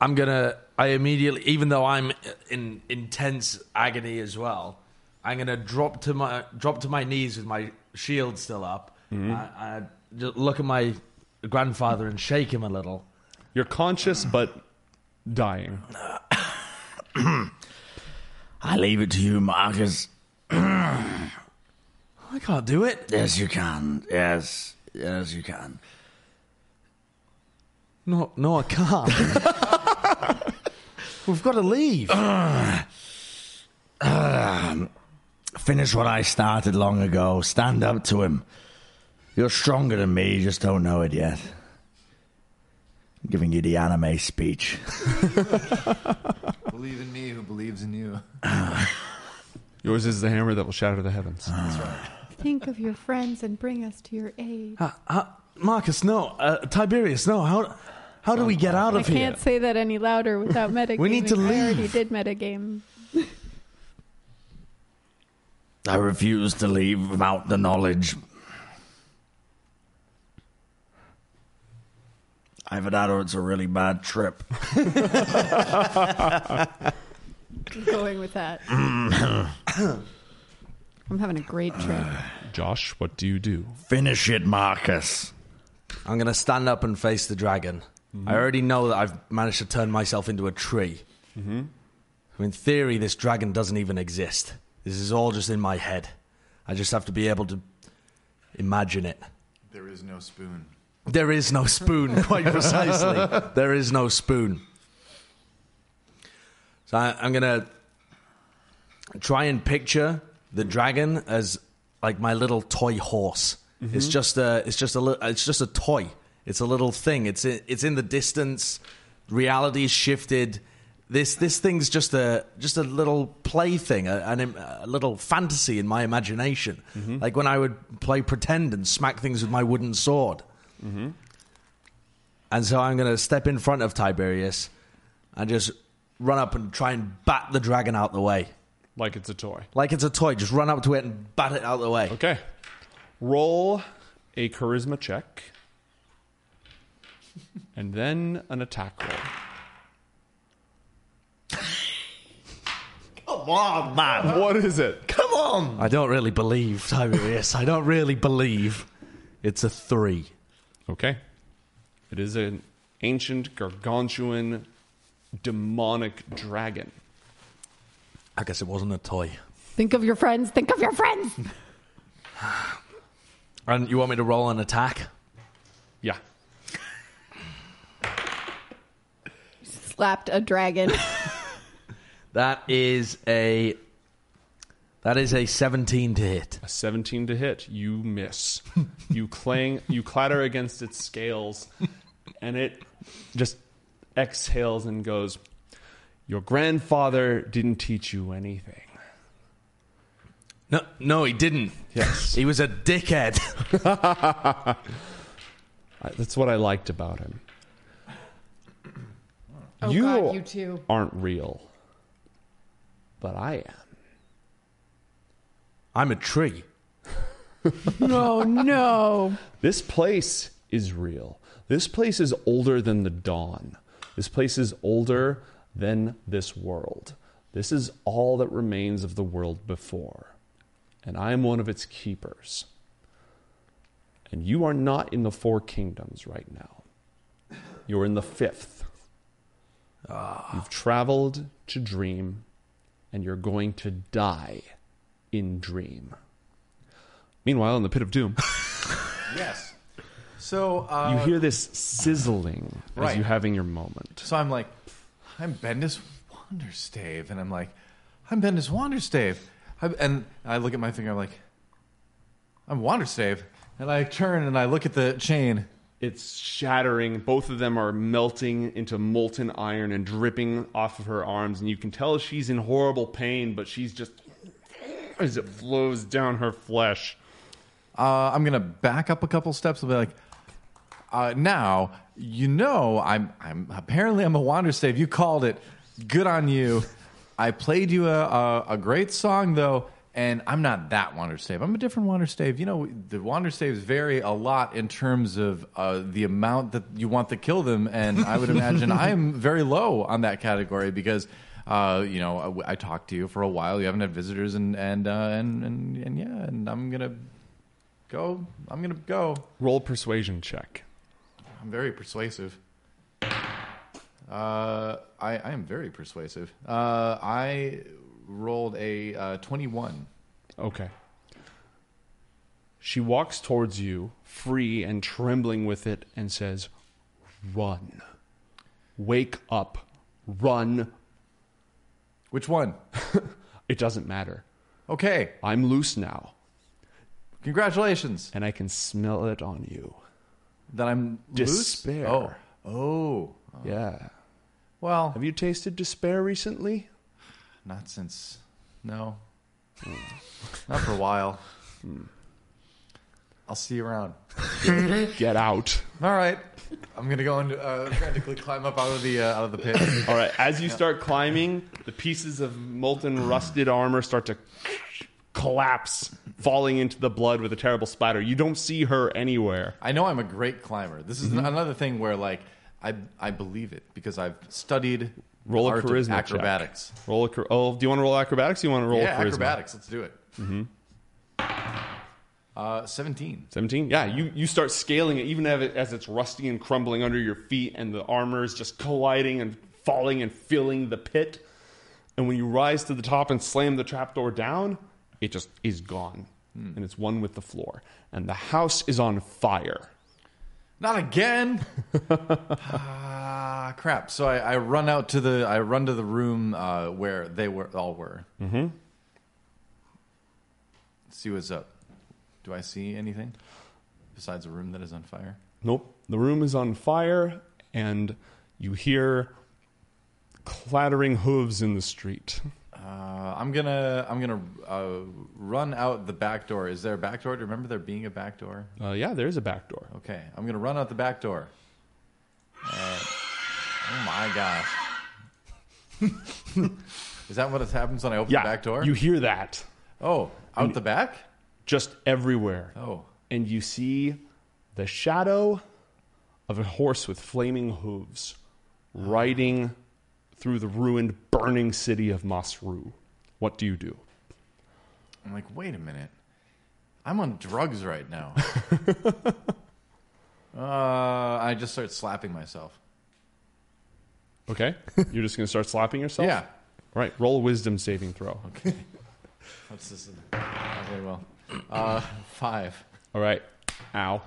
I'm gonna. I immediately, even though I'm in intense agony as well, I'm gonna drop to my drop to my knees with my shield still up.
Mm-hmm.
I, I ju- look at my grandfather and shake him a little.
You're conscious but dying.
I leave it to you, Marcus.
I can't do it.
Yes, you can. Yes. Yes, you can.
No, no, I can't. We've got to leave.
Finish what I started long ago. Stand up to him. You're stronger than me, you just don't know it yet. I'm giving you the anime speech.
Believe in me, who believes in you.
Yours is the hammer that will shatter the heavens.
Think of your friends and bring us to your aid.
Uh, uh, Marcus, no. Uh, Tiberius, no. How how do we get out
Oh, I
of here?
can't say that any louder without metagaming.
We need to
I already
leave.
did metagame.
I refuse to leave without the knowledge. Either that or it's a really bad trip.
Going with that. I'm having a great trip.
Josh, what do you do?
Finish it, Marcus.
I'm going to stand up and face the dragon. I already know that I've managed to turn myself into a tree. So in theory, this dragon doesn't even exist. This is all just in my head. I just have to be able to imagine it.
There is no spoon.
There is no spoon, quite precisely. There is no spoon. So I, I'm going to try and picture the dragon as like my little toy horse. It's just a it's just a li- it's just a toy. It's a little thing. It's i it's in the distance. Reality's shifted. This this thing's just a just a little plaything, a, an, im- a little fantasy in my imagination. Like when I would play pretend and smack things with my wooden sword. And so I'm going to step in front of Tiberius and just run up and try and bat the dragon out the way.
like it's a toy.
Like it's a toy, just run up to it and bat it out the way.
Okay. Roll a charisma check. And then an attack roll.
Come on, man.
What is it?
Come on. I don't really believe, Tiberius. I don't really believe. It's a three.
Okay. It is an ancient, gargantuan, demonic dragon.
I guess it wasn't a toy.
Think of your friends. Think of your friends.
And you want me to roll an attack?
Yeah.
Slapped a dragon.
That is a. That is a 17 to hit.
A 17 to hit. You miss. you clang, you clatter against its scales, and it just exhales and goes, Your grandfather didn't teach you anything.
No, no, he didn't.
Yes.
He was a dickhead.
I- That's what I liked about him.
Oh
You-
God, you too.
Aren't real. But I am.
I'm a tree.
No, no.
This place is real. This place is older than the dawn. This place is older than this world. This is all that remains of the world before. And I am one of its keepers. And you are not in the four kingdoms right now. You're in the fifth. You've traveled to dream, and you're going to die in dream. Meanwhile, in the pit of doom.
Yes. So
You
uh,
hear this sizzling as
Right.
you having your moment.
So I'm like, I'm Bendis Wanderstave, and I'm like, I'm Bendis Wanderstave, I, and I look at my finger, I'm like, I'm Wanderstave, and I turn and I look at the chain.
It's shattering. Both of them are melting into molten iron and dripping off of her arms, and you can tell she's in horrible pain, but she's just as it flows down her flesh.
Uh, I'm gonna back up a couple steps. I'll be like, uh, now you know I'm I'm apparently I'm a Wanderstave. You called it. Good on you. I played you a, a, a great song though, and I'm not that Wanderstave. I'm a different Wanderstave. You know the Wanderstaves vary a lot in terms of uh, the amount that you want to kill them, and I would imagine I am very low on that category because. Uh, you know, I, I talked to you for a while. You haven't had visitors, and and uh, and, and and yeah, and I'm gonna go. I'm gonna go.
Roll persuasion check.
I'm very persuasive. Uh, I, I am very persuasive. Uh, I rolled a uh, 21.
Okay. She walks towards you, free and trembling with it, and says, Run. Wake up. Run.
Which one?
It doesn't matter.
Okay.
I'm loose now.
Congratulations.
and I can smell it on you.
That I'm
Despair.
loose. Oh. Oh.
Yeah.
Well,
Have you tasted despair recently?
not since. No. not for a while. I'll see you around.
Get out.
All right. I'm gonna go and uh, frantically climb up out of the uh, out of the pit.
All right. As you start climbing, the pieces of molten, rusted armor start to collapse, falling into the blood with a terrible splatter. You don't see her anywhere.
I know I'm a great climber. This is
Mm-hmm.
another thing where like I I believe it because I've studied
Roll
the
a
art of
charisma check.
acrobatics.
Roll a char- oh, do you want to roll acrobatics? Or you want to roll
Yeah,
charisma? Mm-hmm.
acrobatics. Let's do it. Uh, Seventeen.
17 yeah you, you start scaling it even as, it, as it's rusting and crumbling under your feet and the armor is just colliding and falling and filling the pit and when you rise to the top and slam the trapdoor down it just is gone
Hmm.
and it's one with the floor and the house is on fire
Not again. ah, crap. So I, I run out to the I run to the room uh, where they were all were. Mm-hmm. See what's up. Do I see anything besides a room that is on fire?
Nope. The room is on fire, and you hear clattering hooves in the street.
Uh, I'm gonna I'm gonna uh, run out the back door. Is there a back door? Do you remember there being a back door?
Uh, yeah, there's a back door.
Okay, I'm gonna run out the back door. Uh, oh my gosh! Is that what happens when I open
Yeah,
the back door?
You hear that
oh, out the back?
just everywhere,
Oh,
and you see the shadow of a horse with flaming hooves riding through the ruined, burning city of Masru. What do you do?
I'm like, wait a minute. I'm on drugs right now. uh, I just start slapping myself.
Okay, you're just gonna start slapping yourself.
Yeah.
Right. Roll a wisdom saving throw.
What's this? Not very well. Uh, five.
All right. Ow.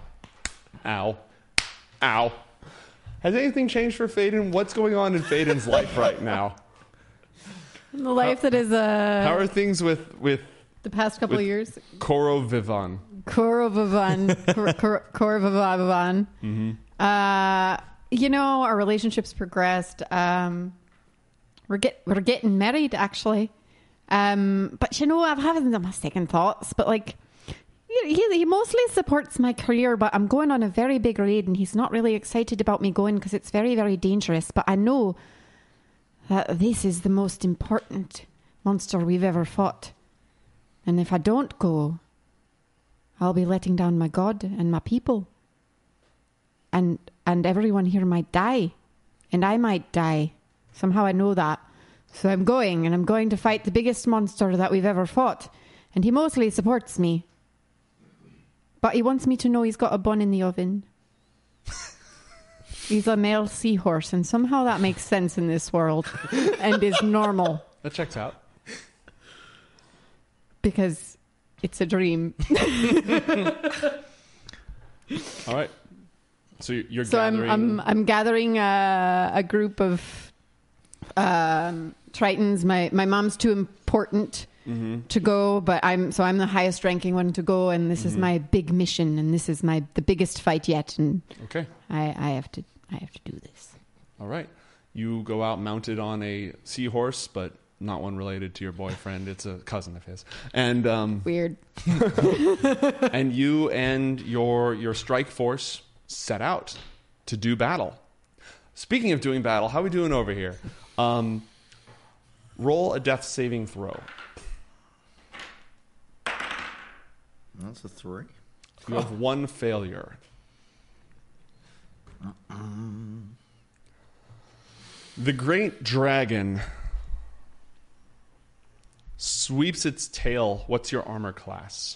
Ow. Ow. Has anything changed for Faden? What's going on in Faden's life right now?
The life that is uh,
How are things with with
the past couple
with-
of years.
Koro Vivan?
Korovavan. Korovavan. Uh, you know, our relationships progressed. Um, we're get we're getting married actually. Um, but you know, I'm having my second thoughts. But like, he, he he mostly supports my career. But I'm going on a very big raid, and he's not really excited about me going because it's very very dangerous. But I know that this is the most important monster we've ever fought. And if I don't go, I'll be letting down my God and my people. And and everyone here might die. And I might die. Somehow I know that. So I'm going, and I'm going to fight the biggest monster that we've ever fought. And he mostly supports me. But he wants me to know he's got a bun in the oven. he's a male seahorse, and somehow that makes sense in this world and is normal
That checks out.
because it's a dream.
All right. So you're you're
So I'm
gathering.
I'm I'm gathering uh, a, a group of um, tritons. My my mom's too important to go, but I'm so I'm the highest ranking one to go, and this is my big mission, and this is my the biggest fight yet, and
okay.
I I have to I have to do this.
All right. You go out mounted on a seahorse, but not one related to your boyfriend. It's a cousin of his, and um,
Weird.
and you and your your strike force set out to do battle. Speaking of doing battle, how we doing over here? Um, roll a death saving throw.
That's a three.
You have one failure. The great dragon sweeps its tail. What's your armor class?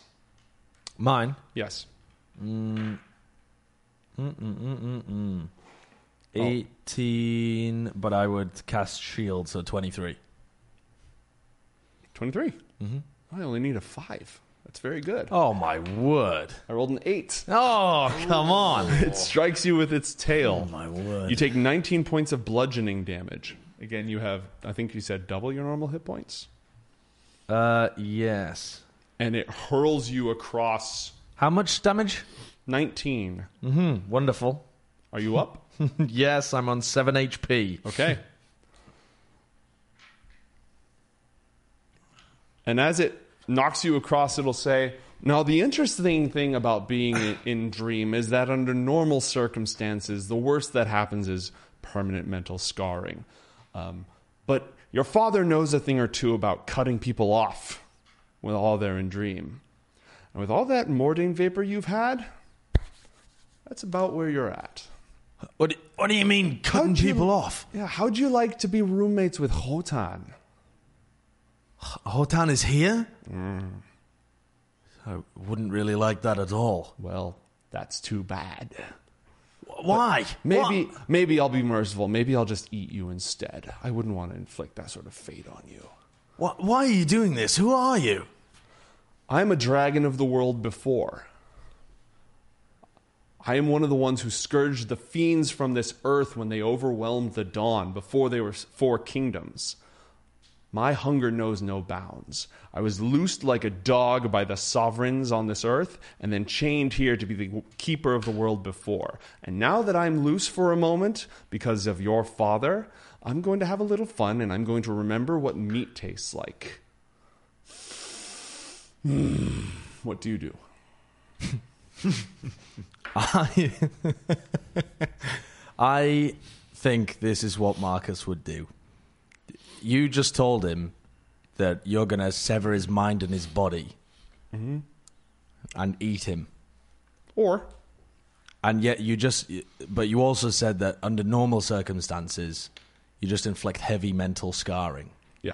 Mine
Yes.
Oh. eighteen, but I would cast shield, so twenty-three.
23. Mm-hmm. I only need a 5. That's very good.
Oh my word!
I rolled an 8.
Oh come on!
It strikes you with its tail.
Oh, My word.
You take 19 points of bludgeoning damage. Again, you have, I think you said double your normal hit points.
Uh, yes.
And it hurls you across
How much damage?
19.
Mm-hmm. Wonderful.
Are you up?
yes, I'm on seven HP.
Okay. and as it knocks you across, it'll say, Now, the interesting thing about being i- in dream is that under normal circumstances, the worst that happens is permanent mental scarring. Um, but your father knows a thing or two about cutting people off with all they're in dream. And with all that Mordane vapor you've had, that's about where you're at.
What? do- What do you mean cutting
How'd you-
people off?
Yeah, how'd you like to be roommates with Hotan?
Hotan is here. I wouldn't really like that at all.
Well, that's too bad.
Why?
Maybe maybe I'll be merciful. Maybe I'll just eat you instead. I wouldn't want to inflict that sort of fate on you.
Why, why are you doing this? Who are you?
I'm a dragon of the world before. I am one of the ones who scourged the fiends from this earth when they overwhelmed the dawn before they were s- four kingdoms. My hunger knows no bounds. I was loosed like a dog by the sovereigns on this earth, and then chained here to be the keeper of the world before. And now that I'm loose for a moment, because of your father, I'm going to have a little fun and I'm going to remember what meat tastes like. Hmm. what do you do?
I, I think this is what Marcus would do. You just told him that you're going to sever his mind and his body Mm-hmm. and eat him.
Or
And yet you just, but you also said that under normal circumstances, you just inflict heavy mental scarring.
Yeah.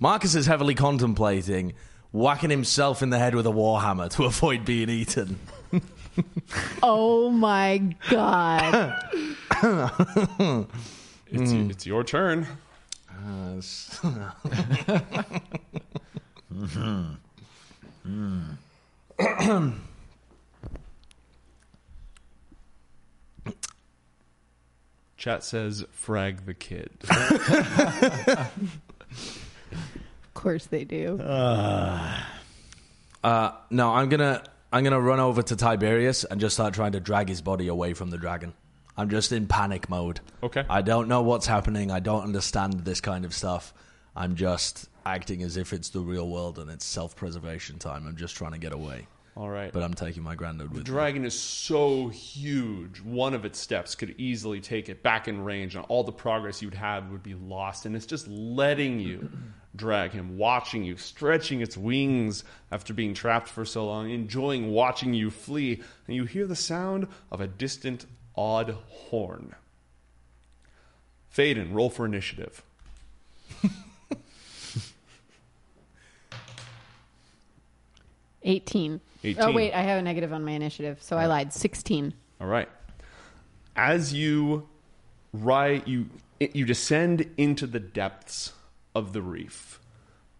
Marcus is heavily contemplating whacking himself in the head with a warhammer to avoid being eaten.
Oh my god.
It's, it's your turn. Uh, hmm. Chat says, frag the kid.
of course they do.
Uh, no, I'm gonna I'm gonna run over to Tiberius and just start trying to drag his body away from the dragon. I'm just in panic mode.
Okay.
I don't know what's happening. I don't understand this kind of stuff. I'm just acting as if it's the real world and it's self preservation time. I'm just trying to get away.
All right.
But I'm taking my granddad with
The
me.
dragon is so huge, one of its steps could easily take it back in range, and all the progress you'd have would be lost. And it's just letting you drag him, watching you, stretching its wings after being trapped for so long, enjoying watching you flee. And you hear the sound of a distant, odd horn. Faden, roll for initiative.
Eighteen.
18.
Oh wait, I have a negative on my initiative, so I lied. Sixteen.
All right. As you ri you you descend into the depths of the reef,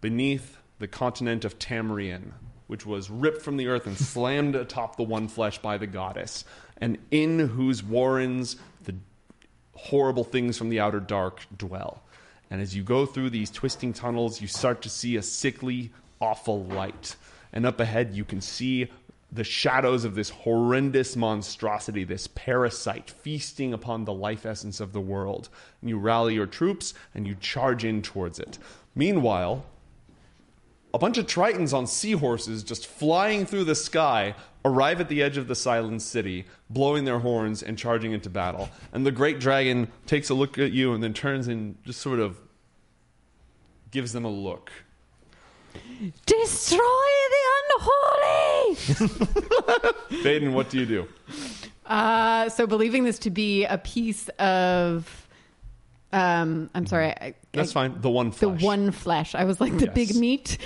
beneath the continent of Tamrian, which was ripped from the earth and slammed atop the One Flesh by the goddess, and in whose warrens the horrible things from the outer dark dwell. And as you go through these twisting tunnels, you start to see a sickly, awful light. And up ahead, you can see the shadows of this horrendous monstrosity, this parasite feasting upon the life essence of the world. And you rally your troops and you charge in towards it. Meanwhile, a bunch of tritons on seahorses just flying through the sky arrive at the edge of the silent city, blowing their horns and charging into battle. And the great dragon takes a look at you and then turns and just sort of gives them a look.
Destroy the unholy!
Baden, what do you do?
Uh, so believing this to be a piece of, um, I'm sorry, I,
That's
I-
fine. The one
The
flesh.
one flesh. I was like the big
Yes.
meat.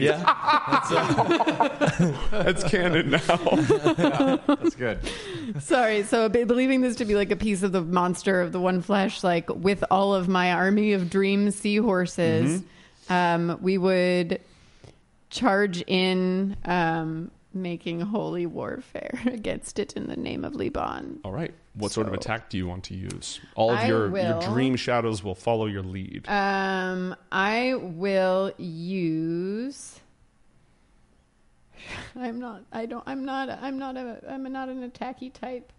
yeah.
uh, That's canon now.
That's good.
Sorry. So be- believing this to be like a piece of the monster of the one flesh, like with all of my army of dream seahorses,
Mm-hmm.
um, we would charge in, um, making holy warfare against it in the name of Liban.
All right. What sort of
So-
attack do you want to use? All of
I
your, your
will-
dream shadows will follow your lead.
Um, I will use. I'm not. I don't. I'm not. I'm not a. I'm not an attacky type.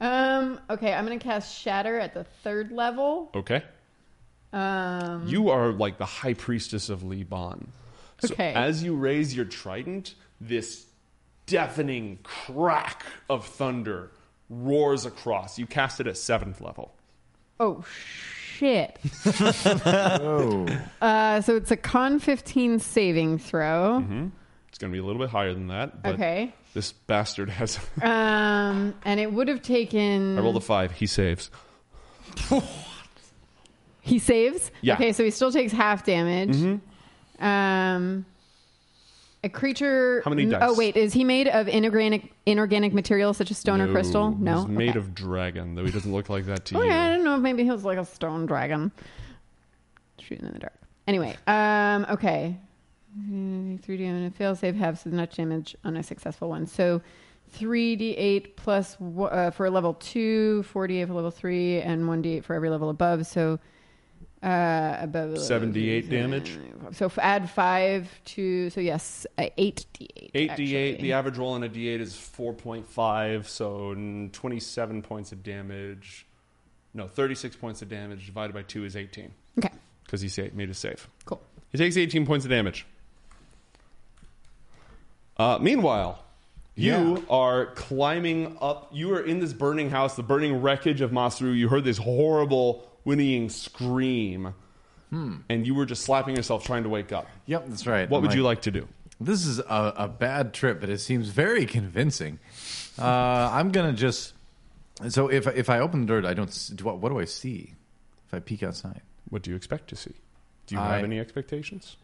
Um. Okay. I'm gonna cast Shatter at the third level.
Okay.
Um.
You are like the high priestess of Liban. So
Okay.
As you raise your trident, this deafening crack of thunder roars across. You cast it at seventh level.
Oh shit.
Oh,
Uh. So it's a con 15 saving throw.
Mm-hmm. It's going to be a little bit higher than that. But
Okay.
This bastard has.
Um. And it would have taken.
I rolled a five. He saves.
He saves?
Yeah. Mm-hmm.
Okay, so he still takes half damage. Um, a creature.
How many
n-
dice?
Oh, wait. Is he made of inorganic inorganic material such as stone or crystal? No.
He's made
Okay.
of dragon, though he doesn't look like that to
Okay, Oh, I
you.
don't know. Maybe he was like a stone dragon. Shooting in the dark. Anyway, um, okay. Mm, 3D on a failsafe have the nudge damage on a successful one. So 3d8 plus wo- uh, for level 2, 4d8 for level 3, and 1d8 for every level above. So uh, above
78 damage.
So f- add 5 to. So yes, uh, 8d8.
8d8.
actually.
The average roll on a d8 is 4.5, so mm, 27 points of damage. No, 36 points of damage divided by 2 is 18
Okay,
because he sa- made a save.
cool.
He takes 18 points of damage. Uh, meanwhile, you are climbing up. You are in this burning house, the burning wreckage of Masaru. You heard this horrible whinnying scream,
Hmm.
and you were just slapping yourself trying to wake up.
Yep, that's right.
What
I'm
would you like to do?
This is a, a bad trip, but it seems very convincing. Uh, I'm gonna just. So if if I open the door, I don't. s- do- What, what do I see? If I peek outside,
What do you expect to see? Do you
I-
have any expectations?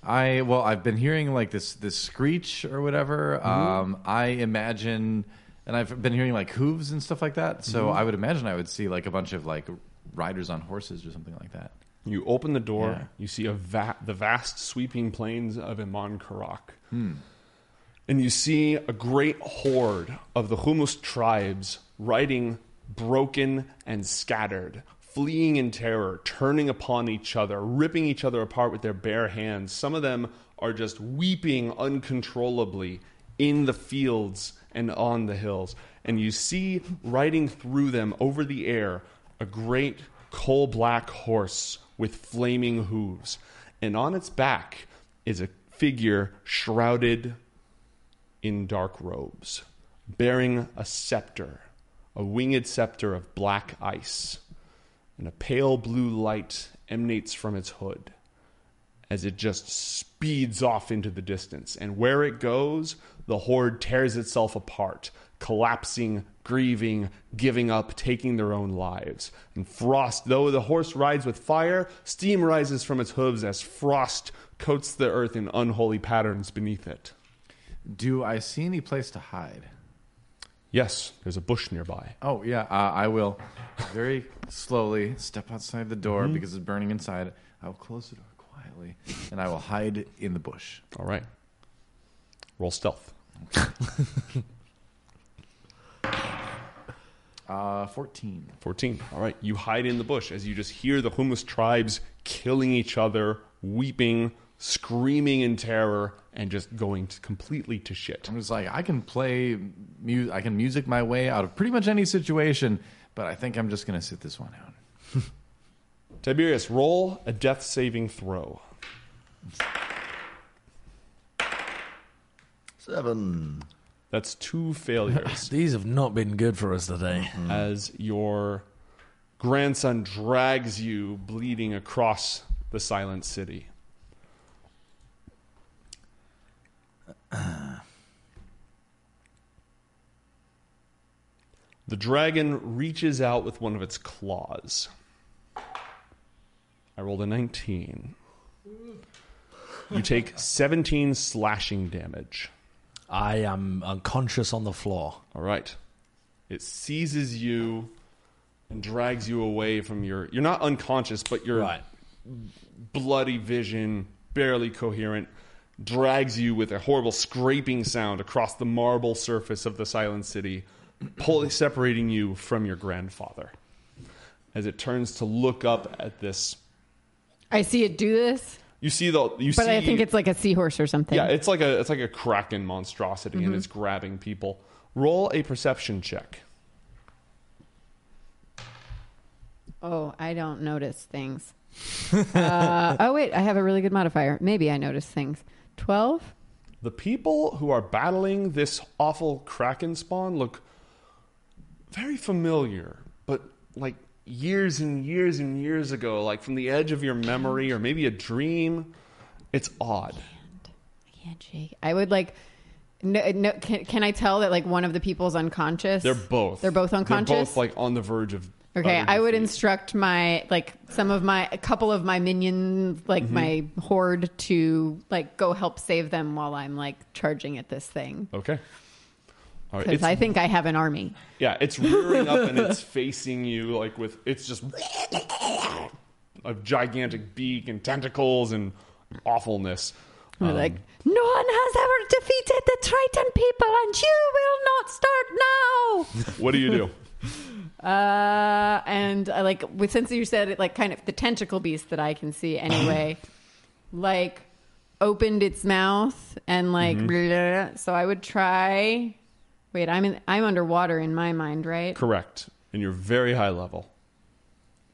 I well, I've been hearing like this this screech or whatever.
Mm-hmm.
Um, I imagine, and I've been hearing like hooves and stuff like that. So
Mm-hmm.
I would imagine I would see like a bunch of like riders on horses or something like that.
You open the door.
Yeah.
You see a va- the vast sweeping plains of Iman Karak. And you see a great horde of the Humus tribes riding broken and scattered, fleeing in terror, turning upon each other, ripping each other apart with their bare hands. Some of them are just weeping uncontrollably in the fields and on the hills. And you see riding through them over the air a great coal black horse with flaming hooves. And on its back is a figure shrouded in dark robes, bearing a scepter, a winged scepter of black ice, and a pale blue light emanates from its hood as it just speeds off into the distance. And where it goes, the horde tears itself apart, collapsing, grieving, giving up, taking their own lives. And frost, though the horse rides with fire, steam rises from its hooves as frost coats the earth in unholy patterns beneath it.
Do I see any place to hide?
Yes, there's a bush nearby.
Oh yeah, uh, I will very slowly step outside the door because it's burning inside. I will close the door quietly, and I will hide in the bush.
All right. Roll stealth.
Uh, Fourteen.
14. All right. You hide in the bush as you just hear the homeless tribes killing each other, weeping, screaming in terror, and just going to completely to shit.
I'm just like I can play, mu- I can music my way out of pretty much any situation, but I think I'm just gonna sit this one out.
Tiberius, roll a death saving throw.
Seven.
That's two failures
These have not been good for us today.
as your grandson drags you bleeding across the silent city. The dragon reaches out with one of its claws. I rolled a 19. You take 17 slashing damage.
I am unconscious on the floor.
All right. It seizes you and drags you away from your. You're not unconscious, but your
Right.
bloody vision, barely coherent, drags you with a horrible scraping sound across the marble surface of the silent city, pull, separating you from your grandfather. As it turns to look up at this,
I see it do this,
you see the. You
but
see,
I think it's like a seahorse or something.
yeah, it's like a it's like a kraken monstrosity,
Mm-hmm.
and it's grabbing people. Roll a perception check.
Oh, I don't notice things. uh, oh wait, I have a really good modifier. Maybe I notice things. Twelve.
The people who are battling this awful kraken spawn look very familiar, but like years and years and years ago, like from the edge of your memory or maybe a dream. It's odd.
I can't shake. I would like. No, no, can, can I tell that like one of the people's unconscious?
They're both.
They're both unconscious.
They're both like on the verge of.
okay,
utter
I would
defeat.
instruct my like some of my a couple of my minions, like
Mm-hmm.
my horde, to like go help save them while I'm like charging at this thing
Okay. All right.
because
It's,
I think I have an army.
yeah, it's rearing up and it's facing you like with it's just a gigantic beak and tentacles and awfulness. Um,
We're like,
No one has ever defeated the Triton people, and you will not start now.
What do you do?
uh, and I like, with, since you said it, like, kind of the tentacle beast that I can see anyway, like, opened its mouth and like, blah, so I would try. Wait, I'm in, I'm underwater in my mind, right?
Correct. And you're very high level.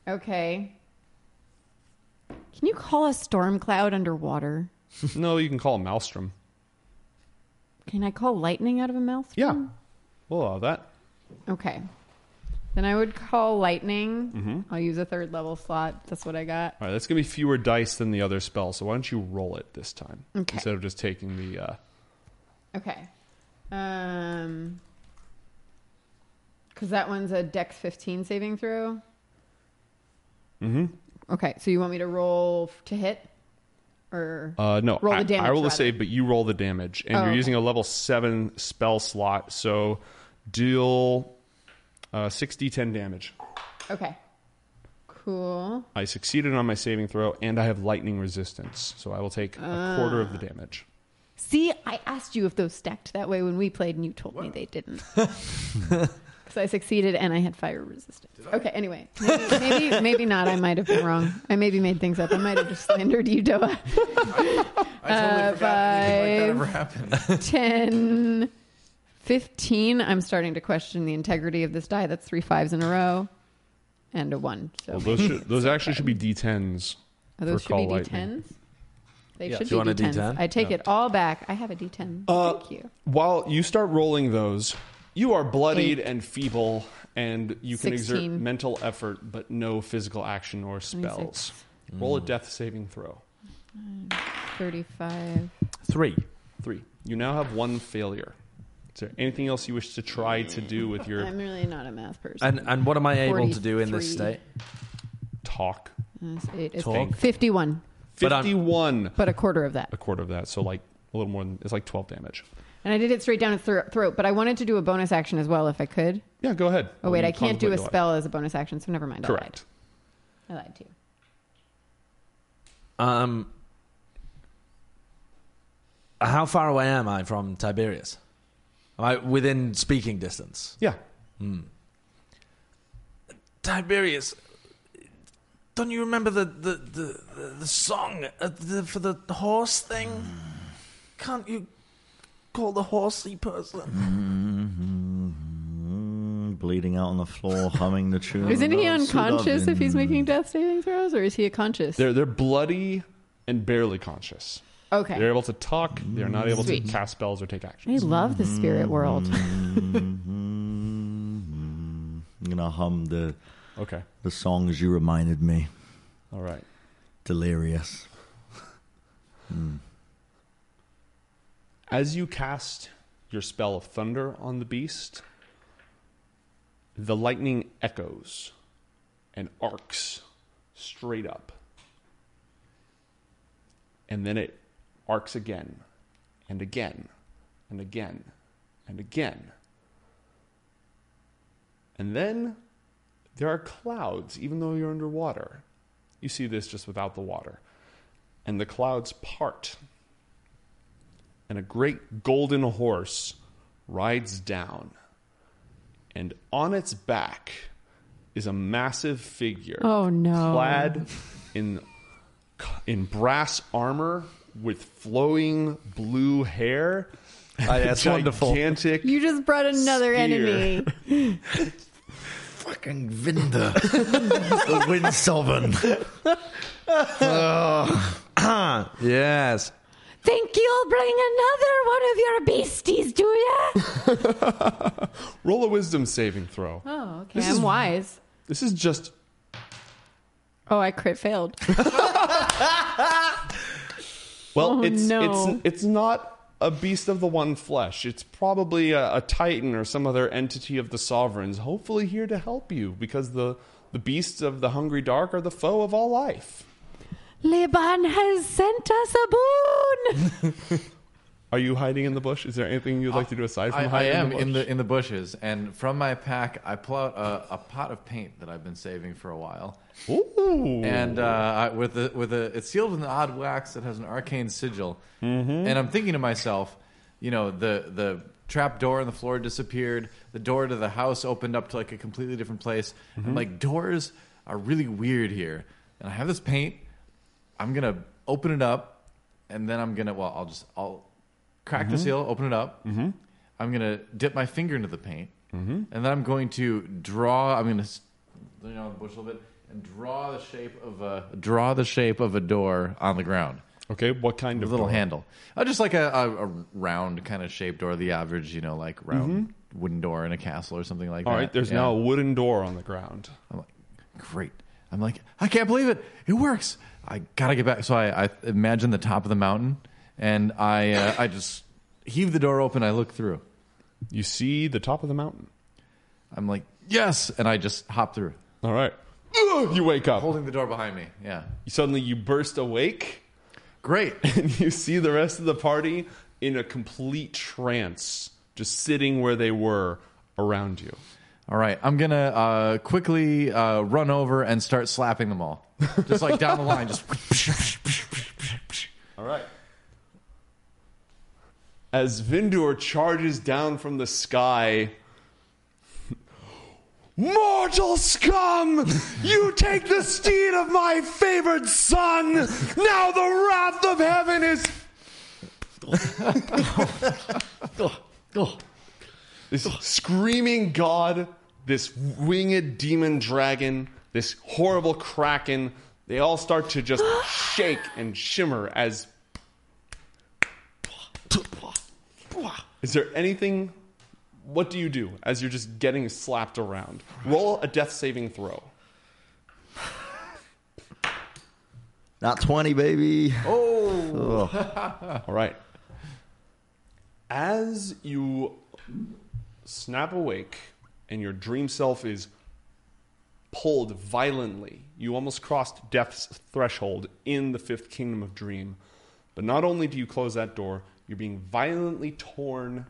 Okay. Can you call a storm cloud underwater?
No, you can call a maelstrom.
Can I call lightning out of a mouth?
Yeah. We'll allow that.
Okay. Then I would call lightning. I'll use a third level slot. That's what I got.
All right, that's going to be fewer dice than the other spell, so why don't you roll it this time
Okay.
instead of just taking the. Uh,
Okay. Um cuz that one's a dex 15 saving throw.
Mhm.
Okay, so you want me to roll f- to hit or
uh, no,
Roll the
I,
damage,
I roll the
rather.
save, but you roll the damage, and
Oh,
you're
okay.
using a level seven spell slot, so deal uh, 60 10 damage.
Okay. Cool.
I succeeded on my saving throw, and I have lightning resistance, so I will take a quarter of the
Ah,
damage.
See, I asked you if those stacked that way when we played, and you told me they didn't. Because I succeeded and I had fire resistance. Okay, anyway. Maybe, maybe, maybe not. I might have been wrong. I maybe made things up. I might have just slandered you, Doa.
I totally
Uh,
forgot anything like that
five.
ever happened.
10, 15. I'm starting to question the integrity of this die. That's three fives in a row and a one. So
Well, those should, those actually should be d10s.
are those
for
should be
call lightning.
D10s? They
Yeah.
should
Do you
be
want a
D10s.
D10?
I take it all back. I have a D10.
Uh,
Thank you.
While you start rolling those, you are bloodied and feeble, and you can exert
16.
mental effort but no physical action or spells. Roll a
Mm.
death saving throw.
35.
Three.
Three. You now have one failure. Is there anything else you wish to try to do with your
I'm really not a math person.
And and what am I able to do in
43.
this state?
talk?
That's eight. It's
Talk.
51,
But I'm-
Fifty-one.
but a quarter of that.
A quarter of that, so like a little more than it's like twelve damage.
And I did it straight down its thro- throat, but I wanted to do a bonus action as well if I could.
Yeah, go ahead.
Oh, wait,
You
I can't do
contemplate
a
your life.
spell as a bonus action, so never mind. I
Correct.
lied. I lied to you.
Um, how far away am I from Tiberius? Am I within speaking distance?
Yeah.
Tiberius, don't you remember the the the, the, the song uh, the, for the horse thing? Can't you call the horsey person?
Mm, bleeding out on the floor, humming the tune.
Isn't he
Oh,
unconscious if he's
Sudovin.
making death saving throws, or is he conscious?
They're they're bloody and barely conscious.
okay.
They're able to talk. They're not able
Sweet.
to cast spells or take
I
actions.
love the spirit world.
I'm gonna hum the
Okay.
the songs you reminded me.
All right.
Delirious.
As you cast your spell of thunder on the beast, the lightning echoes and arcs straight up. And then it arcs again and again and again and again. And then there are clouds, even though you're underwater. You see this just without the water. And the clouds part and a great golden horse rides down. And on its back is a massive figure
Oh, no.
clad in in brass armor with flowing blue hair.
Oh,
Ah, yeah, it's wonderful.
Gigantic
You just brought another
Spear.
enemy.
Fucking Vinder. the Windsoven.
Oh. Yes.
Think you'll bring another one of your beasties, do ya?
Roll a wisdom saving throw.
Oh, okay.
This
I'm
is-
wise.
This is just
Oh, I crit failed.
well,
Oh,
it's
no.
it's it's not a beast of the one flesh. It's probably a, a titan or some other entity of the sovereigns, hopefully here to help you because the the beasts of the hungry dark are the foe of all life.
Laban has sent us a boon.
Are you hiding in the bush? Is there anything you'd like to do aside from
I, I
hiding
am
in the bush?
in the in the bushes, and from my pack, I pull out a, a pot of paint that I've been saving for a while,
Ooh.
and uh, I, with a, with a it's sealed in an odd wax that has an arcane sigil, and I'm thinking to myself, you know, the the trap door in the floor disappeared, the door to the house opened up to like a completely different place, and like doors are really weird here, and I have this paint, I'm gonna open it up, and then I'm gonna well, I'll just I'll crack the seal, open it up. Mm-hmm. I'm gonna dip my finger into the paint, mm-hmm. and then I'm going to draw. I'm gonna s- lean on the bush a little bit and draw the shape of a draw the shape of a door on the ground.
okay, what kind
A
of
little
door?
handle, uh, just like a, a, a round kind of shaped door, the average, you know, like round wooden door in a castle or something like
Mm-hmm. All
that.
right, there's
Yeah.
now a wooden door on the ground.
I'm like, great. I'm like, I can't believe it. It works. I gotta get back. So I, I imagine the top of the mountain, and I uh, I just heave the door open. I look through.
You see the top of the mountain.
I'm like, yes, and I just hop through,
All right. You wake up.
holding the door behind me. Yeah,
Suddenly you burst awake
great.
and you see the rest of the party in a complete trance, just sitting where they were around you.
All right, I'm gonna uh, quickly uh, run over and start slapping them all, just like down the line. Just
All right. As Vindur charges down from the sky, Mortal scum! You take the steed of my favored son! Now the wrath of heaven is. This screaming god, this winged demon dragon, this horrible kraken, they all start to just shake and shimmer as. Is there anything. What do you do as you're just getting slapped around? Roll a death saving throw.
Not 20, baby.
Oh. All right. As you snap awake and your dream self is pulled violently, you almost crossed death's threshold in the fifth kingdom of dream. But not only do you close that door, you're being violently torn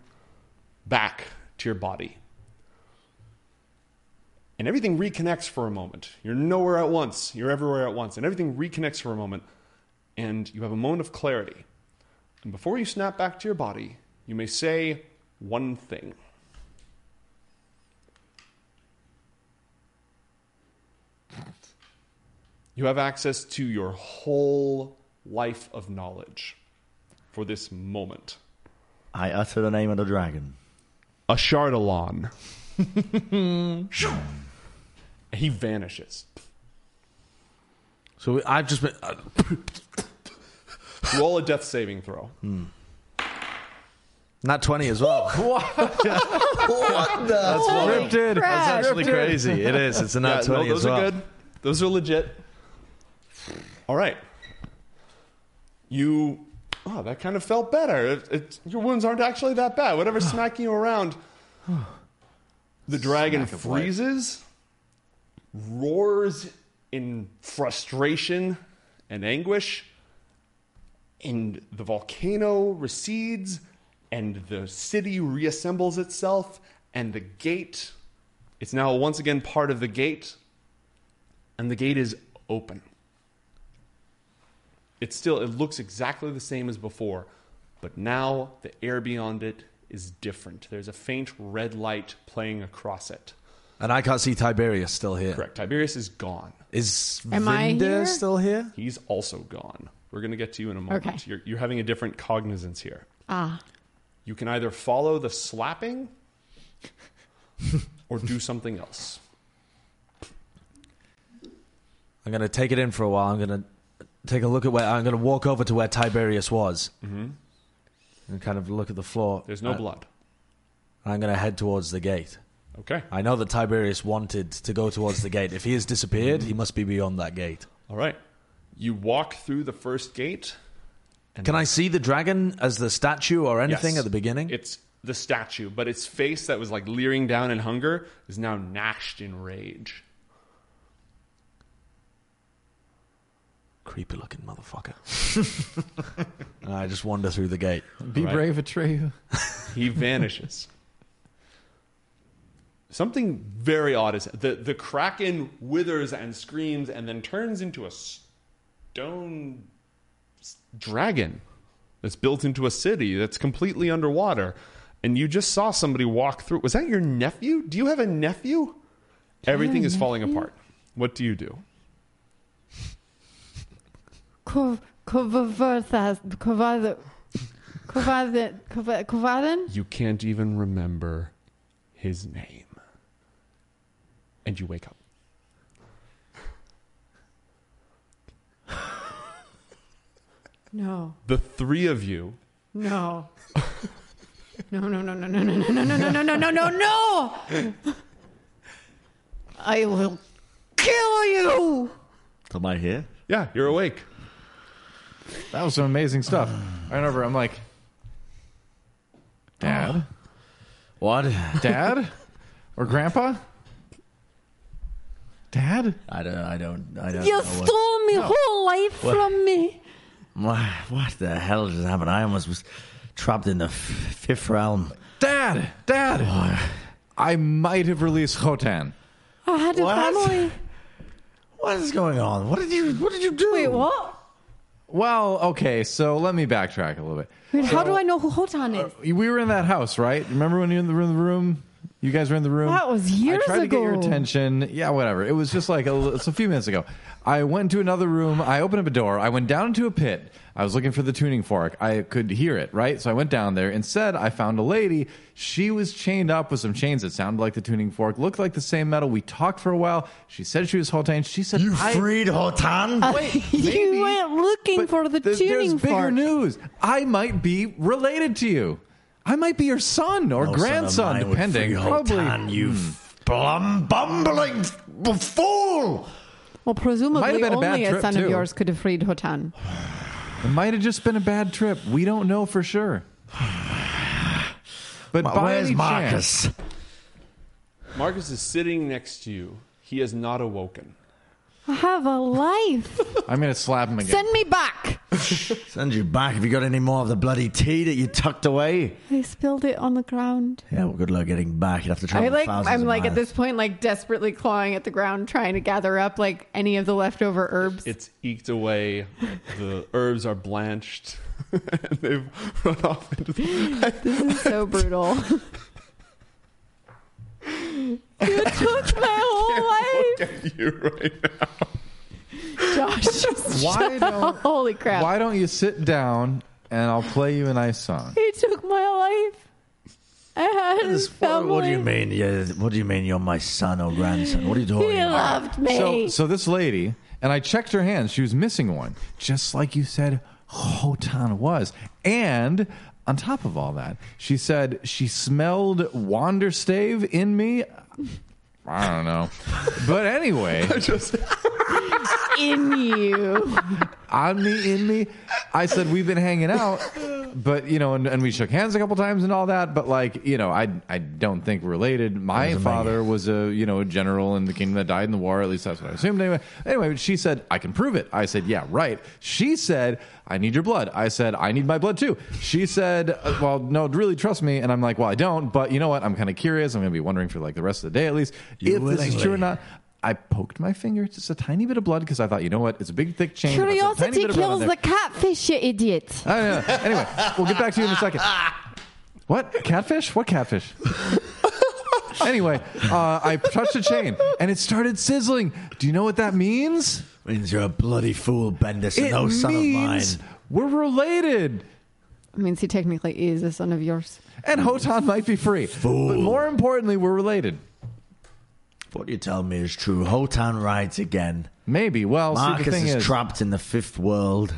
back to your body. And everything reconnects for a moment. You're nowhere at once, you're everywhere at once, and everything reconnects for a moment. And you have a moment of clarity. And before you snap back to your body, you may say one thing. You have access to your whole life of knowledge for this moment.
I utter the name of the dragon.
A Shardalon. he vanishes.
So I've just been. Uh,
Roll a death saving throw.
Not 20 as well. what the?
Holy crap.
That's actually crazy. It is. It's a
Yeah,
nat
no,
20
those
as well.
are good. Those are legit. All right. You. Oh, that kind of felt better. It, it, your wounds aren't actually that bad. Whatever's smacking you around. The dragon
of life.
freezes, roars in frustration and anguish, and the volcano recedes, and the city reassembles itself, and the gate. It's now once again part of the gate, and the gate is open. It's still, it looks exactly the same as before, but now the air beyond it is different. There's a faint red light playing across it.
And I can't see Tiberius still here. Is
Correct. Tiberius is gone.
Am I
Vinda
here?
still here?
He's also gone. We're going to get to you in a moment.
Okay.
You're, you're having a different cognizance here.
Ah.
You can either follow the slapping or do something else.
I'm going to take it in for a while. I'm going to take a look at where. I'm going to walk over to where Tiberius was and kind of look at the floor.
Mm-hmm. There's no
I-
blood.
I'm going to head towards the gate.
Okay.
I know that Tiberius wanted to go towards the gate. If he has disappeared, he must be beyond that gate.
All right. You walk through the first gate.
Can I see the dragon as the statue or anything
Yes.
at the beginning?
It's the statue, but its face that was like leering down in hunger is now gnashed in rage.
creepy looking motherfucker. and I just wander through the gate.
Be
Right.
brave, Atreyu.
He vanishes. Something very odd is the the kraken withers and screams and then turns into a stone s- dragon that's built into a city that's completely underwater. And you just saw somebody walk through. Was that your nephew? Do you have a nephew? Everything is falling apart. What do you do?
Kov- Kovavarthas- Kovatha- Kovatha- Kova- Kovathan?
You can't even remember his name. And you wake up.
No,
The three of you
no. No, no, no, no, no, no, no, no, no, no, no, no, no, no! I will kill you!
Am I here?
Yeah, you're awake.
That was some amazing stuff. I remember. I'm like, Dad,
What?
Dad, or Grandpa, Dad.
I don't. I don't. I don't.
You
know what-
stole my whole life from me.
Why- What the hell just happened? I almost was trapped in the f- fifth realm.
Dad, Dad, I might have released Khotan.
I had a
What?
family.
What is going on? What did you? What did you do?
Wait, what?
Well, okay, so let me backtrack a little bit.
Wait, how do I know who Hotan is?
We were in that house, right? Remember when you were in the room? The room? You guys were in the room.
That was years
I tried to get your
ago.
attention. Yeah, whatever. It was just like a, li- it's a few minutes ago. I went into another room. I opened up a door. I went down into a pit. I was looking for the tuning fork. I could hear it, right? So I went down there. Instead, I found a lady. She was chained up with some chains that sounded like the tuning fork, looked like the same metal. We talked for a while. She said she was Holtain. She said,
You
I-
freed Hotan?
you
Maybe.
went looking
But
for the
there's-
tuning
there's bigger
fork.
news. I might be related to you. I might be your son or
No son of
grandson,
mine would
depending.
free
Probably. Hmm.
Hotan, you plum bumbling f- fool!
Well,
Might have
presumably
been a bad
only a
trip,
son
too.
of yours could have freed Hotan.
It might have just been a bad trip. We don't know for sure. But by
Where's
any chance-
Marcus?
Marcus is sitting next to you. He has not awoken.
I have a life.
I'm going to slap him again.
Send me back!
Send you back. Have you got any more of the bloody tea that you tucked away?
I spilled it on the ground.
Yeah, well, good luck getting back. You'd have to travel
I like
thousands
I'm
of
like at
miles.
this point like desperately clawing at the ground trying to gather up like any of the leftover herbs.
It's eked away. The herbs are blanched. and they've run off into the.
This is so brutal. you took my whole life,
at you right now.
Josh.
Why don't-
Holy crap!
Why don't you sit down and I'll play you a nice song?
He took my life. I had his
This- what,
family.
what do you mean? Yeah, what do you mean you're my son or grandson? What are you talking
He
about?
loved me.
So, so this lady, and I checked her hands. She was missing one, just like you said Hotan was. And on top of all that, she said she smelled Wanderstave in me. I don't know. But anyway,
in you?
on me, in me. I said we've been hanging out, but you know, and, and we shook hands a couple times and all that. But like, you know, I I don't think we're related. My father was a you know a general in the kingdom that died in the war. At least that's what I assumed. Anyway, anyway, she said I can prove it. I said yeah, right. She said I need your blood. I said I need my blood too. She said uh, well, no, really trust me. And I'm like, well, I don't. But you know what? I'm kind of curious. I'm going to be wondering for like the rest of the day at least
You
if this is true or
willingly.
not. I poked my finger, just a tiny bit of blood, because I thought, you know what? It's a big, thick chain. That's a tiny Uh.
Curiosity
bit of blood on
kills
there.
the catfish, you idiot.
I don't know. Oh, Anyway, we'll get back to you in a second. What catfish? What catfish? anyway, uh, I touched a chain and it started sizzling. Do you know what that means?
means you're a bloody fool, Bendis, and
it
no son of mine.
means we're related,
I mean, he technically is a son of yours.
and Hotan might be free. But more importantly, we're related.
What you tell me is true. Hotan rides again.
Maybe. Well, see, the
Marcus
thing
is,
is,
trapped in the fifth world,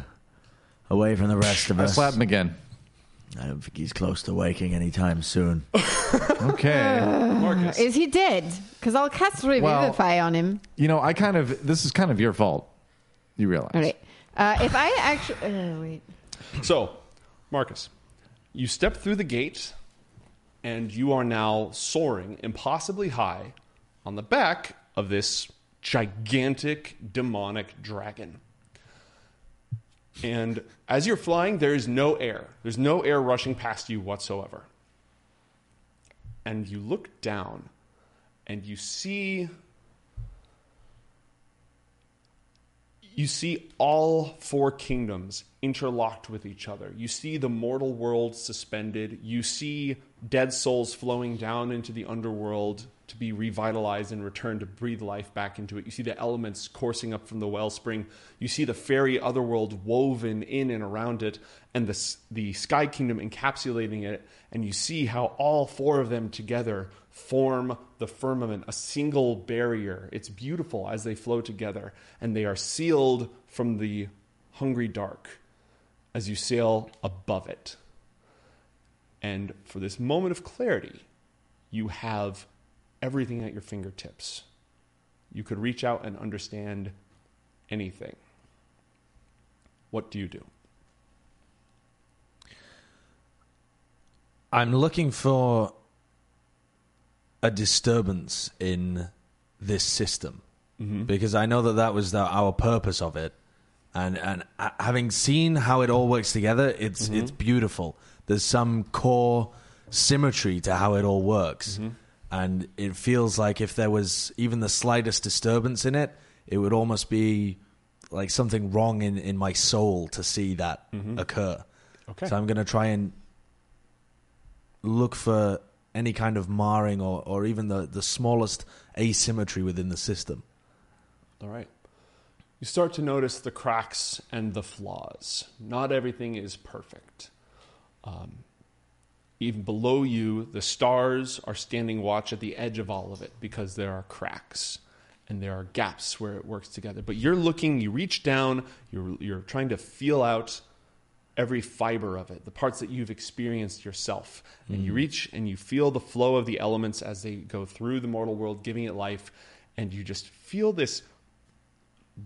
away from the rest of
I
us.
slap him again.
I don't think he's close to waking anytime soon.
Okay.
Marcus.
Is he dead? Because I'll cast revivify on him.
you know, I kind of. This is kind of your fault. You realize?
All right. Uh, if I actually uh, wait,
So, Marcus, you step through the gate and you are now soaring impossibly high on the back of this gigantic demonic dragon. And as you're flying, there is no air. There's no air rushing past you whatsoever. And you look down and you see you see all four kingdoms interlocked with each other. You see the mortal world suspended. You see dead souls flowing down into the underworld to be revitalized and returned to breathe life back into it. You see the elements coursing up from the wellspring. You see the fairy otherworld woven in and around it, and the, s- the sky kingdom encapsulating it. And you see how all four of them together form the firmament, a single barrier. It's beautiful as they flow together, and they are sealed from the hungry dark as you sail above it. And for this moment of clarity, you have everything at your fingertips. You could reach out and understand anything. What do you do?
I'm looking for a disturbance in this system because I know that that was the, our purpose of it, and and uh, having seen how it all works together, it's it's beautiful. There's some core symmetry to how it all works, and it feels like if there was even the slightest disturbance in it, it would almost be like something wrong in in my soul to see that occur.
Okay.
so I'm going to try and look for any kind of marring or, or even the, the smallest asymmetry within the system.
All right. You start to notice the cracks and the flaws. Not everything is perfect. Um, Even below you, the stars are standing watch at the edge of all of it because there are cracks and there are gaps where it works together. But you're looking, you reach down, you're, you're trying to feel out every fiber of it, the parts that you've experienced yourself. And you reach and you feel the flow of the elements as they go through the mortal world, giving it life. And you just feel this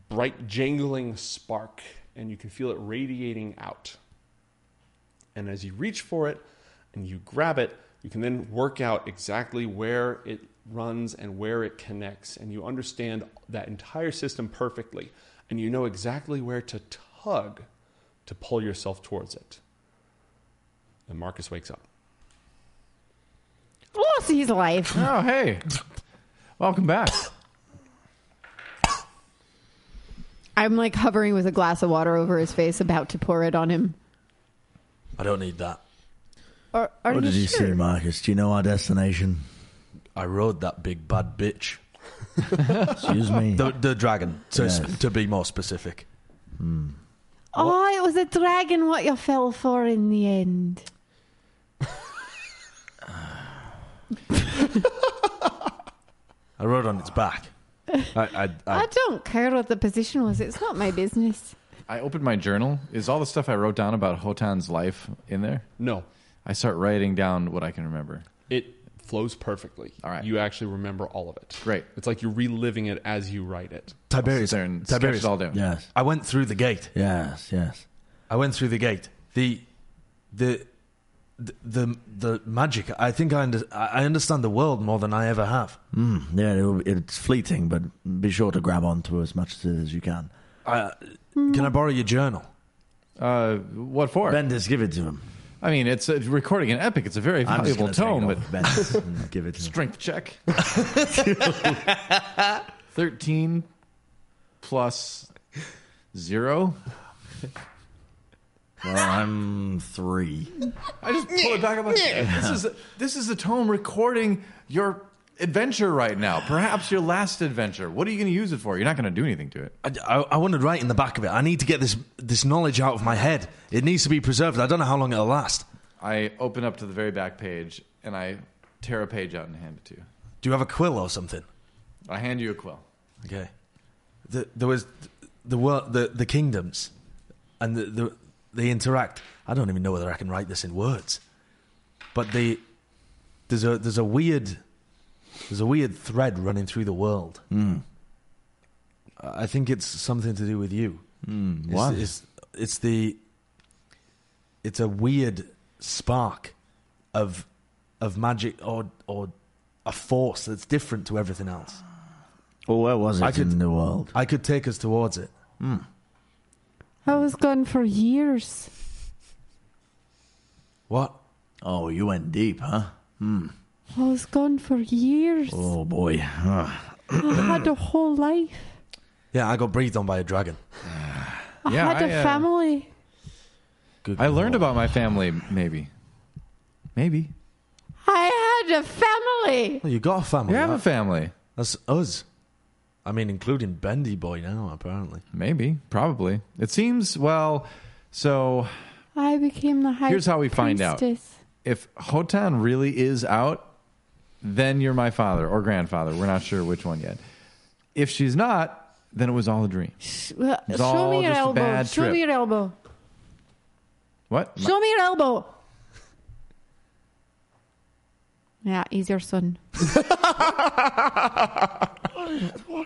bright, jangling spark, and you can feel it radiating out. And as you reach for it and you grab it, you can then work out exactly where it runs and where it connects. And you understand that entire system perfectly. And you know exactly where to tug to pull yourself towards it. And Marcus wakes up.
Lost his life.
Oh, hey. Welcome back.
I'm like hovering with a glass of water over his face, about to pour it on him.
I don't need that.
Are, are
What
you
did you
sure?
see, Marcus? Do you know our destination?
I rode that big bad bitch.
Excuse me.
The, the dragon, to,
Yes.
to be more specific.
Oh, it was a dragon what you fell for in the end.
I rode on its back. I, I,
I
I,
don't care what the position was. It's not my business.
I opened my journal. Is all the stuff I wrote down about Hotan's life in there?
No,
I start writing down what I can remember.
it flows perfectly.
All right.
You actually remember all of it.
Great.
It's like you're reliving it as you write it.
Tiberius,
There and sketch
Tiberius,
it all down.
yes,
I went through the gate.
yes, yes.
I went through the gate. The, the, the, the, the magic. I think I, under, I I understand the world more than I ever have.
Mm, yeah, it'll, it's fleeting, but be sure to grab onto as much of it as you can.
I, can I borrow your journal?
Uh, what for?
Bendis, give it to him.
I mean, it's a, recording an epic. It's a very valuable
gonna take
tome,
it
but
off Bendis and give it to him.
strength check. 13 plus zero.
Well, I'm three.
I just pull it back up. This is this is a tome recording your adventure right now. Perhaps your last adventure. What are you going to use it for? You're not going to do anything to it.
I, I, I want to write in the back of it. I need to get this this knowledge out of my head. It needs to be preserved. I don't know how long it'll last.
I open up to the very back page and I tear a page out and hand it to you.
Do you have a quill or something?
I hand you a quill.
Okay. The, there was the world, the the kingdoms, and the, the they interact. I don't even know whether I can write this in words, but the there's a there's a weird there's a weird thread running through the world. I I think it's something to do with you. It's-
what?
It's, it's the it's a weird spark of of magic or or a force that's different to everything else.
Well, where was it
I could-
in the world?
I could take us towards it.
I was gone for years.
What?
Oh, you went deep, huh?
I was gone for years.
Oh boy. Ugh.
I had a whole life.
Yeah, I got breathed on by a dragon.
I
Yeah,
had Oh, a
I, uh,
family.
Good
I learned
lord.
about my family, maybe. Maybe.
I had a family.
Well, you got a family.
You have a
right?
family.
That's us. I mean, including Bendy Boy now, apparently.
Maybe. Probably. It seems, well, so
I became the high
Here's how we find out.
priestess.
if Hotan really is out, then you're my father or grandfather. We're not sure which one yet. If she's not, then it was all a dream.
Sh- well,
It's
Show
all
me your
just a
elbow.
bad
Show
trip.
me your elbow.
What?
Show me your elbow. Yeah, he's your son.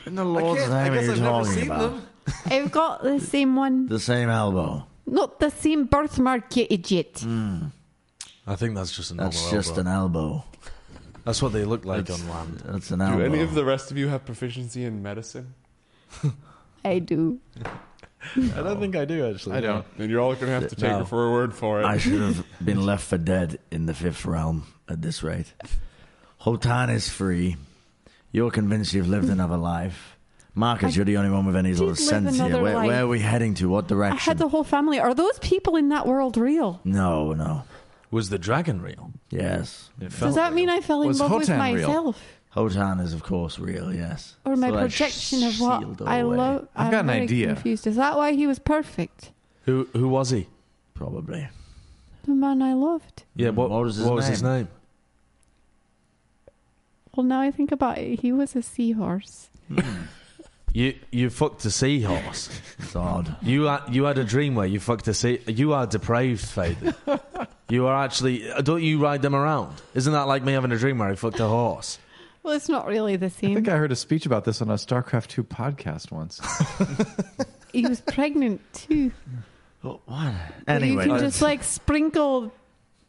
In the Lord's name, I guess I've never seen them.
I've got the same one.
The same elbow.
Not the same birthmark, you idiot.
Mm.
I think that's just a normal
That's just an
elbow.
elbow.
That's what they look like on land.
That's an
Do
elbow.
any of the rest of you have proficiency in medicine?
I do.
I don't think I do, actually.
I don't.
Then you're all going to have to take
No.
her for her word for it.
I should have been left for dead in the fifth realm at this rate. Hotan is free. You're convinced you've lived another life. Marcus,
I
you're the only one with any sort of
live
sense here.
another
Where,
life.
where are we heading to? What
I
direction?
had the whole family. Are those people in that world real?
No, no.
Was the dragon real?
Yes.
It
Does
felt
that mean I fell in
Was
love with
Hotan real?
myself?
Hotan is, of course, real, yes.
Or my
So that's
projection of
sealed
what I
away,
love.
I've got an idea.
Confused. Is that why he was perfect?
Who who was he?
Probably.
The man I loved.
Yeah, what,
What was his
what was his name?
Well, now I think about it, he was a seahorse.
You you fucked a seahorse.
It's odd.
you had, you had a dream where you fucked a sea. You are depraved, Faith. you are actually. Don't you ride them around? Isn't that like me having a dream where I fucked a horse?
Well, it's not really the
I
same.
think I heard a speech about this on a StarCraft 2 podcast once.
He was pregnant too.
Oh, What?
But you
Anyway,
can just like sprinkle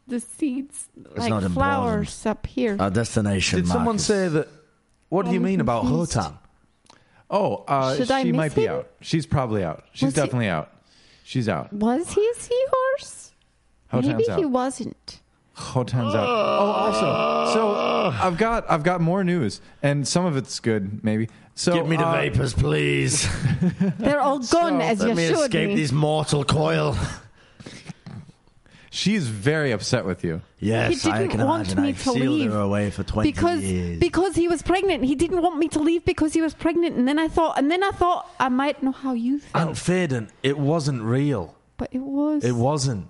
the seeds like
not important.
flowers up here.
our destination.
Did someone
Marcus.
say that? What do you
I'm
mean about
confused.
Hotan?
Oh, uh,
Should
she
I miss
might be
him?
out. She's probably out. She's
Was he-
definitely out. She's out.
was he a seahorse?
Hotan's
Maybe he
out.
wasn't.
Hotan's out. Oh, also, so I've got I've got more news, and some of it's good, maybe. So
Give me the
uh,
vapors, please.
They're all gone as you
Let me
showed
escape
me.
this mortal coil.
She's very upset with you.
Yes,
He
I
didn't
can
want
imagine.
me
I've
to
sealed
leave
her away for twenty
because
years.
because he was pregnant. He didn't want me to leave because he was pregnant. And then I thought, and then I thought I might know how you felt,
Aunt Faden, it wasn't real.
but it was.
It wasn't.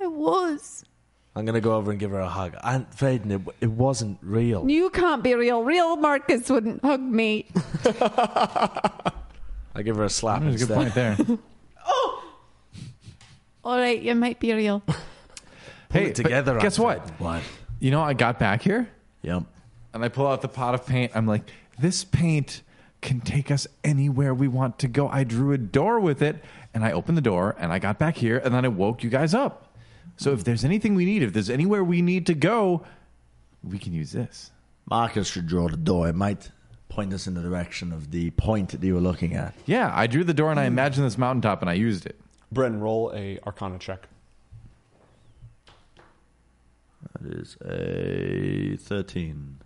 It was.
I'm gonna go over and give her a hug. Aunt Faden, it, it wasn't real.
You can't be real. Real Marcus wouldn't hug me.
I give her a slap
There's a good
instead.
point there.
All right, you might be real.
hey,
it together,
But guess
Anthony.
what?
what?
You know, I got back here
Yep.
and I pull out the pot of paint. I'm like, this paint can take us anywhere we want to go. I drew a door with it, and I opened the door, and I got back here, and then I woke you guys up. So if there's anything we need, if there's anywhere we need to go, we can use this.
Marcus should draw the door. It might point us in the direction of the point that you were looking at.
Yeah, I drew the door and I imagined this mountaintop and I used it.
Bren, roll a Arcana check.
That is a thirteen.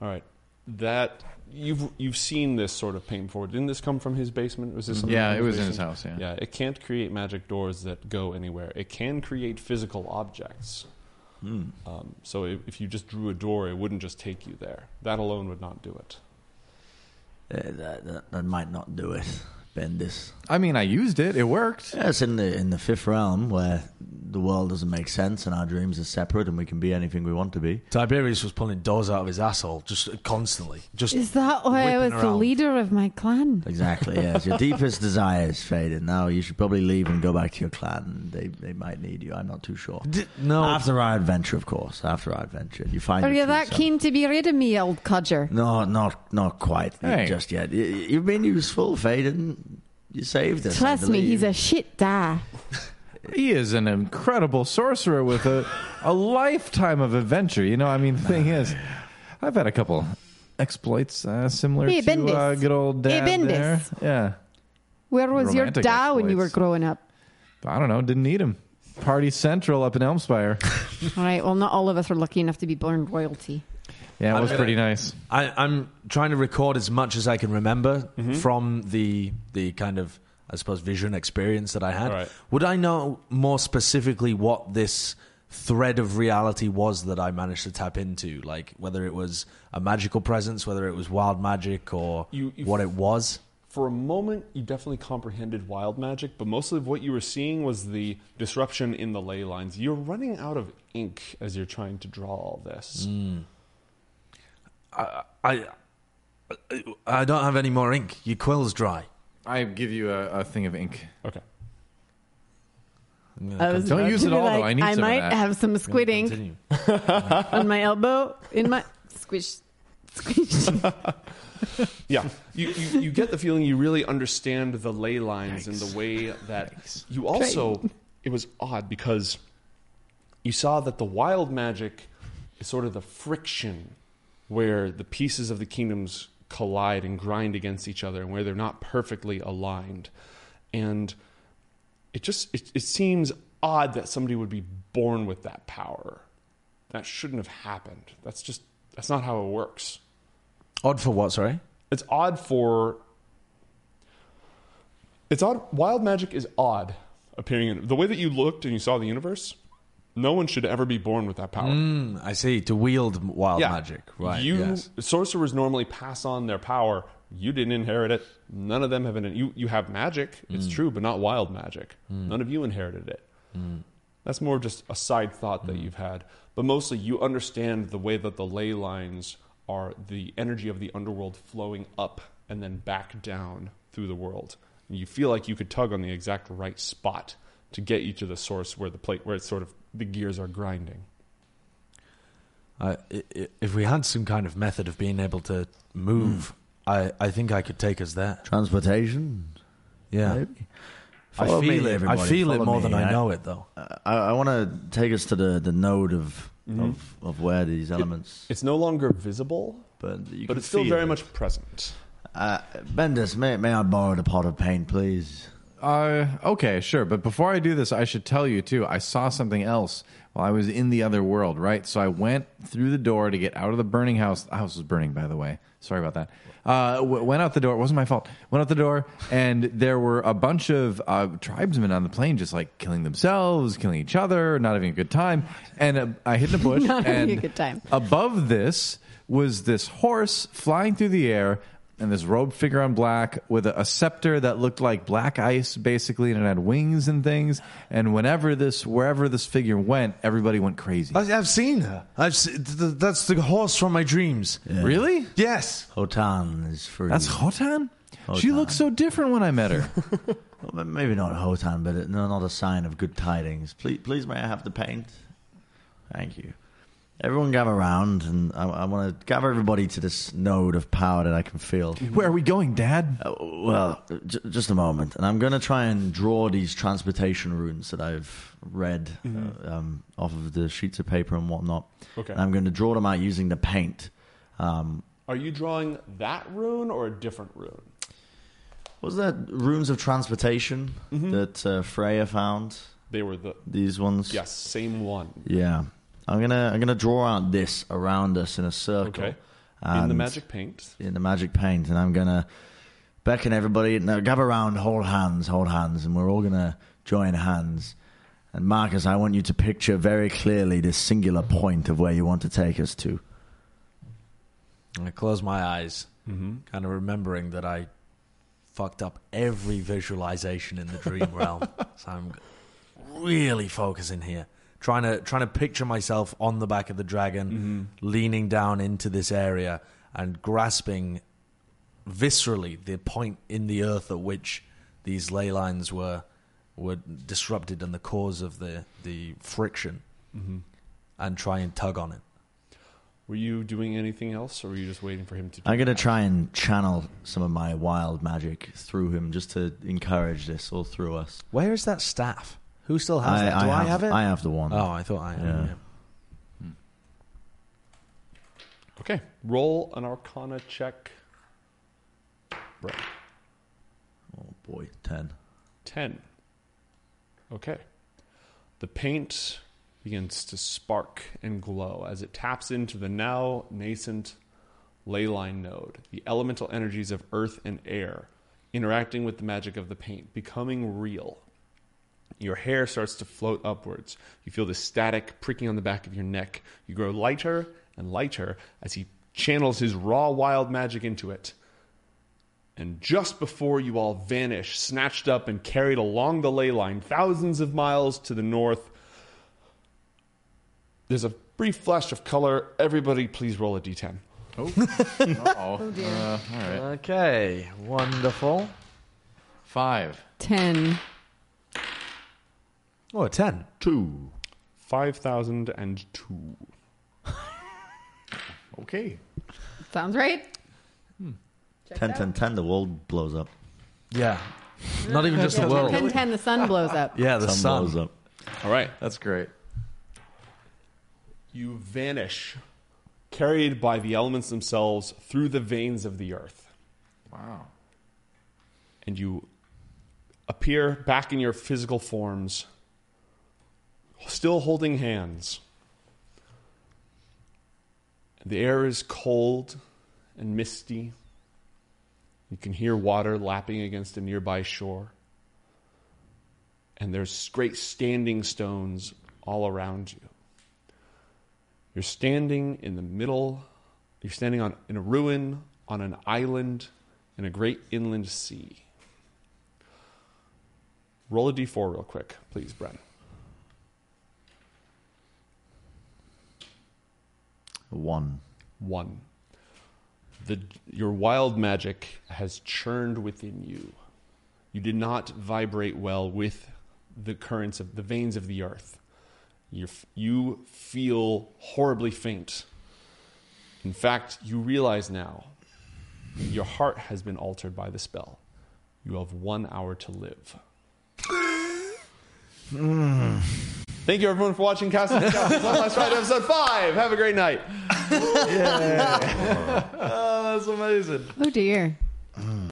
All right, that you've you've seen this sort of paint before. Didn't this come from his basement? Was this? something
Yeah,
from
it was in his house, yeah.
yeah, it can't create magic doors that go anywhere. It can create physical objects.
Hmm.
Um, so i if you just drew a door, it wouldn't just take you there. That alone would not do it.
Uh, that, that, that might not do it. Bendis.
I mean, I used it, it worked.
Yes, in the in the fifth realm where the world doesn't make sense and our dreams are separate and we can be anything we want to be.
Tiberius was pulling doors out of his asshole just constantly. Just
Is that why I
whipping
was the
around.
leader of my clan?
Exactly. Yes, your deepest desires faded. Now you should probably leave and go back to your clan. They they might need you. I'm not too sure.
D- no,
After our adventure, of course. After our adventure, you find.
Are
your
you
true
that
self.
keen to be rid of me, old codger?
No, not not quite
Hey.
just yet. You, you've been useful, Faden. You saved us. I
Trust me,
believe.
he's a shit da.
He is an incredible sorcerer with a, a lifetime of adventure. You know, I mean, the thing is, I've had a couple exploits uh, similar
Hey,
to uh,
Bendis.
good old
Hey,
dad
Bendis.
there. Yeah.
Where was your
Romantic
Tao when you were
exploits.
growing up?
I don't know. Didn't need him. Party Central up in Elmspire.
All right. Well, not all of us are lucky enough to be born royalty.
Yeah, it
I'm
was
gonna-
pretty nice.
I, I'm trying to record as much as I can remember
Mm-hmm.
from the the kind of I suppose vision experience that I had.
Right.
Would I know more specifically what this thread of reality was that I managed to tap into? Like whether it was a magical presence, whether it was wild magic, or
You- you-
what it was.
For a moment, you definitely comprehended wild magic, but mostly of what you were seeing was the disruption in the ley lines. You're running out of ink as you're trying to draw all this.
I, I I don't have any more ink. Your quill's dry.
I give you a, a thing of ink.
Okay.
I'm gonna
I was
Don't
about
use
to
it
be
all, though.
like,
I need some of
might
that.
have some squid ink
continue.
on my elbow in my squish, squish.
Yeah, you, you, you get the feeling you really understand the ley lines and the way that you also. It was odd because you saw that the wild magic is sort of the friction where the pieces of the kingdoms collide and grind against each other and where they're not perfectly aligned. And it just it, it seems odd that somebody would be born with that power. That shouldn't have happened. That's just that's not how it works
Odd for what? Sorry.
it's odd for it's odd wild magic is odd appearing in the way that you looked and you saw the universe no one should ever be born with that power
Mm, I see. To wield wild magic, right?
Hmm, you
yes.
sorcerers normally pass on their power you didn't inherit it none of them have it you, you have magic it's
Mm.
true but not wild magic none of you inherited it
Mm.
that's more just a side thought that you've had but mostly you understand the way that the ley lines are the energy of the underworld flowing up and then back down through the world and you feel like you could tug on the exact right spot to get you to the source where the plate where it's sort of the gears are grinding
I, i- i- if we had some kind of method of being able to
Hmm.
move, I, I think I could take us there.
Transportation.
Yeah,
Maybe.
I
Follow
feel
me,
it. I
everybody.
feel it
Follow
more
me.
than I know it, though.
I, I want to take us to the, the node of,
Mm-hmm.
of of where these elements.
it's no longer visible
but you
but
can
it's still
feel
very
it.
much present.
Uh, Bendis, may may I borrow the pot of paint, please?
Uh, okay, sure. But before I do this, I should tell you too. I saw something else while I was in the other world, right? So I went through the door to get out of the burning house. The house was burning, by the way. Sorry about that. Uh, w- went out the door. It wasn't my fault. Went out the door, and there were a bunch of uh, tribesmen on the plane, just like killing themselves, killing each other, not having a good time. And uh, I hid in a bush.
Not having
and
a good time.
Above this was this horse flying through the air and this robed figure on black with a, a scepter that looked like black ice basically and it had wings and things and whenever this wherever this figure went everybody went crazy
I, I've seen her. I've se- th- th- that's the horse from my dreams.
really
Yes,
Hotan is free.
that's hotan she looked so different when i met her
Well, maybe not Hotan, but it- no, not a sign of good tidings. Please, please, may I have the paint? Thank you. Everyone gather around, and I, I want to gather everybody to this node of power that I can feel.
Mm-hmm. where are we going dad
Uh, well, j- just a moment, and I'm going to try and draw these transportation runes that I've read
Mm-hmm.
uh, um, off of the sheets of paper and whatnot.
Okay.
And I'm going to draw them out using the paint. Um,
Are you drawing that rune or a different rune?
was that runes of transportation
Mm-hmm.
that uh, Freya found?
They were the
These ones.
yes, same one.
Yeah. I'm gonna I'm gonna draw out this around us in a circle.
Okay. In the
And-
magic paint.
in the magic paint, and I'm gonna beckon everybody. Now, gather around, hold hands, hold hands, and we're all gonna join hands. And Marcus, I want you to picture very clearly this singular point of where you want to take us to.
I close my eyes, kind of remembering that I fucked up every visualization in the dream realm. So I'm really focusing here, trying to trying to picture myself on the back of the dragon, leaning down into this area and grasping viscerally the point in the earth at which these ley lines were were disrupted and the cause of the the friction, and try and tug on it.
Were you doing anything else, or were you just waiting for him to? do
I'm gonna
that?
try and channel some of my wild magic through him, just to encourage this all through us.
Where is that staff? Who still has that? Do I have, it?
I have the one.
oh, I thought I had
Yeah.
it. yeah.
Okay. Roll an Arcana check. Right.
Oh Boy, 10.
10. Okay. The paint begins to spark and glow as it taps into the now nascent ley line node, the elemental energies of earth and air interacting with the magic of the paint, becoming real. Your hair starts to float upwards. You feel the static pricking on the back of your neck. You grow lighter and lighter as he channels his raw wild magic into it. And just before you all vanish, snatched up and carried along the ley line thousands of miles to the north, there's a brief flash of color. Everybody, please roll a d10.
Uh-oh. Uh, all right.
Okay, wonderful.
Five.
Ten.
Oh, a 10.
2. 5002.
Okay.
Sounds right.
10, 10, 10, the world blows up.
Yeah. Not even just the world.
10 10, the sun blows up.
Yeah, the
Sun
sun.
blows up.
All right.
That's great.
You vanish, carried by the elements themselves through the veins of the earth.
Wow.
and you appear back in your physical forms, still holding hands. The air is cold and misty. You can hear water lapping against a nearby shore. And there's great standing stones all around you. You're standing in the middle. You're standing on in a ruin on an island in a great inland sea. Roll a d4 real quick, please, Brent.
One.
One. The, your wild magic has churned within you. You did not vibrate well with the currents of the veins of the earth. You, f- you feel horribly faint. In fact, you realize now your heart has been altered by the spell. You have one hour to live. Thank you, everyone, for watching Cast of the Castles on Last Friday, episode 5. Have a great night.
Oh, dear.